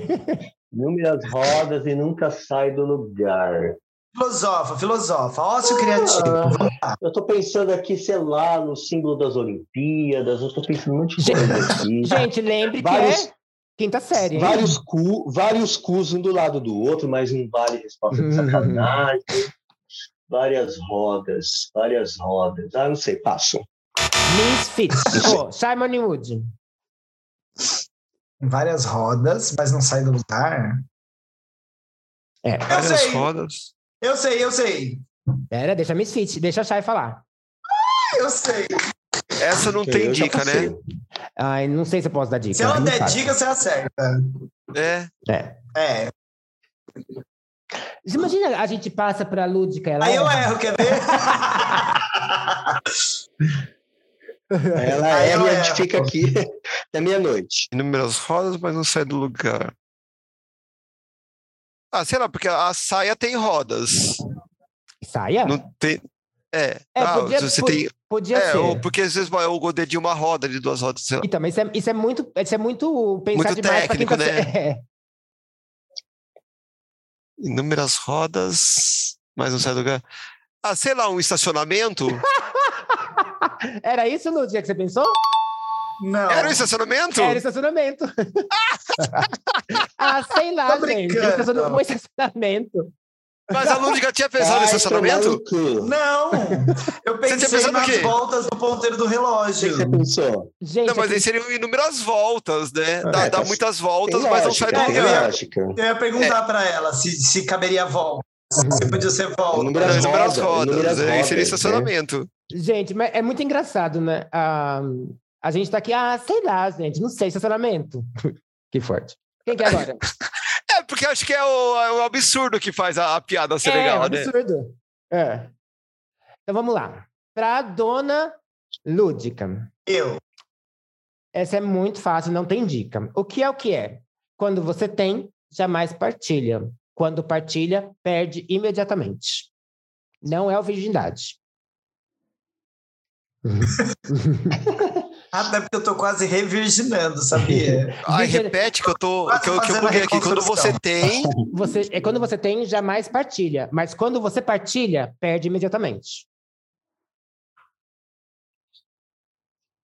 D: inúmeras rodas e nunca sai do lugar.
C: Filosofa, filosofa, ócio criativo.
D: Ah, eu tô pensando aqui, sei lá, no símbolo das Olimpíadas, eu tô pensando em um monte de
A: Gente,
D: coisa
A: *laughs*
D: aqui.
A: Gente, lembre que
D: vários,
A: é quinta série. hein?
D: vários, cu, vários cus um do lado do outro, mas não vale resposta de sacanagem. várias rodas, várias rodas. Ah, não sei, passo.
A: Misfit. Ô, Simon Wood.
C: Em várias rodas, mas não sai do lugar.
A: É.
C: Eu
B: Várias
C: sei,
B: rodas.
C: eu sei, eu sei.
A: Pera, deixa a Misfit, deixa a Shai falar.
C: Eu sei.
B: Essa não tem
D: Eu já
B: dica,
D: passei.
B: né?
A: Ai, não sei se eu posso dar dica.
C: Se ela
A: não
C: der
A: sabe.
C: dica, você acerta.
B: É.
C: É.
A: Você Imagina, a gente passa pra Lúdica, ela...
C: Aí eu
B: É.
C: erro, quer
B: *laughs*
C: ver?
D: Ela
C: Aí
D: é,
C: eu
D: e a
C: erro.
D: gente fica aqui *laughs* até meia-noite.
B: Inúmeras rodas, mas não sai do lugar. Ah, sei lá, porque a saia tem rodas.
A: Saia?
B: Não tem. É.
A: É,
B: ah,
A: podia-
B: você
A: podia-
B: tem.
A: Podia
B: É,
A: ser.
B: ou porque às vezes vai o godê de uma roda, de duas rodas, sei lá.
A: E também, isso é, isso é muito, isso é muito pensar
B: Muito
A: demais pra
B: técnico, né?
A: quinta série. É.
B: Inúmeras rodas, mas não sai do lugar. Ah, sei lá, um estacionamento?
A: *laughs* Era isso, Lúdica, que você pensou?
C: Não.
B: Era um estacionamento?
A: Era
B: *laughs*
A: estacionamento. ah, sei lá,
C: Tô
A: gente.
C: brincando.
A: Estaciona- Um estacionamento.
B: Mas a Lúdica tinha pensado em
D: Ai, tomar
B: estacionamento?
D: no cu.
C: Não! Eu
B: Você tinha
C: pensei
B: pensado o
C: nas
B: quê?
C: voltas do ponteiro do
D: O que que
C: relógio.
D: você pensou?
A: Gente,
B: Não, mas
A: aqui-
B: aí seriam inúmeras voltas, né? Dá,
D: É,
B: dá
D: mas
B: muitas
D: Tem
B: voltas, mas não sai
D: lógica,
B: do
D: tem
B: lugar.
D: lógica.
C: Eu ia
B: É.
C: perguntar pra ela se, se caberia volta.
B: Uhum.
C: Se podia ser volta.
B: Não,
D: Inúmeras
B: Inúmeras
D: rodas,
B: rodas,
D: inúmeras
B: aí seria
D: rodas, né?
B: estacionamento.
A: Gente, mas é muito engraçado, né? Ah, a gente tá aqui, ah, sei lá, gente, não sei, estacionamento. *laughs* que forte. Quem que é agora?
B: É, porque acho que é o, é o absurdo que faz a, a piada ser
A: é,
B: legal,
A: um
B: né?
A: absurdo. É. Então vamos lá. Pra dona Lúdica.
C: Eu.
A: Essa é muito fácil, não tem dica. O que é o que é? Quando você tem, jamais partilha. Quando partilha, perde imediatamente. Não é a virgindade.
C: Até Ah, é porque eu tô quase revirginando,
B: *laughs*
C: sabia?
B: Ai,
A: Gente,
B: repete que eu tô.
C: Quase
B: Que eu, que eu
C: fazendo a
B: buguei aqui. Quando
C: reconstrução.
B: você tem.
A: Você, é quando você tem, jamais partilha. Mas quando você partilha, perde imediatamente.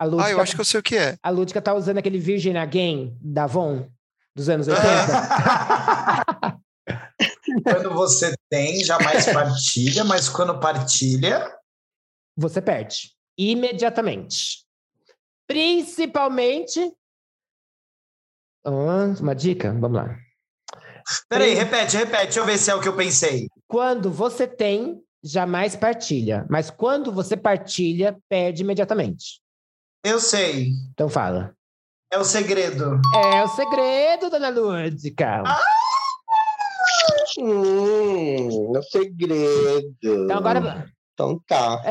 A: A Lúdica,
B: Ah, eu acho que eu sei o que é.
A: a Lúdica tá usando aquele Virgin Again da Avon dos
B: *laughs* Ah,
A: anos 80.
C: *laughs* quando você tem, jamais partilha, mas quando partilha,
A: você perde. Imediatamente. Principalmente. Ah, uma dica? Vamos lá.
C: Peraí, repete, repete. Deixa eu ver se é o que eu pensei.
A: Quando você tem, jamais partilha. Mas quando você partilha, perde imediatamente.
C: Eu sei.
A: Então fala.
C: É o segredo.
A: É o segredo, dona Lúdica.
D: Hum, é um segredo.
A: Então agora.
D: Então tá.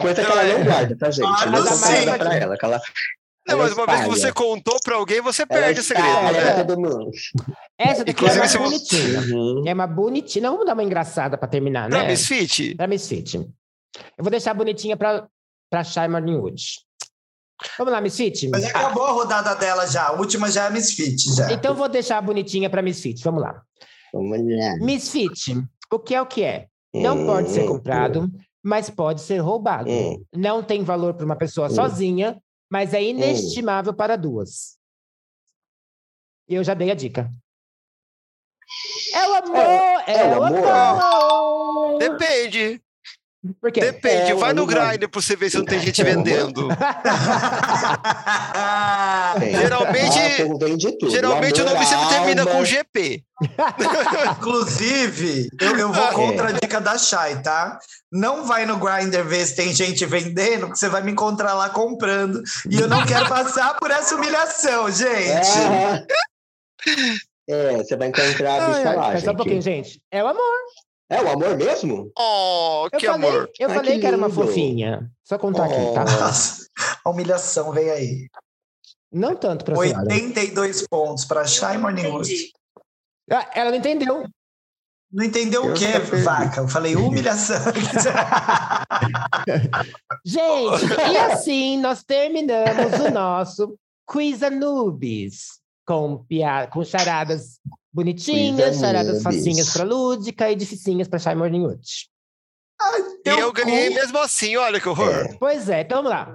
D: Coisa que ela não
B: é-
D: guarda, tá, gente?
C: Ah,
D: não
C: não
D: guarda
C: sei.
D: pra ela, que ela,
B: Não,
D: ela
B: mas uma vez que
D: espalha.
B: você contou pra alguém, você
D: ela é
B: perde o segredo,
D: espalha
B: né?
D: pra todo mundo.
A: Essa daqui
B: Inclusive,
A: é
B: se
A: uma
B: você-
A: bonitinha.
D: Uhum.
A: É uma bonitinha. Não, Vamos dar uma engraçada pra terminar,
B: Pra
A: né?
B: Misfit,
A: Pra Miss Fit. Eu vou deixar bonitinha pra, pra Shai Marlin Wood. Vamos lá, Miss Fit?
C: Mas acabou a rodada dela já. A última já é a Misfit,
A: *laughs*
C: já.
A: Então vou deixar bonitinha pra Miss Fit. Vamos lá.
D: Vamos lá.
A: Miss Fit, o que é o que é? Não
D: Hum,
A: pode ser
D: hum,
A: comprado, mas pode ser roubado.
D: hum.
A: Não tem valor para uma pessoa
D: Hum.
A: sozinha, mas é inestimável para duas. Eu já dei a dica. É o amor! É, o amor!
B: depende.
A: Por quê?
B: Depende.
D: É,
B: Vai no
D: não vai.
B: grind pra você ver se não tem gente vendendo.
D: Tem.
B: Geralmente-
D: Ah, tem- tem de tudo.
B: Geralmente o
D: Amor,
B: nome sempre termina
D: alma.
B: com GP.
C: Inclusive, eu, eu vou
B: Ah, é.
C: contra a dica da Shai, tá? Não vai no Grindr ver se tem gente vendendo, porque você vai me encontrar lá comprando. E eu não quero passar por essa humilhação, gente.
D: Ah. É, você vai encontrar a
B: Ai,
D: bicha
B: ai,
D: lá,
A: Espera só um pouquinho,
D: gente.
A: gente. É o amor.
D: É o amor mesmo?
B: Oh,
A: Eu
B: que
A: falei,
B: amor.
A: Eu
D: Ai,
A: falei que,
D: que
A: era uma
D: lindo.
A: fofinha. Só contar aqui, tá?
D: Oh.
C: Nossa, a humilhação vem aí.
A: Não tanto pra senhora.
C: 82 pontos para Shai Morningwood.
E: Entendi.
A: Ah, Ela não entendeu.
C: Não entendeu
D: Eu
C: o quê,
D: já perdi.
C: vaca? Eu falei humilhação.
A: Gente, e
D: *laughs*
A: assim nós terminamos o nosso Quiz Anubis. Com, pia- com charadas bonitinhas,
D: Quiz
A: charadas
D: Anubis.
A: facinhas pra Lúdica e dificinhas pra Shy Morningwood.
B: E eu ganhei
C: cu.
B: mesmo assim, olha que horror.
A: Pois é, então vamos lá.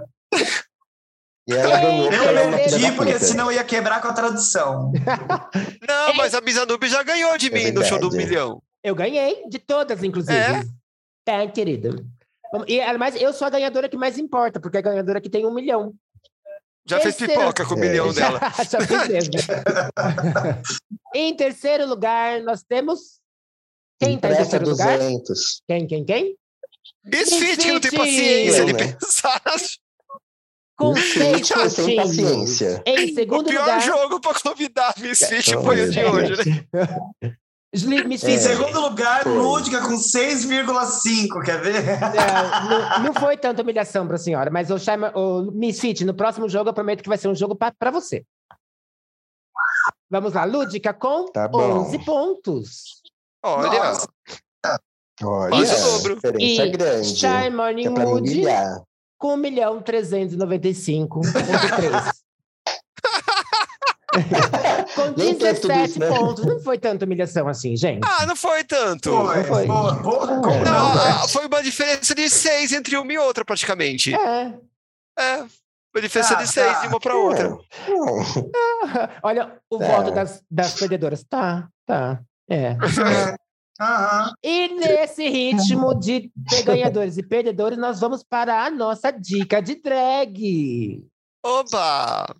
D: E ela ganhou
A: Eu
D: porque ela é uma filha
C: perdi,
D: da
C: porque
D: puta.
C: senão eu ia quebrar com a tradução.
A: É
B: Não, mas a Mizanube já ganhou de mim no show do
D: verdade.
B: milhão.
A: Eu ganhei, de todas, inclusive.
B: É?
A: Tá, querido. Vamos- E, ah, mas eu sou a ganhadora que mais importa, porque a ganhadora que tem um milhão.
B: Já fez
A: Terceiro.
B: pipoca com o
D: É.
A: *laughs*
B: milhão dela.
A: Já fiz
D: *laughs*
A: mesmo. em terceiro lugar, nós temos. Quem tá em
D: Empresta
A: terceiro lugar?
D: 200.
A: Quem, quem, quem?
B: Misfit que não tem
A: Misfit.
B: paciência de
D: Eu, né?
B: pensar. nas-
A: Com seis
D: Gente, sem
A: pontinhos.
D: paciência.
A: Em
B: O
A: segundo
B: pior
A: lugar,
B: jogo pra convidar Misfit
D: É.
B: foi o de hoje, né?
A: Slim
D: É.
C: Em
A: Misfits.
C: segundo lugar,
D: Foi.
C: Lúdica com 6,5, quer ver?
A: Não, não foi tanta humilhação para a senhora, mas o, Shima, o Misfit, no próximo jogo eu prometo que vai ser um jogo para você. Vamos lá, Lúdica com
D: Tá bom.
A: 11 pontos.
B: Olha,
C: Nossa.
D: Olha,
B: Quase o dobro.
D: diferença é
A: E
D: grande.
A: Shy Morning
D: É pra me
A: Wood
D: humilhar.
A: com 1 milhão 395.3.
D: *laughs*
A: com
D: Nem teve tudo isso,
A: 17
D: né?
A: pontos. Não foi tanta humilhação assim, gente.
B: ah, não foi tanto.
C: Foi,
A: foi.
C: foi.
D: Não,
B: Não,
C: não,
B: ah, foi uma diferença de seis entre uma e outra, praticamente.
A: É.
B: É, uma diferença
C: Tá,
B: de seis
C: tá.
B: de uma pra outra.
D: Hum,
A: *laughs* Olha o
D: Tá.
A: voto das, das perdedoras. Tá, tá. É.
C: Aham.
A: E nesse ritmo de ter ganhadores e perdedores, nós vamos para a nossa dica de drag.
B: *laughs* Oba!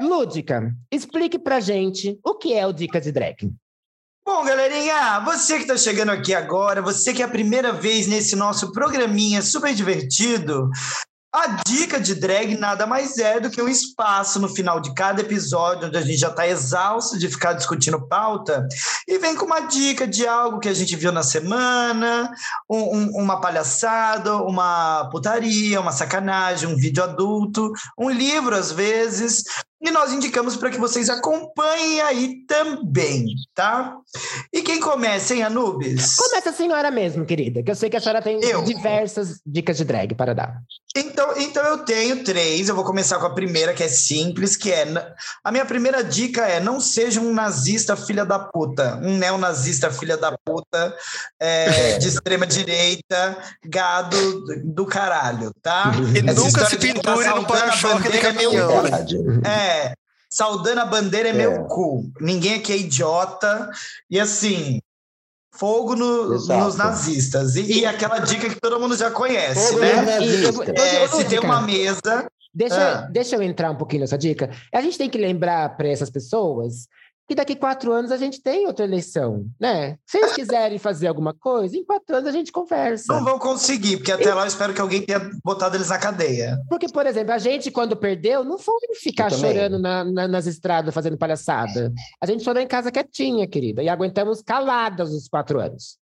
A: Lúdica, explique pra gente o que é o Dica de Drag.
C: Bom, galerinha, você que está chegando aqui agora, você que é a primeira vez nesse nosso programinha super divertido, a dica de drag nada mais é do que um espaço no final de cada episódio, onde a gente já está exausto de ficar discutindo pauta, e vem com uma dica de algo que a gente viu na semana, um- um- uma palhaçada, uma putaria, uma sacanagem, um vídeo adulto, um livro às vezes, e nós indicamos para que vocês acompanhem aí também, tá? E quem começa, hein, Anubis?
A: Começa a senhora mesmo, querida, que eu sei que a senhora tem
C: Eu?
A: diversas dicas de drag para dar.
C: Então, então eu tenho três. Eu vou começar com a primeira, que é simples, que é. n- A minha primeira dica é: não seja um nazista filha da puta, um neonazista filha da puta, é, de extrema direita, gado do- do caralho,
B: E
C: tá? *laughs* Essa
B: nunca
C: história
B: se
C: de ficar
B: pendure no
C: saltando a
B: para-choque de
C: bandeira é meio
B: caminhão.
D: verdade.
C: É. Saudando a bandeira é, meu cu. Ninguém aqui é idiota. E assim, fogo no-
D: Exato.
C: nos nazistas. E, e aquela dica que todo mundo já conhece,
D: Fogo
C: né?
D: nos nazistas.
A: eu-
C: É, se
A: dica.
C: tem uma mesa.
A: Deixa,
C: Ah.
A: deixa eu entrar um pouquinho nessa dica. A gente tem que lembrar para essas pessoas que daqui quatro anos a gente tem outra eleição, né? Se eles quiserem fazer alguma coisa, em quatro anos a gente conversa.
C: Não vão conseguir, porque até lá eu espero que alguém tenha botado eles na cadeia.
A: Porque, por exemplo, a gente, quando perdeu, não foi ficar
D: Eu também.
A: chorando na- na- nas estradas fazendo palhaçada. A gente chorou em casa quietinha, querida, e aguentamos caladas os quatro anos.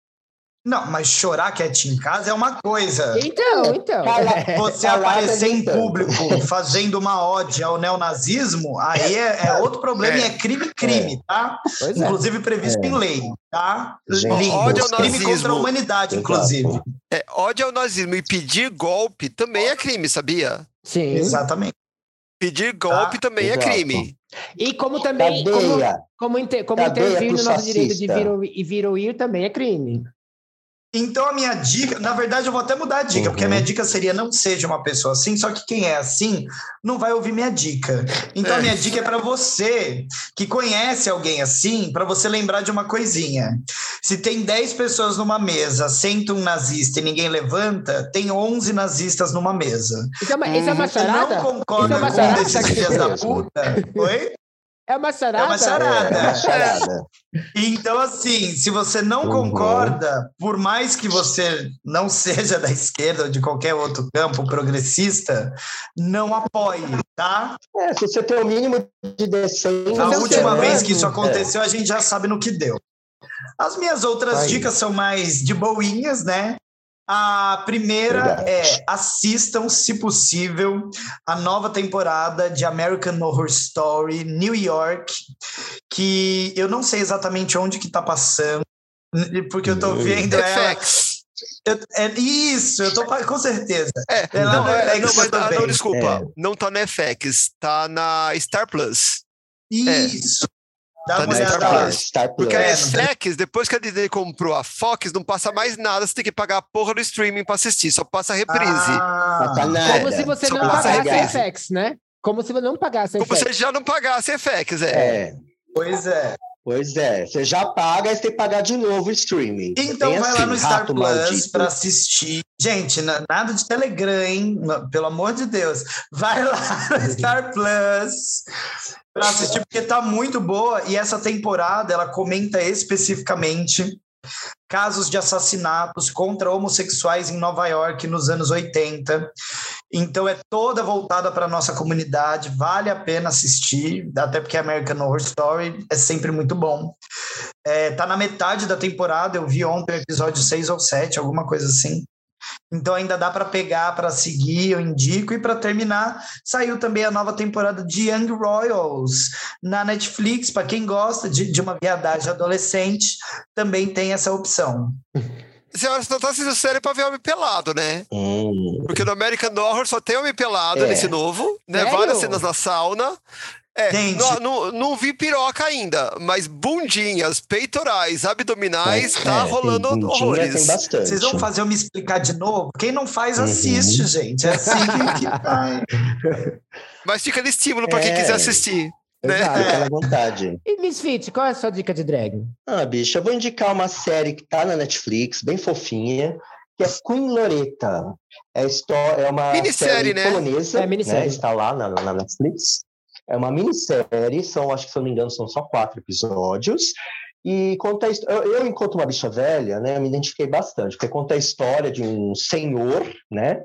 C: Não, mas chorar quietinho em casa é uma coisa.
A: Então, então.
D: Cala-
C: Você
D: Calada
C: aparecer em
D: gritando.
C: público fazendo uma ode ao neonazismo, aí é, é outro problema e é crime, crime, tá?
A: Pois é.
C: Inclusive previsto
D: É.
C: em lei, tá?
D: Gente,
C: Lindo.
B: ódio ao
C: crime
B: nazismo.
C: contra a humanidade,
D: Exato.
C: inclusive.
B: É, ódio ao nazismo e pedir golpe também é crime, sabia?
A: Sim.
C: Exatamente.
B: Pedir golpe também
D: exato.
B: é crime.
A: E como também.
D: Tá
A: Como,
D: Cadeia.
A: como, inter, como
D: Cadeia
A: intervir no
D: pro
A: nosso direito de
D: fascista.
A: vir ou- e vir ou ir também é crime.
C: Então a minha dica, na verdade eu vou até mudar a dica, porque a minha dica seria não seja uma pessoa assim, só que quem é assim não vai ouvir minha dica. Então a minha dica é para você que conhece alguém assim, para você lembrar de uma coisinha. Se tem 10 pessoas numa mesa, senta um nazista e ninguém levanta, tem 11 nazistas numa mesa.
A: Isso é uma, isso é uma
C: Você não
A: charada? Isso
C: concorda
A: é uma
C: com um
A: charada?
C: desses filhos da puta? Oi?
A: É uma charada?
C: É uma charada.
D: É, uma charada.
C: Então, assim, se você não
D: Uhum.
C: concorda, por mais que você não seja da esquerda ou de qualquer outro campo progressista, não apoie, tá?
D: É, se você tem o mínimo de decência.
C: A
A: Você é um
C: última
D: né?
A: ser
C: vez
A: humano.
C: que isso aconteceu, a gente já sabe no que deu. As minhas outras
D: Aí.
C: dicas são mais de boinhas, né? A primeira
D: Verdade.
C: é assistam, se possível, a nova temporada de American Horror Story New York, que eu não sei exatamente onde que tá passando, n- porque eu tô
D: Hum.
C: vendo ela.
B: FX.
C: eu- é isso, eu tô pa- com certeza.
B: É,
C: É lá
B: não,
C: no
B: é,
C: FX
B: não, mas- ah,
C: também.
B: não,
D: É.
B: desculpa. Não tá na FX, tá na Star Plus.
C: Isso. Dá
B: Tá
C: uma
B: no
C: olhada
B: Star
C: lá.
B: Plus.
D: É, Star Plus.
B: Porque a
C: É, não tem-
B: FX, depois que a Disney comprou a Fox, não passa mais nada, você tem que pagar a porra do streaming pra assistir, só passa a reprise.
C: Ah,
D: Sacanagem.
A: Como se você
B: Só
A: não
B: passa
A: pagasse
D: regra.
A: FX, né? Como se você não pagasse
B: Como
A: FX.
B: se já não pagasse FX, é.
D: É,
C: pois é.
D: pois é. Você já paga e você tem que pagar de novo o streaming.
C: Então
D: Tem
C: vai lá
D: assim,
C: no Star
D: rato
C: Plus
D: maldito.
C: para assistir. Gente, na- nada de Telegram, hein? Na- Pelo amor de Deus. Vai lá
D: Uhum.
C: no Star Plus para assistir, porque tá muito boa. E essa temporada ela comenta especificamente casos de assassinatos contra homossexuais em Nova York nos anos 80. Então é toda voltada para nossa comunidade, vale a pena assistir, até porque American Horror Story é sempre muito bom. É, tá na metade da temporada, eu vi ontem o episódio 6 ou 7, alguma coisa assim. Então ainda dá para pegar, para seguir, eu indico. E para terminar, saiu também a nova temporada de Young Royals na Netflix. Para quem gosta de, de uma viadagem adolescente, também tem essa opção.
B: A senhora só tá assistindo série pra ver homem pelado, né?
D: Hum,
B: Porque no American Horror só tem homem pelado
D: É.
B: nesse novo, né?
A: Sério?
B: Várias cenas na sauna. É,
C: Gente.
B: não, não- não vi piroca ainda, mas bundinhas, peitorais, abdominais,
D: é,
B: tá
D: tem
B: rolando
D: bundinha, Tem
B: horrores.
D: bastante.
C: Vocês vão fazer eu me explicar de novo? Quem não faz, assiste, gente. É assim que faz.
B: Mas fica de estímulo pra quem
D: É.
B: quiser assistir. né?
D: *laughs* Exato, fica à vontade.
A: E Misfit, qual é a sua dica de drag?
D: Ah, bicho, eu vou indicar uma série que tá na Netflix, bem fofinha, que é Queen Loretta. É, histó- é uma
B: Minissérie,
D: série
B: né?
D: polonesa,
A: É, minissérie.
D: né? Está lá na, na Netflix. É uma minissérie, são, acho que se eu não me engano, são só quatro episódios. E conta a his- eu, eu, enquanto uma bicha velha, né, eu me identifiquei bastante, porque conta a história de um senhor, né,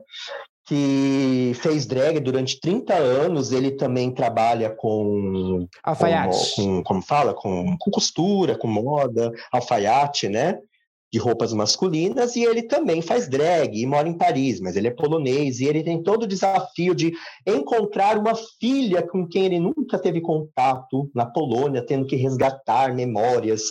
D: que fez drag durante 30 anos, ele também trabalha com
A: Alfaiate.
D: com, com- como fala? Com, com costura, com moda, alfaiate, né? De roupas masculinas, e ele também faz drag e mora em Paris, mas ele é polonês e ele tem todo o desafio de encontrar uma filha com quem ele nunca teve contato na Polônia, tendo que resgatar memórias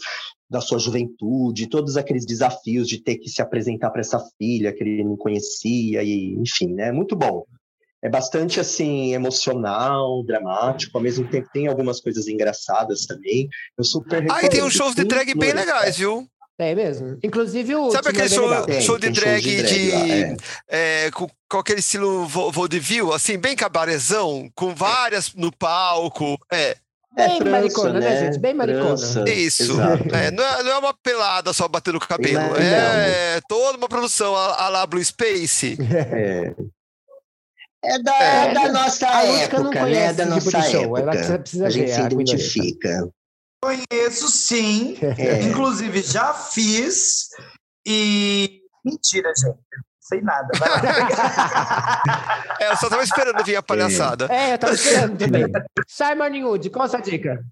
D: da sua juventude, todos aqueles desafios de ter que se apresentar para essa filha que ele não conhecia, e enfim, né? Muito bom. É bastante assim emocional, dramático, ao mesmo tempo tem algumas coisas engraçadas também. Eu super
B: Ah, e tem uns shows de drag bem
D: legais.
B: legais, viu?
A: É mesmo. Inclusive o. último é
B: Sabe
A: bem
B: aquele show,
A: legal.
D: Tem,
B: show de
D: tem
B: drag
D: shows
B: de.
D: de drag lá,
B: é, com, com aquele estilo vo- vaudeville, assim, bem cabarezão, com várias no palco. É,
D: É
A: Bem
D: França,
A: maricona, né,
D: né?
A: gente? Bem maricona.
D: França,
B: Isso.
D: exato.
B: É, não, é, não é uma pelada só batendo o cabelo.
D: Não.
B: É, toda uma produção a, a lá Blue Space.
D: É. É da,
B: É.
D: é da nossa
A: A Lúcia
D: época,
A: não
D: né? É
A: conhece
D: da
A: esse tipo
D: nossa
A: de show.
D: época.
A: Ela precisa, precisa
D: a gente
A: ver. ah,
D: se
A: a Queen Elizabeth.
D: identifica.
C: Conheço sim.
D: É.
C: Inclusive, já fiz. E. Mentira, gente. Não sei nada. Vai lá.
B: É, eu só tava esperando
D: *laughs*
B: vir a palhaçada.
A: É, eu tava esperando também. Simon Wood, qual a sua dica?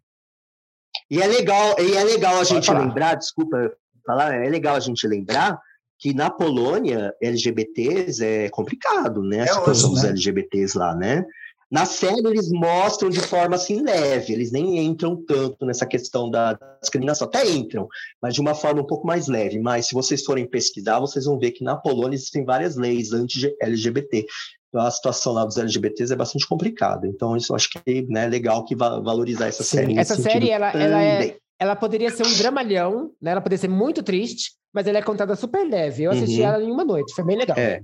D: E é legal, e é legal a gente
A: falar.
D: lembrar, desculpa falar, é legal a gente lembrar que na Polônia LGBTs é complicado, né?
C: É
D: A situação
C: hoje,
D: dos
C: né?
D: LGBTs lá, né? Na série eles mostram de forma assim leve, eles nem entram tanto nessa questão da discriminação, até entram, mas de uma forma um pouco mais leve. Mas se vocês forem pesquisar, vocês vão ver que na Polônia existem várias leis anti-LGBT. Então a situação lá dos LGBTs é bastante complicada. Então isso eu acho que né, é legal que va- valorizar essa
A: Sim,
D: série. nesse
A: essa série,
D: sentido
A: ela- ela é-
D: também.
A: Ela poderia ser um dramalhão, né? Ela poderia ser muito triste, mas ela é contada super leve. Eu assisti
D: Uhum.
A: ela em uma noite, foi bem legal.
D: É.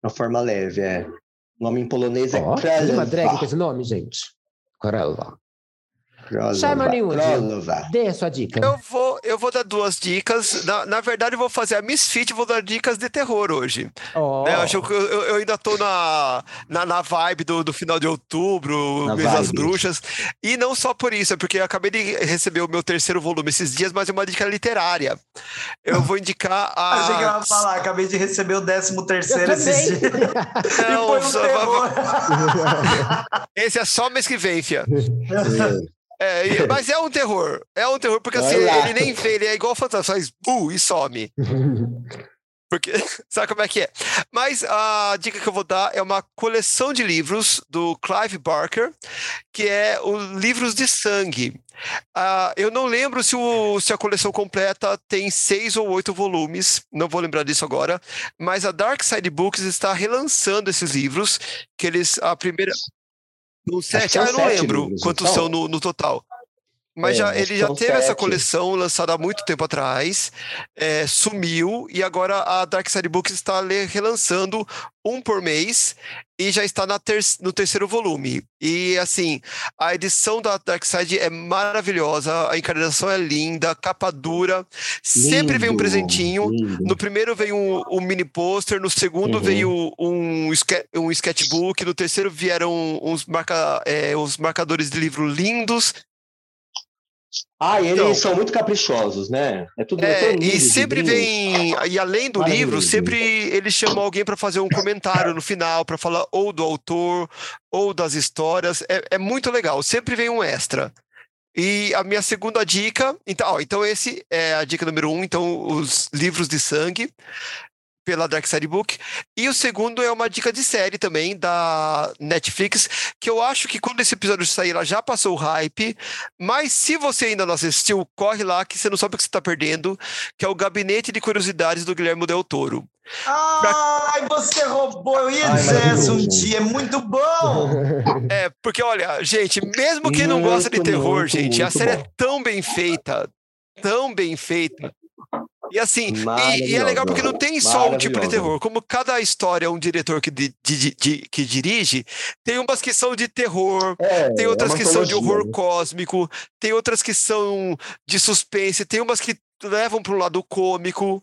D: Uma forma leve, é. O nome em polonês é
A: Ó,
D: Kralowa.
A: uma drag com esse nome, gente. Corella.
D: Kralowa,
A: Chama nenhum,
D: Kralowa.
A: Dê a sua dica.
B: Eu vou, eu vou dar duas dicas. Na, na verdade, eu vou fazer a Misfit e vou dar dicas de terror hoje.
A: Ó,
B: Né, eu, acho que eu, eu- eu ainda tô na, na, na vibe do, do final de outubro,
D: Na
B: mês das
D: vibe.
B: bruxas. E não só por isso, é porque eu acabei de receber o meu terceiro volume esses dias, mas é uma dica literária. Eu vou indicar a.
C: Ah. Achei que ela ia falar. Acabei de receber o 13 terceiro
A: Eu
C: esses dias.
A: também.
C: E
B: Não,
C: foi um
B: só-
C: terror.
B: esse é só mês que vem, fia.
D: É.
B: É, e- mas é um terror. É um terror, porque
D: Vai
B: assim,
D: lá.
B: ele nem vê, ele é igual o fantasma, faz bu e some. Porque, *laughs* sabe como é que é? Mas a dica que eu vou dar é uma coleção de livros do Clive Barker, que é o Livros de Sangue. Ah, eu não lembro se, o- se a coleção completa tem seis ou oito volumes, não vou lembrar disso agora, mas a Dark Side Books está relançando esses livros, que eles, a primeira... São sete,
D: são
B: ah, eu não
D: sete
B: lembro
D: livros,
B: quantos
D: então.
B: são no, no total. Mas
D: É,
B: já,
D: acho
B: ele
D: que
B: já
D: são
B: teve essa
D: sete.
B: coleção lançada há muito tempo atrás, é, sumiu, e agora a Dark Side Books está le- relançando um por mês e já está na ter- no terceiro volume. E assim, a edição da Dark Side é maravilhosa, a encadernação é linda, capa dura, sempre vem um
D: Lindo,
B: presentinho.
D: lindo.
B: No primeiro veio um, um mini pôster, no segundo
D: Uhum.
B: veio um, esque- um sketchbook, no terceiro vieram uns, marca, é, uns marcadores de livro lindos.
D: Ah, e eles
B: Então.
D: são muito caprichosos, né? É tudo é
B: É,
D: tão lindo,
B: e sempre
D: lindo.
B: vem, e além do
D: Maravilhoso.
B: livro, sempre ele chama alguém para fazer um comentário no final, para falar ou do autor ou das histórias. É, é muito legal, sempre vem um extra. E a minha segunda dica, então, ó, então esse é a dica número um, então os livros de sangue pela Dark Side Book. E o segundo é uma dica de série também da Netflix, que eu acho que quando esse episódio sair, ela já passou o hype. Mas se você ainda não assistiu, corre lá que você não sabe o que você está perdendo, que é o Gabinete de Curiosidades do Guilherme Del Toro.
C: Ai, você roubou. Eu ia
D: Ai,
C: dizer essa um
D: maravilhoso.
C: dia. É muito bom.
B: É, porque olha, gente, mesmo quem não gosta de
D: Muito,
B: terror,
D: muito,
B: gente, a
D: muito
B: série
D: bom.
B: é tão bem feita, tão bem feita. E assim, e- e, é
D: Maravilhosa.
B: legal porque não tem só um tipo de
D: Maravilhosa.
B: terror. Como cada história é um diretor que, di- di- di- que dirige, tem umas que são de terror,
D: É,
B: Tem
D: é
B: outras
D: uma
B: que são de
D: antologia,
B: horror
D: né?
B: cósmico, tem outras que são de suspense, tem umas que levam para o lado cômico.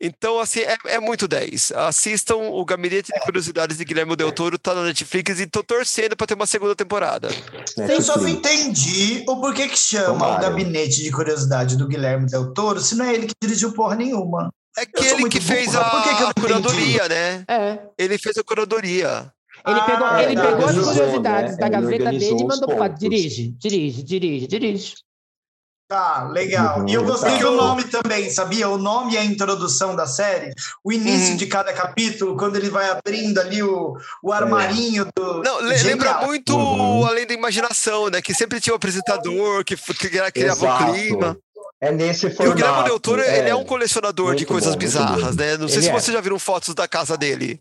B: Então, assim, é, é muito 10. Assistam o Gabinete
C: É.
B: de Curiosidades de Guilherme Del Toro, tá na Netflix e tô torcendo para ter uma segunda temporada.
D: Tipo
C: Eu só não
D: Netflix.
C: entendi o porquê que chama o
D: Tomara.
C: gabinete de curiosidade do Guilherme Del Toro, se não é ele que dirigiu porra nenhuma.
B: É
C: sou
B: aquele
C: muito
B: que fez
C: burra, por que que eu
B: a,
C: não entendi?
B: curadoria, né?
A: É.
B: Ele fez a curadoria.
A: Ele
C: Ah,
A: pegou, ele
C: verdade.
A: pegou as
C: Organizou,
A: curiosidades
B: é,
D: né?
A: da
D: Ele
A: gazeta
D: organizou
A: dele e
D: os
A: mandou pro quadro.
D: pontos.
A: Dirige, dirige, dirige, dirige.
C: Tá, legal. E eu
D: Uhum,
C: gostei
B: tá.
C: do nome também, sabia? O nome e a introdução da série, o início
B: Uhum.
C: de cada capítulo, quando ele vai abrindo ali o, o armarinho do.
B: Não, le-
C: Genial.
B: lembra muito
D: Uhum.
B: Além da Imaginação, né? Que sempre tinha o apresentador, que, f- que criava o
D: Exato.
B: clima.
D: É nesse
B: E
D: formato.
B: o Guilherme Del Toro, ele é um colecionador de
D: Muito
B: coisas
D: bom, muito
B: bizarras, né? Não sei
A: Ele
B: se
A: é.
B: vocês já viram fotos da casa dele.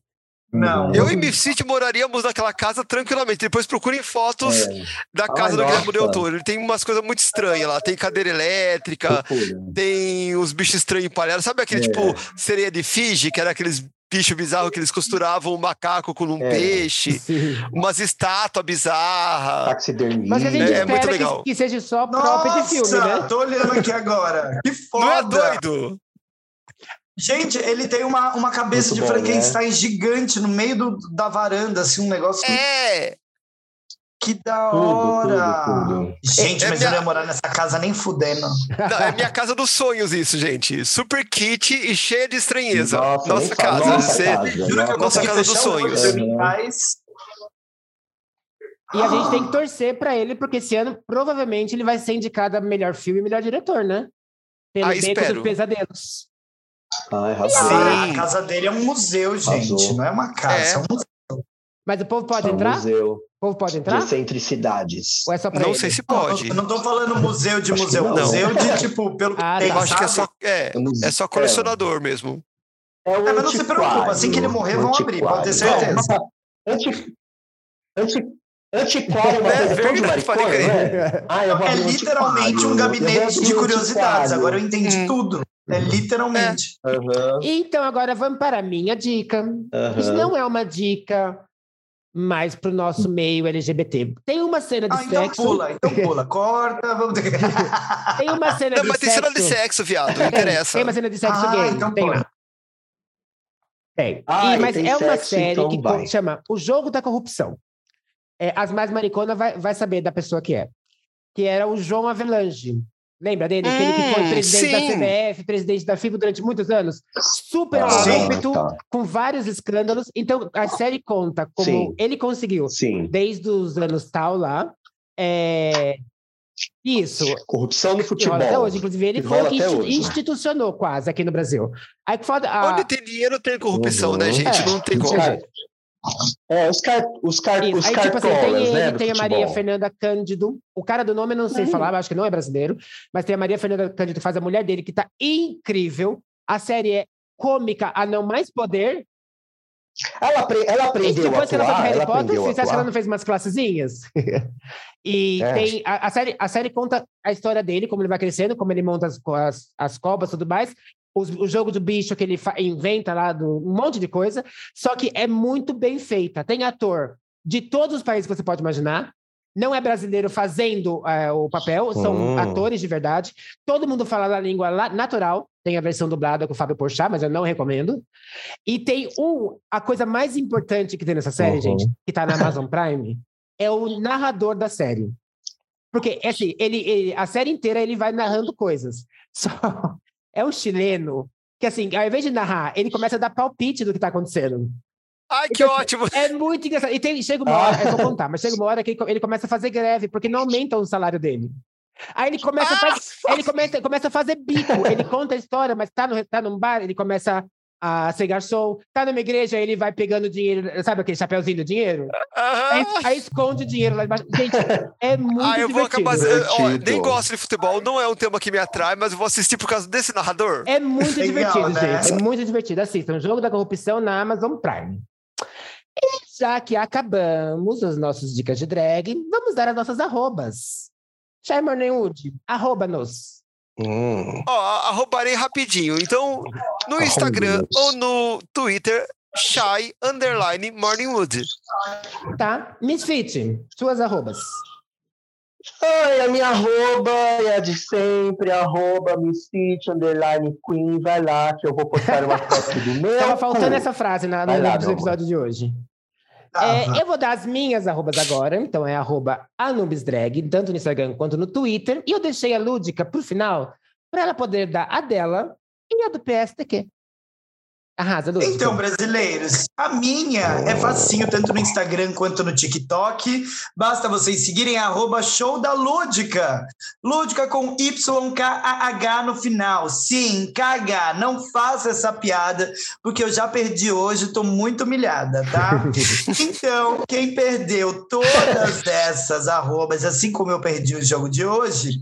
C: Não.
B: Eu e Mifsite moraríamos naquela casa tranquilamente. Depois procurem fotos
D: É,
B: da casa do
D: nossa.
B: Guilherme Del Toro. Ele tem umas coisas muito estranhas lá. Tem cadeira elétrica,
D: loucura.
B: tem os bichos estranhos empalhados. Sabe aquele,
D: É.
B: tipo, sereia de Fiji, que era aqueles bicho bizarro que eles costuravam um macaco com um
D: É.
B: peixe,
A: Sim.
B: umas estátuas bizarras.
D: Taxidermia. né?
A: Mas a gente
B: É, é muito
A: espera
B: legal.
A: que, que seja só próprio de
C: Nossa,
A: filme, né?
C: tô olhando aqui agora. Que
D: Tá
B: Não é
C: foda!
B: doido?
C: Gente, ele tem uma, uma cabeça de
D: Muito bom, né?
C: Frankenstein gigante no meio do- da varanda, assim, um negócio
B: É!
C: que da
D: Tudo, tudo,
C: hora.
D: tudo.
C: Gente,
B: É
C: mas eu não ia
B: minha-
C: morar nessa casa nem fudendo.
B: Não, é minha casa dos sonhos, isso, gente. Super kit e cheia de estranheza. Nossa,
D: nem fala.
B: casa.
D: Nossa
B: Você-
D: casa.
C: Juro que eu
B: Nossa
C: consegui
B: casa dos
C: fechar um o olho,
B: sonhos.
C: dormir em paz.
A: E a gente tem que torcer pra ele, porque esse ano provavelmente ele vai ser indicado a melhor filme e melhor diretor, né? Pelo
B: Ah,
A: Beco
B: espero.
A: dos Pesadelos.
D: Ai,
B: Sim.
D: arrasou.
C: Ah, a casa dele é um museu, gente.
D: Arrasou.
C: Não é uma casa,
B: É.
C: é, um museu.
A: Mas o povo pode
D: É um
A: entrar?
D: Museu
A: O povo pode
D: de
A: entrar?
D: excentricidades.
A: Ou é só pra
B: Não
A: ele?
B: sei se pode.
C: Eu não tô falando museu de
D: Acho que
C: museu,
D: não.
C: museu de tipo, pelo que
A: Ah,
C: tem,
A: tá.
B: Eu acho que é só,
C: sabe?
B: é,
D: É um museu.
B: é só colecionador mesmo.
D: É o
C: É, mas não se
D: antiquário.
C: preocupa, assim que ele morrer, vão abrir, pode ter certeza.
D: Não, mas anti- anti- Antiquário é uma
B: É
D: coisa tão de
B: verdade,
D: maricona,
B: pode
D: né? Ah, eu vou
C: É
D: abrir um
C: literalmente um
D: antiquário. Eu vou
C: gabinete
D: abrir
C: de
D: um Uhum.
C: curiosidades.
D: antiquário.
C: Agora eu entendi
B: Hum.
C: tudo. É literalmente.
D: Aham,
A: Então, agora vamos para a minha dica. Isso
D: aham.
A: não é uma dica mais pro nosso meio LGBT. Tem uma cena
B: É.
A: de
C: Ah, então
A: sexo.
C: pula, então pula. Corta, vamos ter
A: Tem uma cena
B: Não,
A: de
B: mas tem
A: sexo.
B: cena de sexo, viado. Não
A: Tem,
B: interessa.
A: Tem uma cena de sexo
C: *laughs* Ah,
A: gay.
C: então
A: tem.
C: pula.
A: Tem.
D: Ah,
A: E-
D: e
A: mas
D: tem
A: é uma
D: sexo,
A: série
D: então
A: que
D: vai.
A: chama O Jogo da Corrupção. É, as mais mariconas vai, vai saber da pessoa que é. Que era o João Avelange. Lembra dele? Aquele que foi
B: Hum,
A: presidente da
B: sim.
A: CBF, presidente da FIB durante muitos anos. Super
D: Ah,
A: corrupto,
D: tá.
A: com vários escândalos. Então, a série conta como
D: Sim.
A: ele conseguiu,
D: Sim.
A: desde os anos tal lá. é, Isso,
D: Corrupção no
A: que rola até
D: futebol.
A: hoje. Inclusive, ele
D: Que
A: foi o
D: rola
A: que
D: até
A: insti-
D: hoje. né?
A: institucionou quase aqui no Brasil. Aí que foda. ah, a-
B: Onde tem dinheiro tem corrupção, né,
D: Uhum.
B: gente?
A: É.
B: Não tem como.
D: Cara, É, os, car os, car
A: Isso.
D: os
A: Aí, tipo assim, tem
D: cartolas,
A: ele,
D: né? do
A: tem a
D: futebol.
A: Maria Fernanda Cândido. O cara do nome eu não sei
D: Uhum.
A: falar, eu acho que não é brasileiro. Mas tem a Maria Fernanda Cândido, que faz a mulher dele, que tá incrível. A série é cômica a não mais poder.
D: Ela, apre- ela
A: E
D: aprendeu a
A: depois que ela foi pra
D: atuar.
A: Harry
D: Ela
A: Potter,
D: aprendeu a
A: você acha que ela
D: atuar.
A: não fez umas
D: *laughs*
A: classezinhas? e
D: É.
A: tem a, a série, a série conta a história dele, como ele vai crescendo, como ele monta as, co- as, as cobras e tudo mais. Os- o jogo do bicho que ele fa- inventa lá, do, um monte de coisa. Só que é muito bem feita. Tem ator de todos os países que você pode imaginar. Não é brasileiro fazendo eh, o papel, são
D: Hum.
A: atores de verdade. Todo mundo fala a língua la- natural. Tem a versão dublada com o Fábio Porchat, mas eu não recomendo. E tem um, a coisa mais importante que tem nessa série,
D: Uhum.
A: gente, que tá na Amazon Prime, é o narrador da série. Porque, assim, ele, ele- a série inteira ele vai narrando coisas. *laughs* Só é um chileno que, assim, ao invés de narrar, ele começa a dar palpite do que tá acontecendo.
B: Ai, que ótimo.
A: É muito engraçado. E tem- chega uma hora, eu vou contar, mas chega uma hora que ele, co- ele começa a fazer greve, porque não aumentam o salário dele. Aí ele começa, a, faz- ele começa, começa a fazer bico, ele conta a história, mas tá, no, tá num bar, ele começa a ser garçom, tá numa igreja, ele vai pegando dinheiro, sabe aquele chapeuzinho do dinheiro? Aí,
B: Aham.
A: aí esconde o dinheiro lá embaixo. Gente, é muito
B: Ah, eu vou
A: divertido.
B: acabar. Ó,
D: Divertido.
B: nem gosto de futebol, não é um tema que me atrai, mas eu vou assistir por causa desse narrador.
A: É muito
C: Legal,
A: divertido,
C: né?
A: gente. É muito divertido. Assistam o Jogo da Corrupção na Amazon Prime. E já que acabamos as nossas dicas de drag, vamos dar as nossas arrobas. Shimmer Wood, arroba-nos.
D: Hum.
B: Ó, arrobarei rapidinho. Então, no
D: Arroba.
B: Instagram ou no Twitter, shy underline morningwood.
A: Tá? Misfit, suas arrobas.
D: Ai, a minha arroba é a de sempre, arroba Missite, underline queen, vai lá que eu vou postar uma
A: *laughs*
D: foto do meu.
A: Tava
D: cu.
A: faltando essa frase na, no
D: Vai lá,
A: dos
D: meu
A: episódios de hoje. É,
C: Ah,
A: eu vou dar as minhas arrobas agora, então é arroba AnubisDrag, tanto no Instagram quanto no Twitter, e eu deixei a Lúdica pro final, para ela poder dar a dela e a do PSTQ. Arrasa, Lúdica.
C: Então, brasileiros, a minha é facinho tanto no Instagram quanto no TikTok. Basta vocês seguirem arroba show da Lúdica. Lúdica com YKAH no final. Sim, KH. Não faça essa piada, porque eu já perdi hoje, tô muito humilhada, tá? Então, quem perdeu todas essas arrobas, assim como eu perdi o jogo de hoje,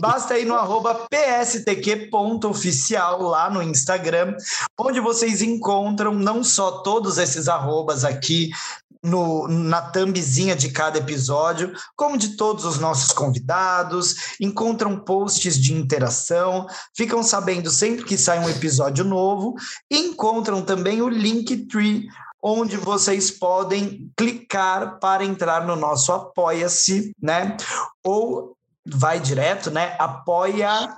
C: basta ir no arroba pstq.oficial lá no Instagram onde vocês encontram não só todos esses arrobas aqui no, na thumbzinha de cada episódio, como de todos os nossos convidados, encontram posts de interação, ficam sabendo sempre que sai um episódio novo, e encontram também o Linktree, onde vocês podem clicar para entrar no nosso Apoia-se, né? Ou vai direto, né? Apoia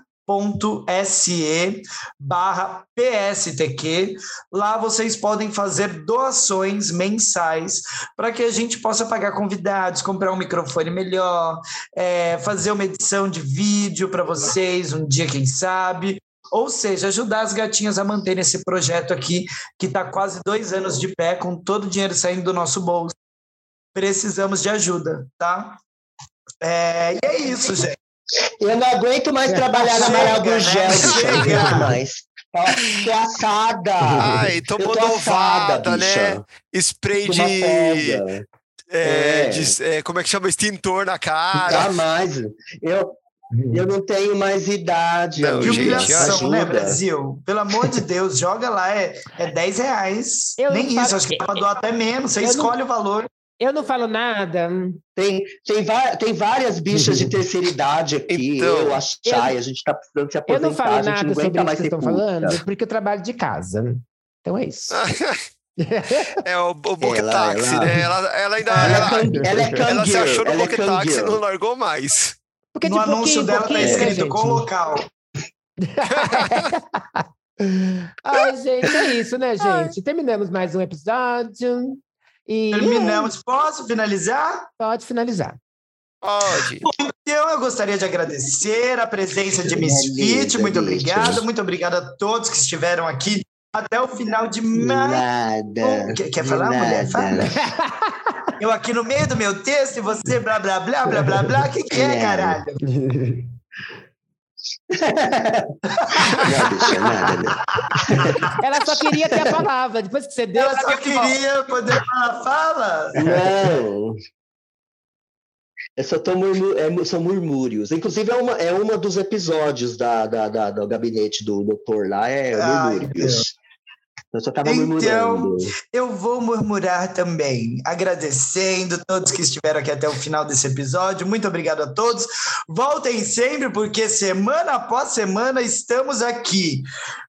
C: se barra PSTQ. Lá vocês podem fazer doações mensais para que a gente possa pagar convidados, comprar um microfone melhor, é, fazer uma edição de vídeo para vocês, um dia, quem sabe. Ou seja, ajudar as gatinhas a manterem esse projeto aqui, que está quase dois anos de pé, com todo o dinheiro saindo do nosso bolso. Precisamos de ajuda, tá? É, e é isso, gente.
D: Eu não aguento mais trabalhar na Amaral
C: Chega, né?
D: Gurgel, bicho. Eu não
C: Chega.
D: aguento mais. Ó, Tô assada.
B: Ai, tomou
D: *laughs* Eu tô
B: novada,
D: assada, bicha.
B: né? Spray
D: Tô uma
B: de,
D: pedra.
B: é,
D: É.
B: de- é, Como é que chama? Extintor na cara.
D: Jamais. Eu, eu não tenho mais idade.
B: Não,
C: Que
D: amiga.
B: gente,
C: humilhação, né,
D: Ajuda.
C: Brasil? Pelo amor de Deus, joga lá, é, é 10 reais.
A: Eu
C: Nem
A: não
C: isso,
A: falo-
C: acho que dá pra doar até menos. Você
A: Eu não-
C: escolhe o valor.
A: Eu não falo nada.
D: Tem, tem, va- tem várias bichas
A: Uhum.
D: de terceira idade aqui.
B: Então,
D: eu, a Chay, a gente tá precisando se
A: Eu
D: aposentar.
A: não falo
D: a gente
A: nada
D: não
A: sobre
D: aguenta
A: isso que vocês
D: mais ser
A: estão
D: puta.
A: falando, porque eu trabalho de casa. Então é isso. *laughs*
B: *laughs* É o, o Boca
D: Ela-
B: Táxi,
D: ela-
B: né? Ela, ela ainda.
D: Ela, é
B: Ela,
D: can- ela é
B: ela se
D: cangueiro,
B: achou no
D: ela é
B: Boca Táxi e
D: cangueiro.
B: não largou mais.
A: Porque
C: no anúncio dela tá
A: pouquinho, né,
C: escrito
A: gente?
C: com local.
A: Ai, gente, é isso, né, gente? Terminamos mais um episódio. E é.
C: Terminamos. Posso finalizar?
A: pode finalizar.
B: Pode.
C: Então, eu gostaria de agradecer a presença de Miss
D: Minha
C: Fit.
D: linda,
C: Muito
D: gente.
C: obrigado. Muito obrigado a todos que estiveram aqui até o final de mais.
D: Nada.
C: Quer, quer
D: de
C: falar, mulher?
D: nada.
C: Fala. Eu aqui no meio do meu texto e você blá blá blá blá blá blá. O que, que é,
D: Não.
C: caralho?
D: Não, bicha, nada, né?
A: Ela só queria ter a palavra. Depois que você deu,
C: Ela
A: ela
C: só
A: quer que volte.
C: queria poder falar, fala.
D: *laughs* Não. Eu só tô murmu- é, mu- são murmúrios. Inclusive, é uma, é uma dos episódios da, da, da- do gabinete do doutor lá, é
C: Ai,
D: murmúrios. Eu só tava
C: Então,
D: murmurando.
C: Eu vou murmurar também, agradecendo todos que estiveram aqui até o final desse episódio. Muito obrigado a todos. Voltem sempre, porque semana após semana estamos aqui,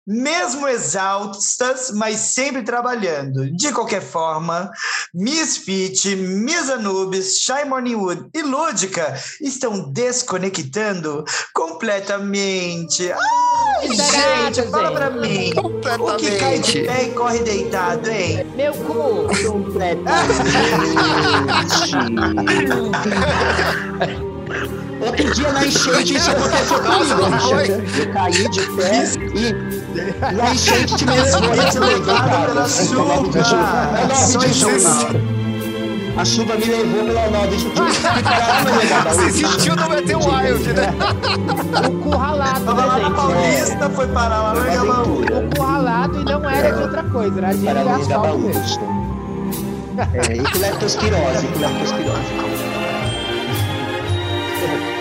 C: mesmo exaustas, mas sempre trabalhando. De qualquer forma, Miss Fit, Miss Anubis, Shy Morningwood e Lúdica estão desconectando completamente. Ai,
A: Caraca,
C: gente, fala pra
A: gente.
C: mim. O que cai
B: Completamente.
C: de pé
D: *laughs*
C: e corre deitado, hein?
A: Meu cu!
D: Outro dia na enchente isso aconteceu comigo,
B: foi?
D: bicha. Eu caí de pé e na enchente me
C: Gente
D: levou
C: levado pela
D: Pela
C: chuva.
D: nove de
C: Sonhos.
D: junho. A chuva me levou pela 9 de junho. Caramba, legal.
B: Você sentiu no Meteor é Wild, né?
A: O cu ralado,
C: Tava lá na
A: né,
C: Paulista, foi parar lá no Galão.
A: gente? O cu ralado e não era de outra coisa, era de
D: Parabéns,
A: asfalto
D: Gabaú.
A: mesmo.
D: É, e com leptospirose, com leptospirose.